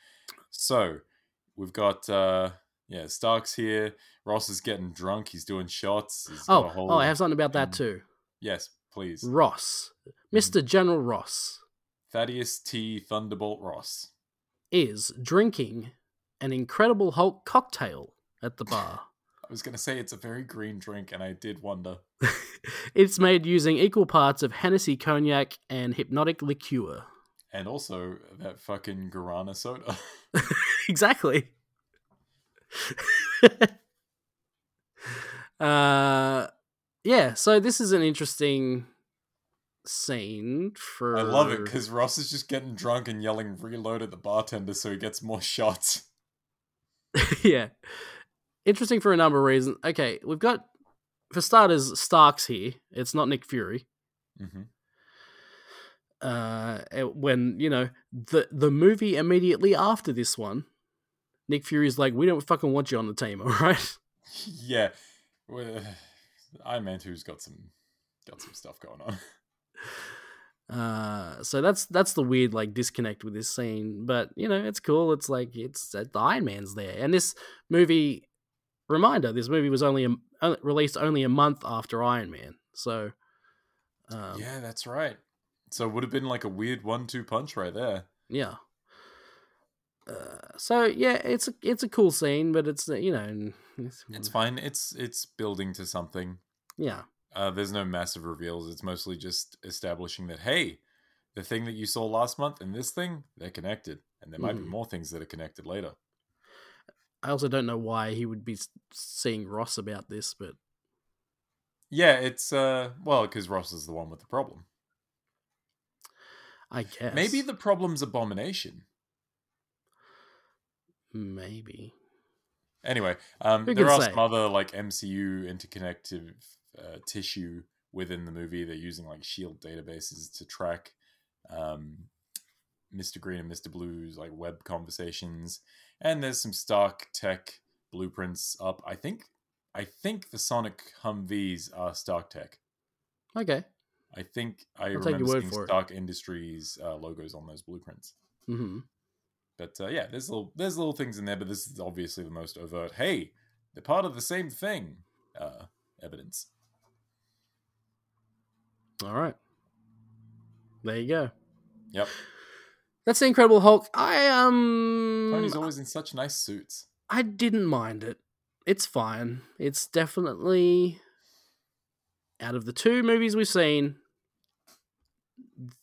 Speaker 5: So we've got uh yeah, Stark's here. Ross is getting drunk. He's doing shots. He's got a
Speaker 4: Oh,
Speaker 5: whole-
Speaker 4: oh, I have something about that
Speaker 5: um, mhm.
Speaker 4: too.
Speaker 5: Yes, please.
Speaker 4: Ross, Mr. General Ross,
Speaker 5: Thaddeus T. Thunderbolt Ross.
Speaker 4: is drinking an Incredible Hulk cocktail at the bar.
Speaker 5: I was gonna say it's a very green drink, and I did wonder.
Speaker 4: it's made using equal parts of Hennessy cognac and hypnotic liqueur.
Speaker 5: And also that fucking guarana soda.
Speaker 4: exactly. uh, yeah. So this is an interesting scene for.
Speaker 5: I love it because Ross is just getting drunk and yelling reload at the bartender so he gets more shots.
Speaker 4: yeah. Interesting for a number of reasons. Okay, we've got for starters Starks here. It's not Nick Fury.
Speaker 5: hmm
Speaker 4: Uh eh, when, you know, the the movie immediately after this one, Nick Fury's like, "We don't fucking want you on the team, all right?"
Speaker 5: Yeah, well, Iron Man Two's got some got some stuff going on.
Speaker 4: Uh so that's that's the weird like disconnect with this scene, but you know, it's cool. It's like it's uh, the Iron Man's there. And this movie reminder, this movie was only a, uh, released only a month after Iron Man. So um,
Speaker 5: yeah, that's right. So it would have been like a weird one-two punch right there.
Speaker 4: yeah. Uh, so yeah, it's a, it's a cool scene, but it's uh, you know n-
Speaker 5: It's fine. It's it's building to something.
Speaker 4: yeah.
Speaker 5: Uh, there's no massive reveals. It's mostly just establishing that hey, the thing that you saw last month and this thing they're connected, and there might be
Speaker 4: Mhm.
Speaker 5: more things that are connected later.
Speaker 4: I also don't know why he would be s- seeing Ross about this, but
Speaker 5: Yeah, it's uh, well, because Ross is the one with the problem.
Speaker 4: I guess
Speaker 5: Maybe the problem's abomination.
Speaker 4: maybe
Speaker 5: Anyway, um,
Speaker 4: Who
Speaker 5: there
Speaker 4: can
Speaker 5: are
Speaker 4: say?
Speaker 5: some other like MCU interconnective uh, tissue within the movie. They're using like Shield E databases to track um, Mister Green and Mister Blue's like web conversations, and there's some Stark tech blueprints up. I think, I think the Sonic Humvees are Stark tech.
Speaker 4: okay.
Speaker 5: I think I
Speaker 4: I'll take your
Speaker 5: remember
Speaker 4: word
Speaker 5: seeing
Speaker 4: for it.
Speaker 5: Stark Industries uh, logos on those blueprints.
Speaker 4: hmm
Speaker 5: But uh, yeah, there's little there's little things in there, but this is obviously the most overt. Hey, they're part of the same thing. Uh, evidence.
Speaker 4: All right, there you go.
Speaker 5: Yep.
Speaker 4: That's the Incredible Hulk. I um
Speaker 5: Tony's always in such nice suits.
Speaker 4: I didn't mind it. It's fine. It's definitely out of the two movies we've seen,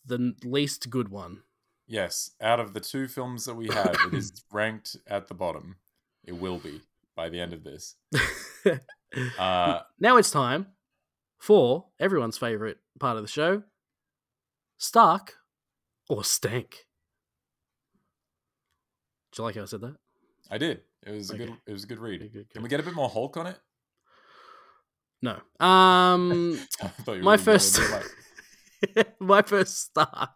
Speaker 4: the n- least good one.
Speaker 5: Yes, out of the two films that we have, it is ranked at the bottom. It will be by the end of this. Uh,
Speaker 4: now it's time for everyone's favorite part of the show: Stark or Stank. Do you like how I said that?
Speaker 5: I did. It was a good.
Speaker 4: Okay.
Speaker 5: It was a good read.
Speaker 4: Good, good,
Speaker 5: Can we
Speaker 4: good.
Speaker 5: get a bit more Hulk on it?
Speaker 4: No. Um,
Speaker 5: I thought you were
Speaker 4: my
Speaker 5: gonna go with
Speaker 4: first
Speaker 5: me, like-
Speaker 4: my first Stark.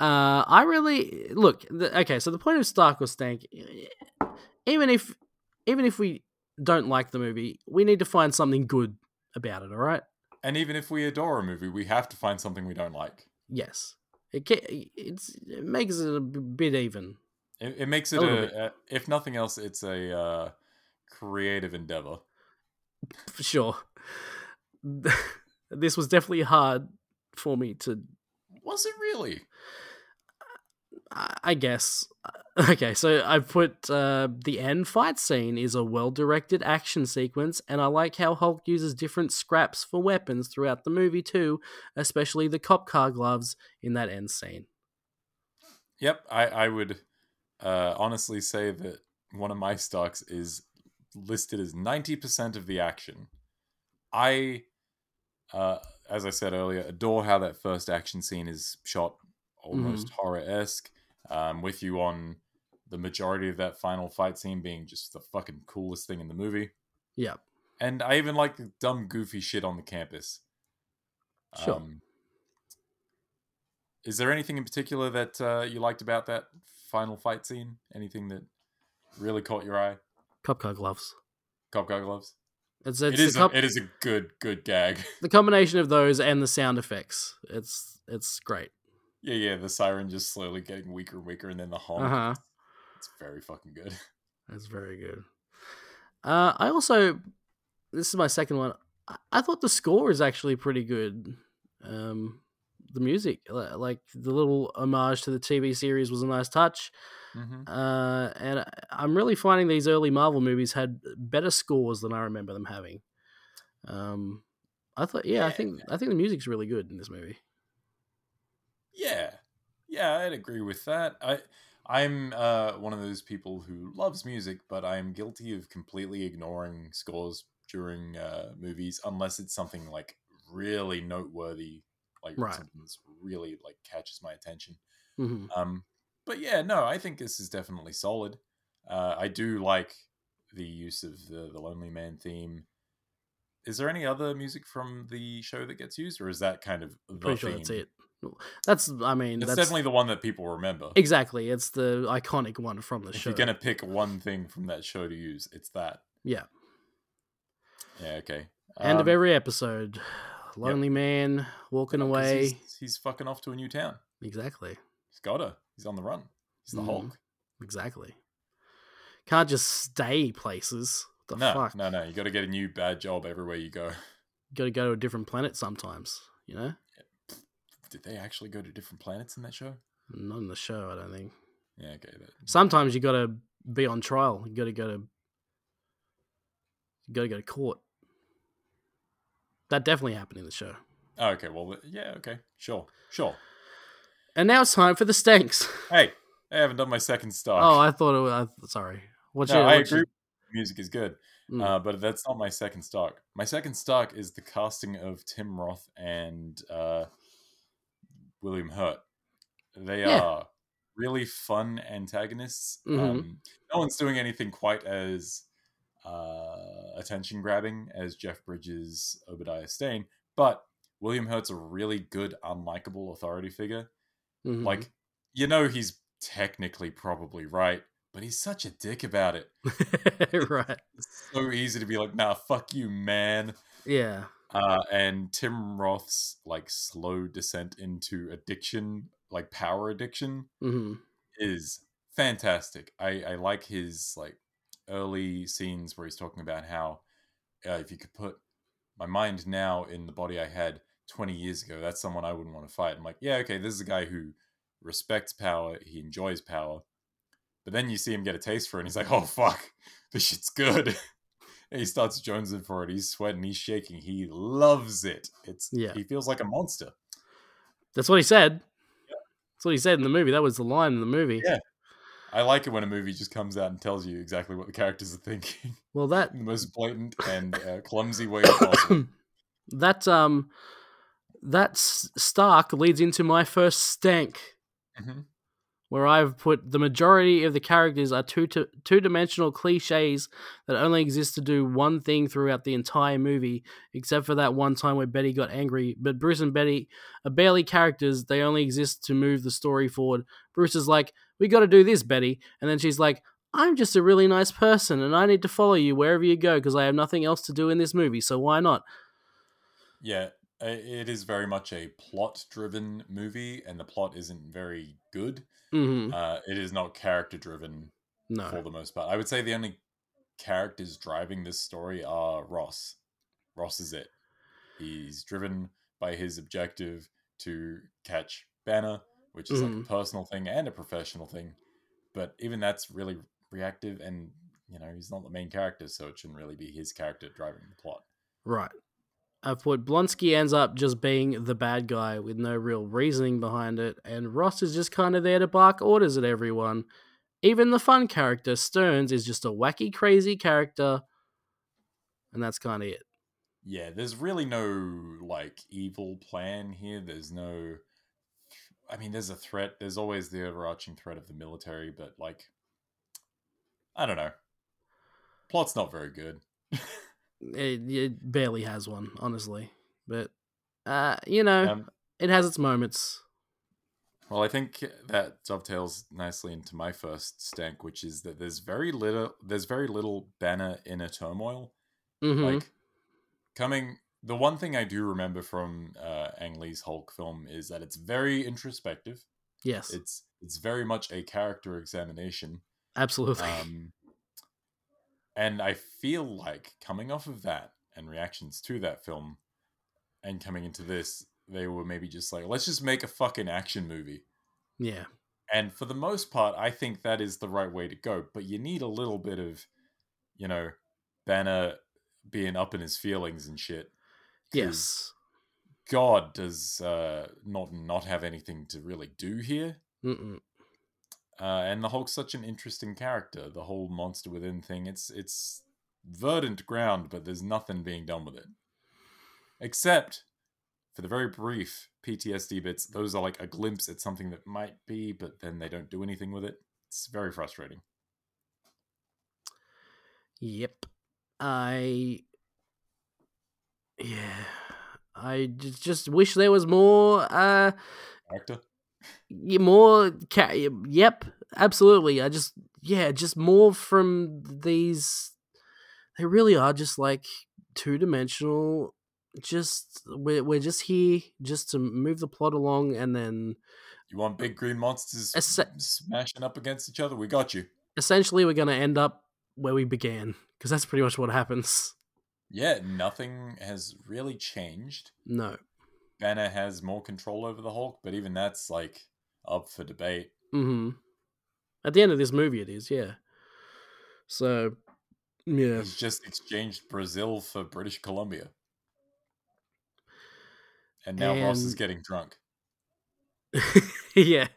Speaker 4: Uh, I really look. The, okay, so the point of Stark or Stank, even if even if we don't like the movie, we need to find something good about it. All right.
Speaker 5: and even if we adore a movie, we have to find something we don't like.
Speaker 4: Yes. It ca- it's, it makes it a b- bit even.
Speaker 5: It, it makes
Speaker 4: A
Speaker 5: it
Speaker 4: little bit.
Speaker 5: a, a, if nothing else, it's a uh, creative endeavor.
Speaker 4: for sure. this was definitely hard for me to,
Speaker 5: Was it really?
Speaker 4: I I guess. Okay, so I put uh, the end fight scene is a well directed action sequence, and I like how Hulk uses different scraps for weapons throughout the movie too, especially the cop car gloves in that end scene.
Speaker 5: Yep, I, I would uh, honestly say that one of my stocks is listed as 90% of the action. I, uh, as I said earlier, adore how that first action scene is shot almost horror esque. Um, with you on the majority of that final fight scene being just the fucking coolest thing in the movie.
Speaker 4: Yep.
Speaker 5: And I even like the dumb, goofy shit on the campus.
Speaker 4: Sure.
Speaker 5: Um, is there anything in particular that uh, you liked about that final fight scene? Anything that really caught your eye?
Speaker 4: Cop car gloves.
Speaker 5: Cop car gloves.
Speaker 4: It's, it's
Speaker 5: it is.
Speaker 4: the, cop-
Speaker 5: a, it is a good, good gag.
Speaker 4: the combination of those and the sound effects. It's it's great.
Speaker 5: yeah, yeah. The siren just slowly getting weaker and weaker, and then the honk.
Speaker 4: Uh-huh.
Speaker 5: It's very fucking good.
Speaker 4: That's very good. Uh, I also, this is my second one. I, I thought the score is actually pretty good. Um, the music, li- like the little homage to the TV series, was a nice touch.
Speaker 5: hmm
Speaker 4: Uh, and I, I'm really finding these early Marvel movies had better scores than I remember them having. Um, I thought, yeah, I think I think the music's really good in this movie.
Speaker 5: Yeah, yeah, I'd agree with that. I, I'm uh, one of those people who loves music, but I'm guilty of completely ignoring scores during uh, movies unless it's something like really noteworthy, like
Speaker 4: Right.
Speaker 5: something that's really like catches my attention.
Speaker 4: hmm
Speaker 5: Um, but yeah, no, I think this is definitely solid. Uh, I do like the use of the the Lonely Man theme. Is there any other music from the show that gets used, or is that kind of the
Speaker 4: Pretty sure
Speaker 5: theme?
Speaker 4: that's it. That's, I mean,
Speaker 5: It's
Speaker 4: that's
Speaker 5: definitely the one that people remember.
Speaker 4: exactly. It's the iconic one from the
Speaker 5: if
Speaker 4: show.
Speaker 5: you're gonna pick one thing from that show to use, it's that.
Speaker 4: yeah.
Speaker 5: Yeah, okay.
Speaker 4: End of
Speaker 5: Um,
Speaker 4: every episode. Lonely man walking
Speaker 5: 'cause
Speaker 4: away.
Speaker 5: He's, he's fucking off to a new town.
Speaker 4: Exactly.
Speaker 5: He's gotta. He's on the run. He's the
Speaker 4: Mhm.
Speaker 5: Hulk.
Speaker 4: Exactly. Can't just stay places. What the
Speaker 5: no,
Speaker 4: fuck?
Speaker 5: no, no. You gotta get a new bad job everywhere you go.
Speaker 4: Got to go to a different planet sometimes. You know,
Speaker 5: Did they actually go to different planets in that show?
Speaker 4: not in the show. I don't think.
Speaker 5: Yeah, okay. That,
Speaker 4: Sometimes you got to be on trial. You got to go to. You got to go to court. That definitely happened in the show.
Speaker 5: Oh, okay, well, yeah, okay, sure, sure.
Speaker 4: And now it's time for the stanks.
Speaker 5: Hey, I haven't done my second star.
Speaker 4: Oh, I thought it was. I, sorry. What's
Speaker 5: no,
Speaker 4: your,
Speaker 5: I
Speaker 4: what's
Speaker 5: agree.
Speaker 4: your-
Speaker 5: Music is good,
Speaker 4: Mm.
Speaker 5: uh, but that's not my second stock. My second stock is the casting of Tim Roth and uh, William Hurt. They
Speaker 4: Yeah.
Speaker 5: are really fun antagonists.
Speaker 4: Mhm.
Speaker 5: Um, no one's doing anything quite as uh, attention grabbing as Jeff Bridges' Obadiah Stane, but William Hurt's a really good, unlikable authority figure.
Speaker 4: Mhm.
Speaker 5: Like, you know, he's technically probably right, but he's such a dick about it
Speaker 4: right.
Speaker 5: it's so easy to be like, nah, fuck you, man.
Speaker 4: Yeah.
Speaker 5: Uh, and Tim Roth's like slow descent into addiction, like power addiction,
Speaker 4: hmm
Speaker 5: is fantastic. I, I like his like early scenes where he's talking about how uh, if you could put my mind now in the body I had 20 years ago, that's someone I wouldn't want to fight. I'm like, yeah, okay, this is a guy who respects power, he enjoys power. But then you see him get a taste for it, and he's like, oh, fuck, this shit's good. and he starts jonesing for it. He's sweating, he's shaking, he loves it. It's
Speaker 4: Yeah.
Speaker 5: He feels like a monster.
Speaker 4: That's what he said. That's what he said in the movie. That was the line in the movie.
Speaker 5: Yeah. I like it when a movie just comes out and tells you exactly what the characters are thinking.
Speaker 4: Well, that
Speaker 5: the most blatant and uh, clumsy way possible.
Speaker 4: that um that s- Stark leads into my first stank,
Speaker 5: Mhm.
Speaker 4: where I've put the majority of the characters are two to, two dimensional cliches that only exist to do one thing throughout the entire movie, except for that one time where Betty got angry. But Bruce and Betty are barely characters; they only exist to move the story forward. Bruce is like, "We got to do this, Betty," and then she's like. I'm just a really nice person, and I need to follow you wherever you go because I have nothing else to do in this movie, so why not?
Speaker 5: Yeah, i- it is very much a plot-driven movie, and the plot isn't very good.
Speaker 4: hmm
Speaker 5: Uh, it is not character-driven
Speaker 4: No.
Speaker 5: for the most part. I would say the only characters driving this story are Ross. Ross is it. He's driven by his objective to catch Banner, which is like
Speaker 4: Mhm.
Speaker 5: a personal thing and a professional thing. But even that's really reactive, and you know he's not the main character, so it shouldn't really be his character driving the plot.
Speaker 4: Right. I've put Blonsky ends up just being the bad guy with no real reasoning behind it, and Ross is just kind of there to bark orders at everyone. Even the fun character, Stearns, is just a wacky, crazy character, and that's kind of it.
Speaker 5: Yeah, there's really no like evil plan here. There's no I mean, there's a threat. There's always the overarching threat of the military, but like I don't know. Plot's not very good.
Speaker 4: It, it barely has one, honestly. But, uh, you know,
Speaker 5: Um,
Speaker 4: it has its moments.
Speaker 5: well, I think that dovetails nicely into my first stank, which is that there's very little there's very little banner inner turmoil.
Speaker 4: hmm
Speaker 5: Like coming, the one thing I do remember from uh, Ang Lee's Hulk film is that it's very introspective.
Speaker 4: yes,
Speaker 5: It's it's very much a character examination,
Speaker 4: absolutely.
Speaker 5: um, and I feel like coming off of that and reactions to that film, and coming into this, they were maybe just like, let's just make a fucking action movie.
Speaker 4: yeah.
Speaker 5: And for the most part, I think that is the right way to go. But you need a little bit of, you know, Banner being up in his feelings and shit. 'cause
Speaker 4: Yes.
Speaker 5: God does uh, not not have anything to really do here.
Speaker 4: Mm. Mm-mm.
Speaker 5: uh, and the Hulk's such an interesting character. The whole monster within thing. It's it's verdant ground, but there's nothing being done with it, except for the very brief PTSD bits. Those are like a glimpse at something that might be, but then they don't do anything with it. It's very frustrating.
Speaker 4: Yep. I. Yeah. I ju- just wish there was more. Uh,
Speaker 5: Character.
Speaker 4: y- more. Ca- yep. Absolutely. I just. Yeah. Just more from these. They really are just like two dimensional. Just we're we're just here just to move the plot along, and then
Speaker 5: You want big green monsters
Speaker 4: A se-
Speaker 5: smashing up against each other? We got you.
Speaker 4: essentially we're gonna end up where we began because that's pretty much what happens.
Speaker 5: Yeah, nothing has really changed.
Speaker 4: No.
Speaker 5: Banner has more control over the Hulk, but even that's like up for debate.
Speaker 4: Mm-hmm. At the end of this movie, it is, yeah. So, yeah,
Speaker 5: He's just exchanged Brazil for British Columbia. and now Ross is
Speaker 4: And-
Speaker 5: getting drunk.
Speaker 4: yeah.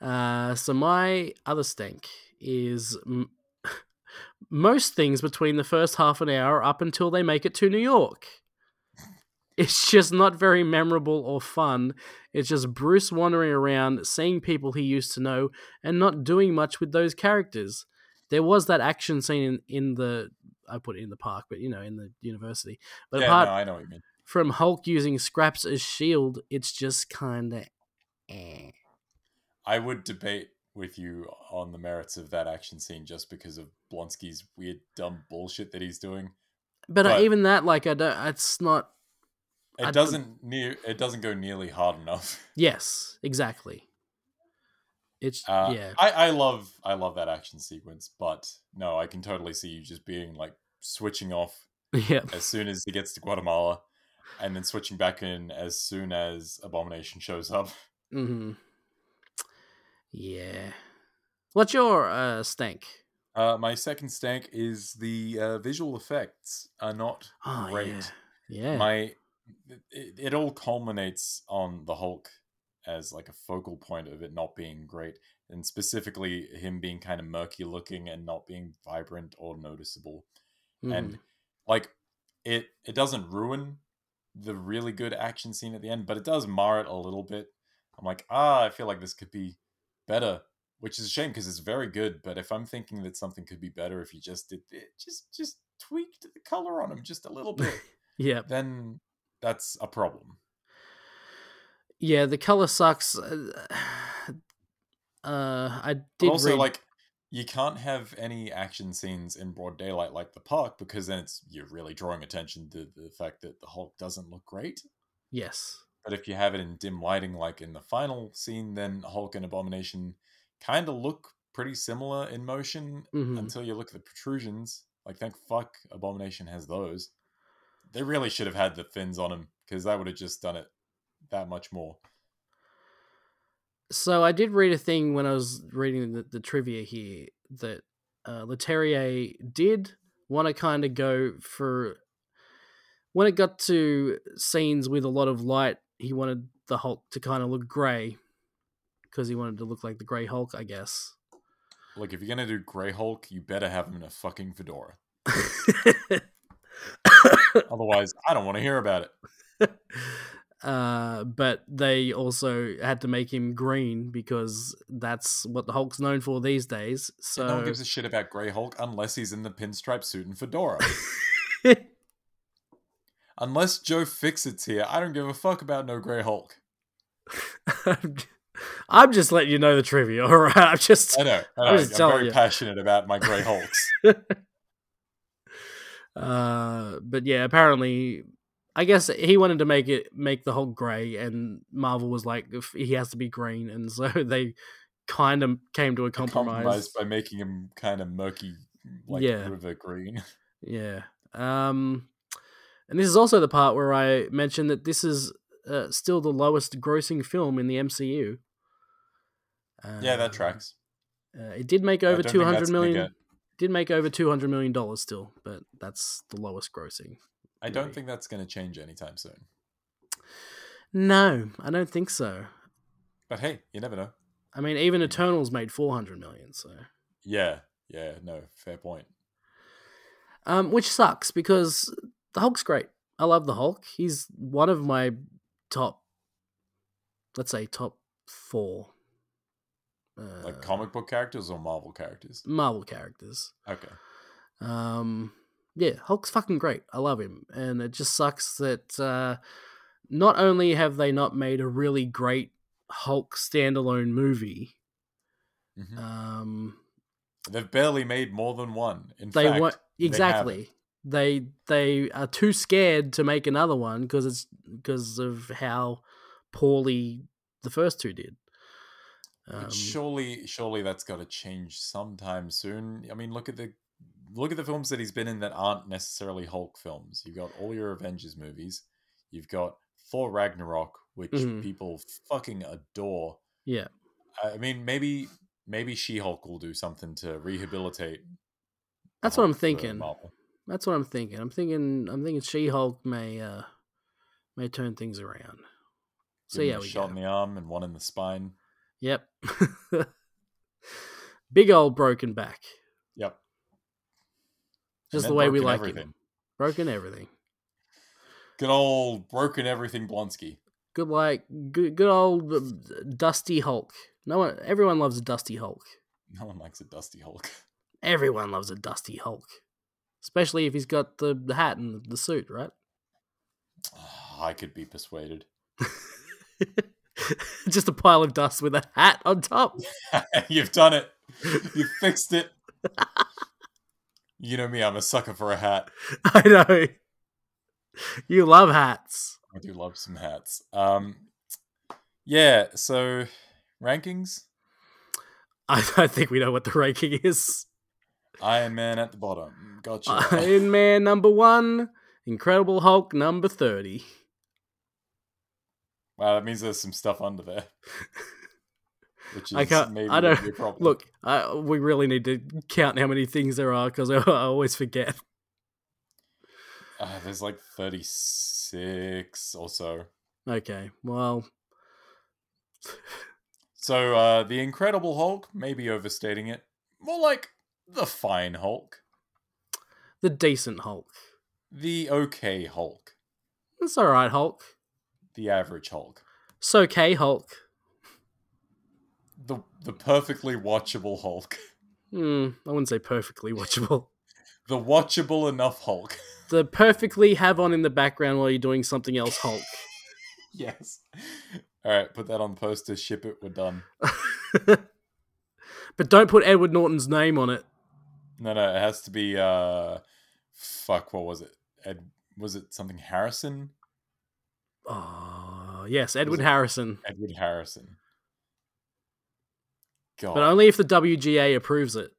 Speaker 4: Uh, so my other stank is m- most things between the first half an hour up until they make it to New York. It's just not very memorable or fun. It's just Bruce wandering around, seeing people he used to know, and not doing much with those characters. There was that action scene in, in the I put it in the park, but you know, in the university. But
Speaker 5: yeah,
Speaker 4: apart
Speaker 5: no, I know what you mean.
Speaker 4: from Hulk using scraps as shield, it's just kinda eh.
Speaker 5: I would debate with you on the merits of that action scene just because of Blonsky's weird, dumb bullshit that he's doing.
Speaker 4: But, I
Speaker 5: But-
Speaker 4: even that, like, I don't. It's not.
Speaker 5: It
Speaker 4: I'd-
Speaker 5: doesn't near. It doesn't go nearly hard enough.
Speaker 4: Yes, exactly. It's
Speaker 5: Uh,
Speaker 4: yeah,
Speaker 5: I, I love I love that action sequence, but no, I can totally see you just being like switching off
Speaker 4: yeah,
Speaker 5: as soon as he gets to Guatemala, and then switching back in as soon as Abomination shows up.
Speaker 4: hmm yeah. What's your uh, stank?
Speaker 5: Uh, my second stank is the uh, visual effects are not
Speaker 4: Oh
Speaker 5: great.
Speaker 4: yeah, yeah.
Speaker 5: my it, it all culminates on the hulk as like a focal point of it not being great and specifically him being kind of murky looking and not being vibrant or noticeable and
Speaker 4: Mhm.
Speaker 5: like it it doesn't ruin the really good action scene at the end but it does mar it a little bit i'm like ah i feel like this could be better which is a shame because it's very good but if i'm thinking that something could be better if you just did it just just tweaked the color on him just a little bit
Speaker 4: yeah,
Speaker 5: then that's a problem.
Speaker 4: yeah. The color sucks. Uh, uh, I
Speaker 5: But
Speaker 4: did
Speaker 5: also,
Speaker 4: read-
Speaker 5: like, you can't have any action scenes in broad daylight like the park because then it's you're really drawing attention to the fact that the Hulk doesn't look great.
Speaker 4: yes,
Speaker 5: But if you have it in dim lighting, like in the final scene, then Hulk and Abomination kind of look pretty similar in motion
Speaker 4: hmm
Speaker 5: until you look at the protrusions. Like, thank fuck Abomination has those. They really should have had the fins on him because that would have just done it that much more.
Speaker 4: So I did read a thing when I was reading the, the trivia here that uh, Leterrier did want to kind of go for when it got to scenes with a lot of light. He wanted the Hulk to kind of look grey because he wanted to look like the Grey Hulk, I guess.
Speaker 5: Look, if you're gonna do Grey Hulk, you better have him in a fucking fedora. Otherwise, I don't want to hear about it.
Speaker 4: uh, but they also had to make him green because that's what the Hulk's known for these days. So
Speaker 5: no one gives a shit about Grey Hulk unless he's in the pinstripe suit and fedora. unless Joe Fixit's here, I don't give a fuck about no Grey Hulk.
Speaker 4: I'm just letting you know the trivia, all right? I'm just.
Speaker 5: I know. I
Speaker 4: I
Speaker 5: know,
Speaker 4: was
Speaker 5: I'm
Speaker 4: telling
Speaker 5: very
Speaker 4: you.
Speaker 5: passionate about my Grey Hulks.
Speaker 4: Uh, but yeah, apparently, I guess he wanted to make it make the Hulk gray, and Marvel was like, "If he has to be green, and so they kind of came to a compromise.
Speaker 5: Compromised by making him kind of murky, like
Speaker 4: Yeah.
Speaker 5: river green.
Speaker 4: Yeah. Um, and this is also the part where I mentioned that this is uh, still the lowest grossing film in the MCU. Uh,
Speaker 5: yeah, that tracks.
Speaker 4: Uh, it did make
Speaker 5: I
Speaker 4: over
Speaker 5: don't think
Speaker 4: two hundred
Speaker 5: that's gonna
Speaker 4: million.
Speaker 5: get-
Speaker 4: Did make over two hundred million dollars still, but that's the lowest grossing.
Speaker 5: I don't
Speaker 4: Right.
Speaker 5: think that's going to change anytime soon.
Speaker 4: No, I don't think so.
Speaker 5: But hey, you never know.
Speaker 4: I mean, even Eternals made four hundred million, so
Speaker 5: Yeah, yeah, no, fair point.
Speaker 4: um, which sucks because the Hulk's great. I love the Hulk. He's one of my top, let's say, top four. Uh,
Speaker 5: Like comic book characters or Marvel characters?
Speaker 4: Marvel characters.
Speaker 5: Okay.
Speaker 4: Um, yeah, Hulk's fucking great. I love him, and it just sucks that uh, not only have they not made a really great Hulk standalone movie,
Speaker 5: Mhm.
Speaker 4: um,
Speaker 5: They've barely made more than one. In
Speaker 4: they
Speaker 5: fact,
Speaker 4: want
Speaker 5: they haven't.
Speaker 4: exactly. They they are too scared to make another one because it's because of how poorly the first two did.
Speaker 5: But
Speaker 4: Um,
Speaker 5: surely, surely that's got to change sometime soon. I mean, look at the look at the films that he's been in that aren't necessarily Hulk films. You've got all your Avengers movies. You've got Thor Ragnarok, which
Speaker 4: Mhm.
Speaker 5: people fucking adore.
Speaker 4: Yeah.
Speaker 5: I I mean, maybe maybe She Hulk will do something to rehabilitate. the
Speaker 4: That's what I'm
Speaker 5: Hulk for
Speaker 4: thinking.
Speaker 5: Marvel.
Speaker 4: That's what I'm thinking. I'm thinking. I'm thinking She Hulk may uh, may turn things around. So
Speaker 5: Give him
Speaker 4: yeah,
Speaker 5: a
Speaker 4: we
Speaker 5: shot
Speaker 4: go.
Speaker 5: in the arm and one in the spine.
Speaker 4: Yep. Big old broken back.
Speaker 5: Yep.
Speaker 4: Just
Speaker 5: then
Speaker 4: the way we
Speaker 5: broken
Speaker 4: like
Speaker 5: everything.
Speaker 4: him. Broken everything.
Speaker 5: Good old broken everything Blonsky.
Speaker 4: Good like good, good old uh, Dusty Hulk. No one everyone loves a Dusty Hulk.
Speaker 5: No one likes a dusty Hulk.
Speaker 4: Everyone loves a Dusty Hulk. Especially if he's got the, the hat and the suit, right?
Speaker 5: Ah, I could be persuaded.
Speaker 4: Just a pile of dust with a hat on top.
Speaker 5: You've done it. You fixed it. You know me, I'm a sucker for a hat.
Speaker 4: I know. You love hats.
Speaker 5: I do love some hats. Um Yeah, so rankings.
Speaker 4: I don't think we know what the ranking is.
Speaker 5: Iron Man at the bottom. Gotcha.
Speaker 4: Iron Man number one, Incredible Hulk number 30.
Speaker 5: wow, that means there's some stuff under there. Which is
Speaker 4: I can't-
Speaker 5: maybe
Speaker 4: I don't-
Speaker 5: your problem.
Speaker 4: Look, I, we really need to count how many things there are because I, I always forget.
Speaker 5: Uh, there's like 36 or so.
Speaker 4: Okay, well,
Speaker 5: So uh the Incredible Hulk, maybe overstating it. More like the fine Hulk.
Speaker 4: the decent Hulk.
Speaker 5: The okay Hulk.
Speaker 4: It's all right, Hulk.
Speaker 5: The average Hulk.
Speaker 4: It's okay, Hulk.
Speaker 5: The the perfectly watchable Hulk.
Speaker 4: Hmm, I wouldn't say perfectly watchable.
Speaker 5: The watchable enough Hulk.
Speaker 4: The perfectly have on in the background while you're doing something else, Hulk.
Speaker 5: yes. Alright, put that on the poster, ship it, we're done.
Speaker 4: But don't put Edward Norton's name on it.
Speaker 5: No no, it has to be uh fuck, what was it? Ed was it something Harrison?
Speaker 4: Oh, yes, Edward
Speaker 5: it-
Speaker 4: Harrison.
Speaker 5: Edward Harrison. God.
Speaker 4: But only if the WGA approves it.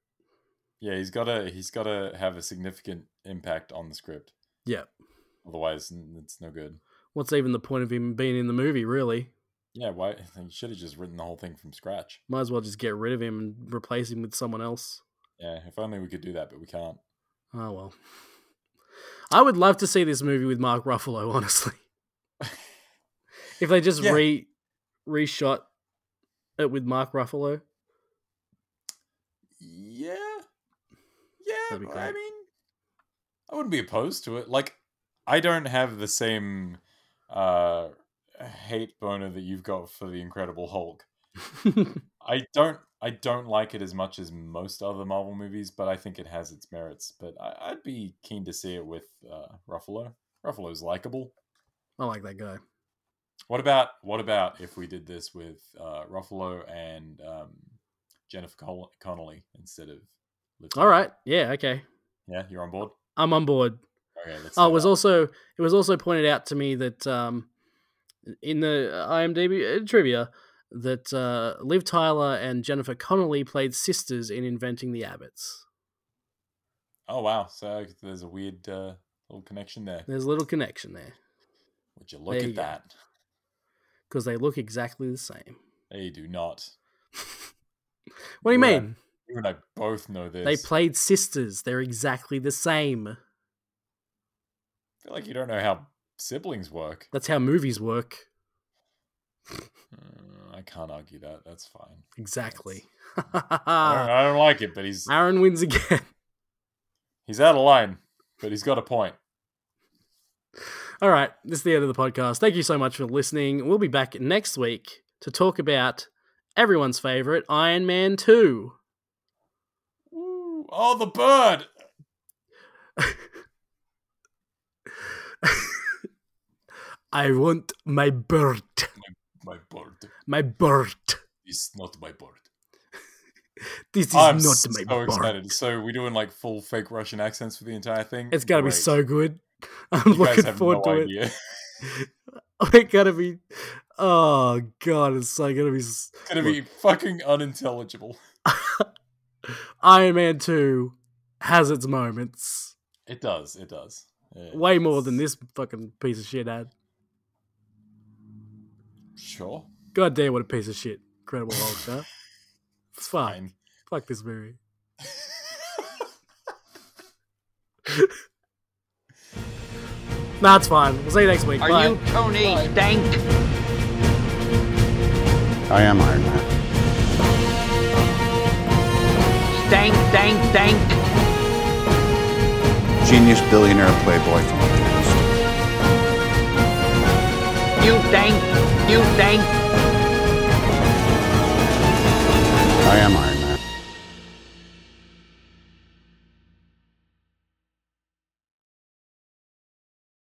Speaker 5: Yeah, he's gotta he's gotta have a significant impact on the script.
Speaker 4: Yeah.
Speaker 5: Otherwise, n- it's no good.
Speaker 4: What's even the point of him being in the movie, really?
Speaker 5: Yeah, why? You should have just written the whole thing from scratch.
Speaker 4: Might as well just get rid of him and replace him with someone else.
Speaker 5: Yeah, if only we could do that, but we can't.
Speaker 4: Oh, well. I would love to see this movie with Mark Ruffalo, honestly. if they just
Speaker 5: Yeah.
Speaker 4: re reshot it with Mark Ruffalo.
Speaker 5: Yeah, yeah.
Speaker 4: That'd be
Speaker 5: I
Speaker 4: great.
Speaker 5: mean, I wouldn't be opposed to it. Like, I don't have the same uh hate boner that you've got for the Incredible Hulk. I don't. I don't like it as much as most other Marvel movies, but I think it has its merits. But I, I'd be keen to see it with uh, Ruffalo. Ruffalo's likable.
Speaker 4: I like that guy.
Speaker 5: What about what about if we did this with uh, Ruffalo and um, Jennifer Col- Connolly instead of? Liv
Speaker 4: All
Speaker 5: Tyler?
Speaker 4: right. Yeah, okay.
Speaker 5: Yeah, you're on board.
Speaker 4: I'm on board.
Speaker 5: Okay. Let's
Speaker 4: Oh,
Speaker 5: do
Speaker 4: it was
Speaker 5: that.
Speaker 4: also it was also pointed out to me that um, in the IMDb uh, trivia that uh, Liv Tyler and Jennifer Connelly played sisters in Inventing the Abbots.
Speaker 5: Oh wow! So there's a weird uh, little connection there.
Speaker 4: There's a little connection there
Speaker 5: Would you look
Speaker 4: There
Speaker 5: at
Speaker 4: you go.
Speaker 5: that?
Speaker 4: because they look exactly the same.
Speaker 5: They do not.
Speaker 4: What do you
Speaker 5: Yeah,
Speaker 4: mean?
Speaker 5: You and I both know this.
Speaker 4: They played sisters. They're exactly the same.
Speaker 5: I feel like you don't know how siblings work.
Speaker 4: That's how movies work.
Speaker 5: Mm, I can't argue that. That's fine.
Speaker 4: Exactly.
Speaker 5: I,
Speaker 4: Uh,
Speaker 5: don't, I don't like it, but he's
Speaker 4: Aaron wins again.
Speaker 5: he's out of line, but he's got a point.
Speaker 4: All right, this is the end of the podcast. Thank you so much for listening. We'll be back next week to talk about everyone's favorite Iron Man 2.
Speaker 5: Ooh, oh, the bird!
Speaker 4: I want my bird.
Speaker 5: My bird.
Speaker 4: My bird.
Speaker 5: It's not my bird.
Speaker 4: This is
Speaker 5: I'm
Speaker 4: not
Speaker 5: so
Speaker 4: my bird.
Speaker 5: excited. So we're doing like full fake Russian accents for the entire thing.
Speaker 4: It's going to be
Speaker 5: Great.
Speaker 4: so good. I'm
Speaker 5: You guys
Speaker 4: looking
Speaker 5: have
Speaker 4: forward
Speaker 5: no
Speaker 4: to
Speaker 5: idea. It's
Speaker 4: it. We're going to be. Oh, God, it's so going to be. s-
Speaker 5: gonna be fucking unintelligible.
Speaker 4: Iron Man 2 has its moments.
Speaker 5: It does. It does. Yeah,
Speaker 4: Way more
Speaker 5: it's-
Speaker 4: than this fucking piece of shit had.
Speaker 5: Sure.
Speaker 4: God damn, what a piece of shit. Incredible Hulk, huh? It's fine.
Speaker 5: Fine.
Speaker 4: Fuck this movie. Nah, it's fine. We'll see you next week.
Speaker 2: Are
Speaker 4: Bye.
Speaker 2: you Tony Stank?
Speaker 3: I am Iron Man.
Speaker 2: Stank, stank, stank.
Speaker 3: Genius billionaire playboy philanthropist.
Speaker 2: You stank. You stank.
Speaker 3: I am Iron Man.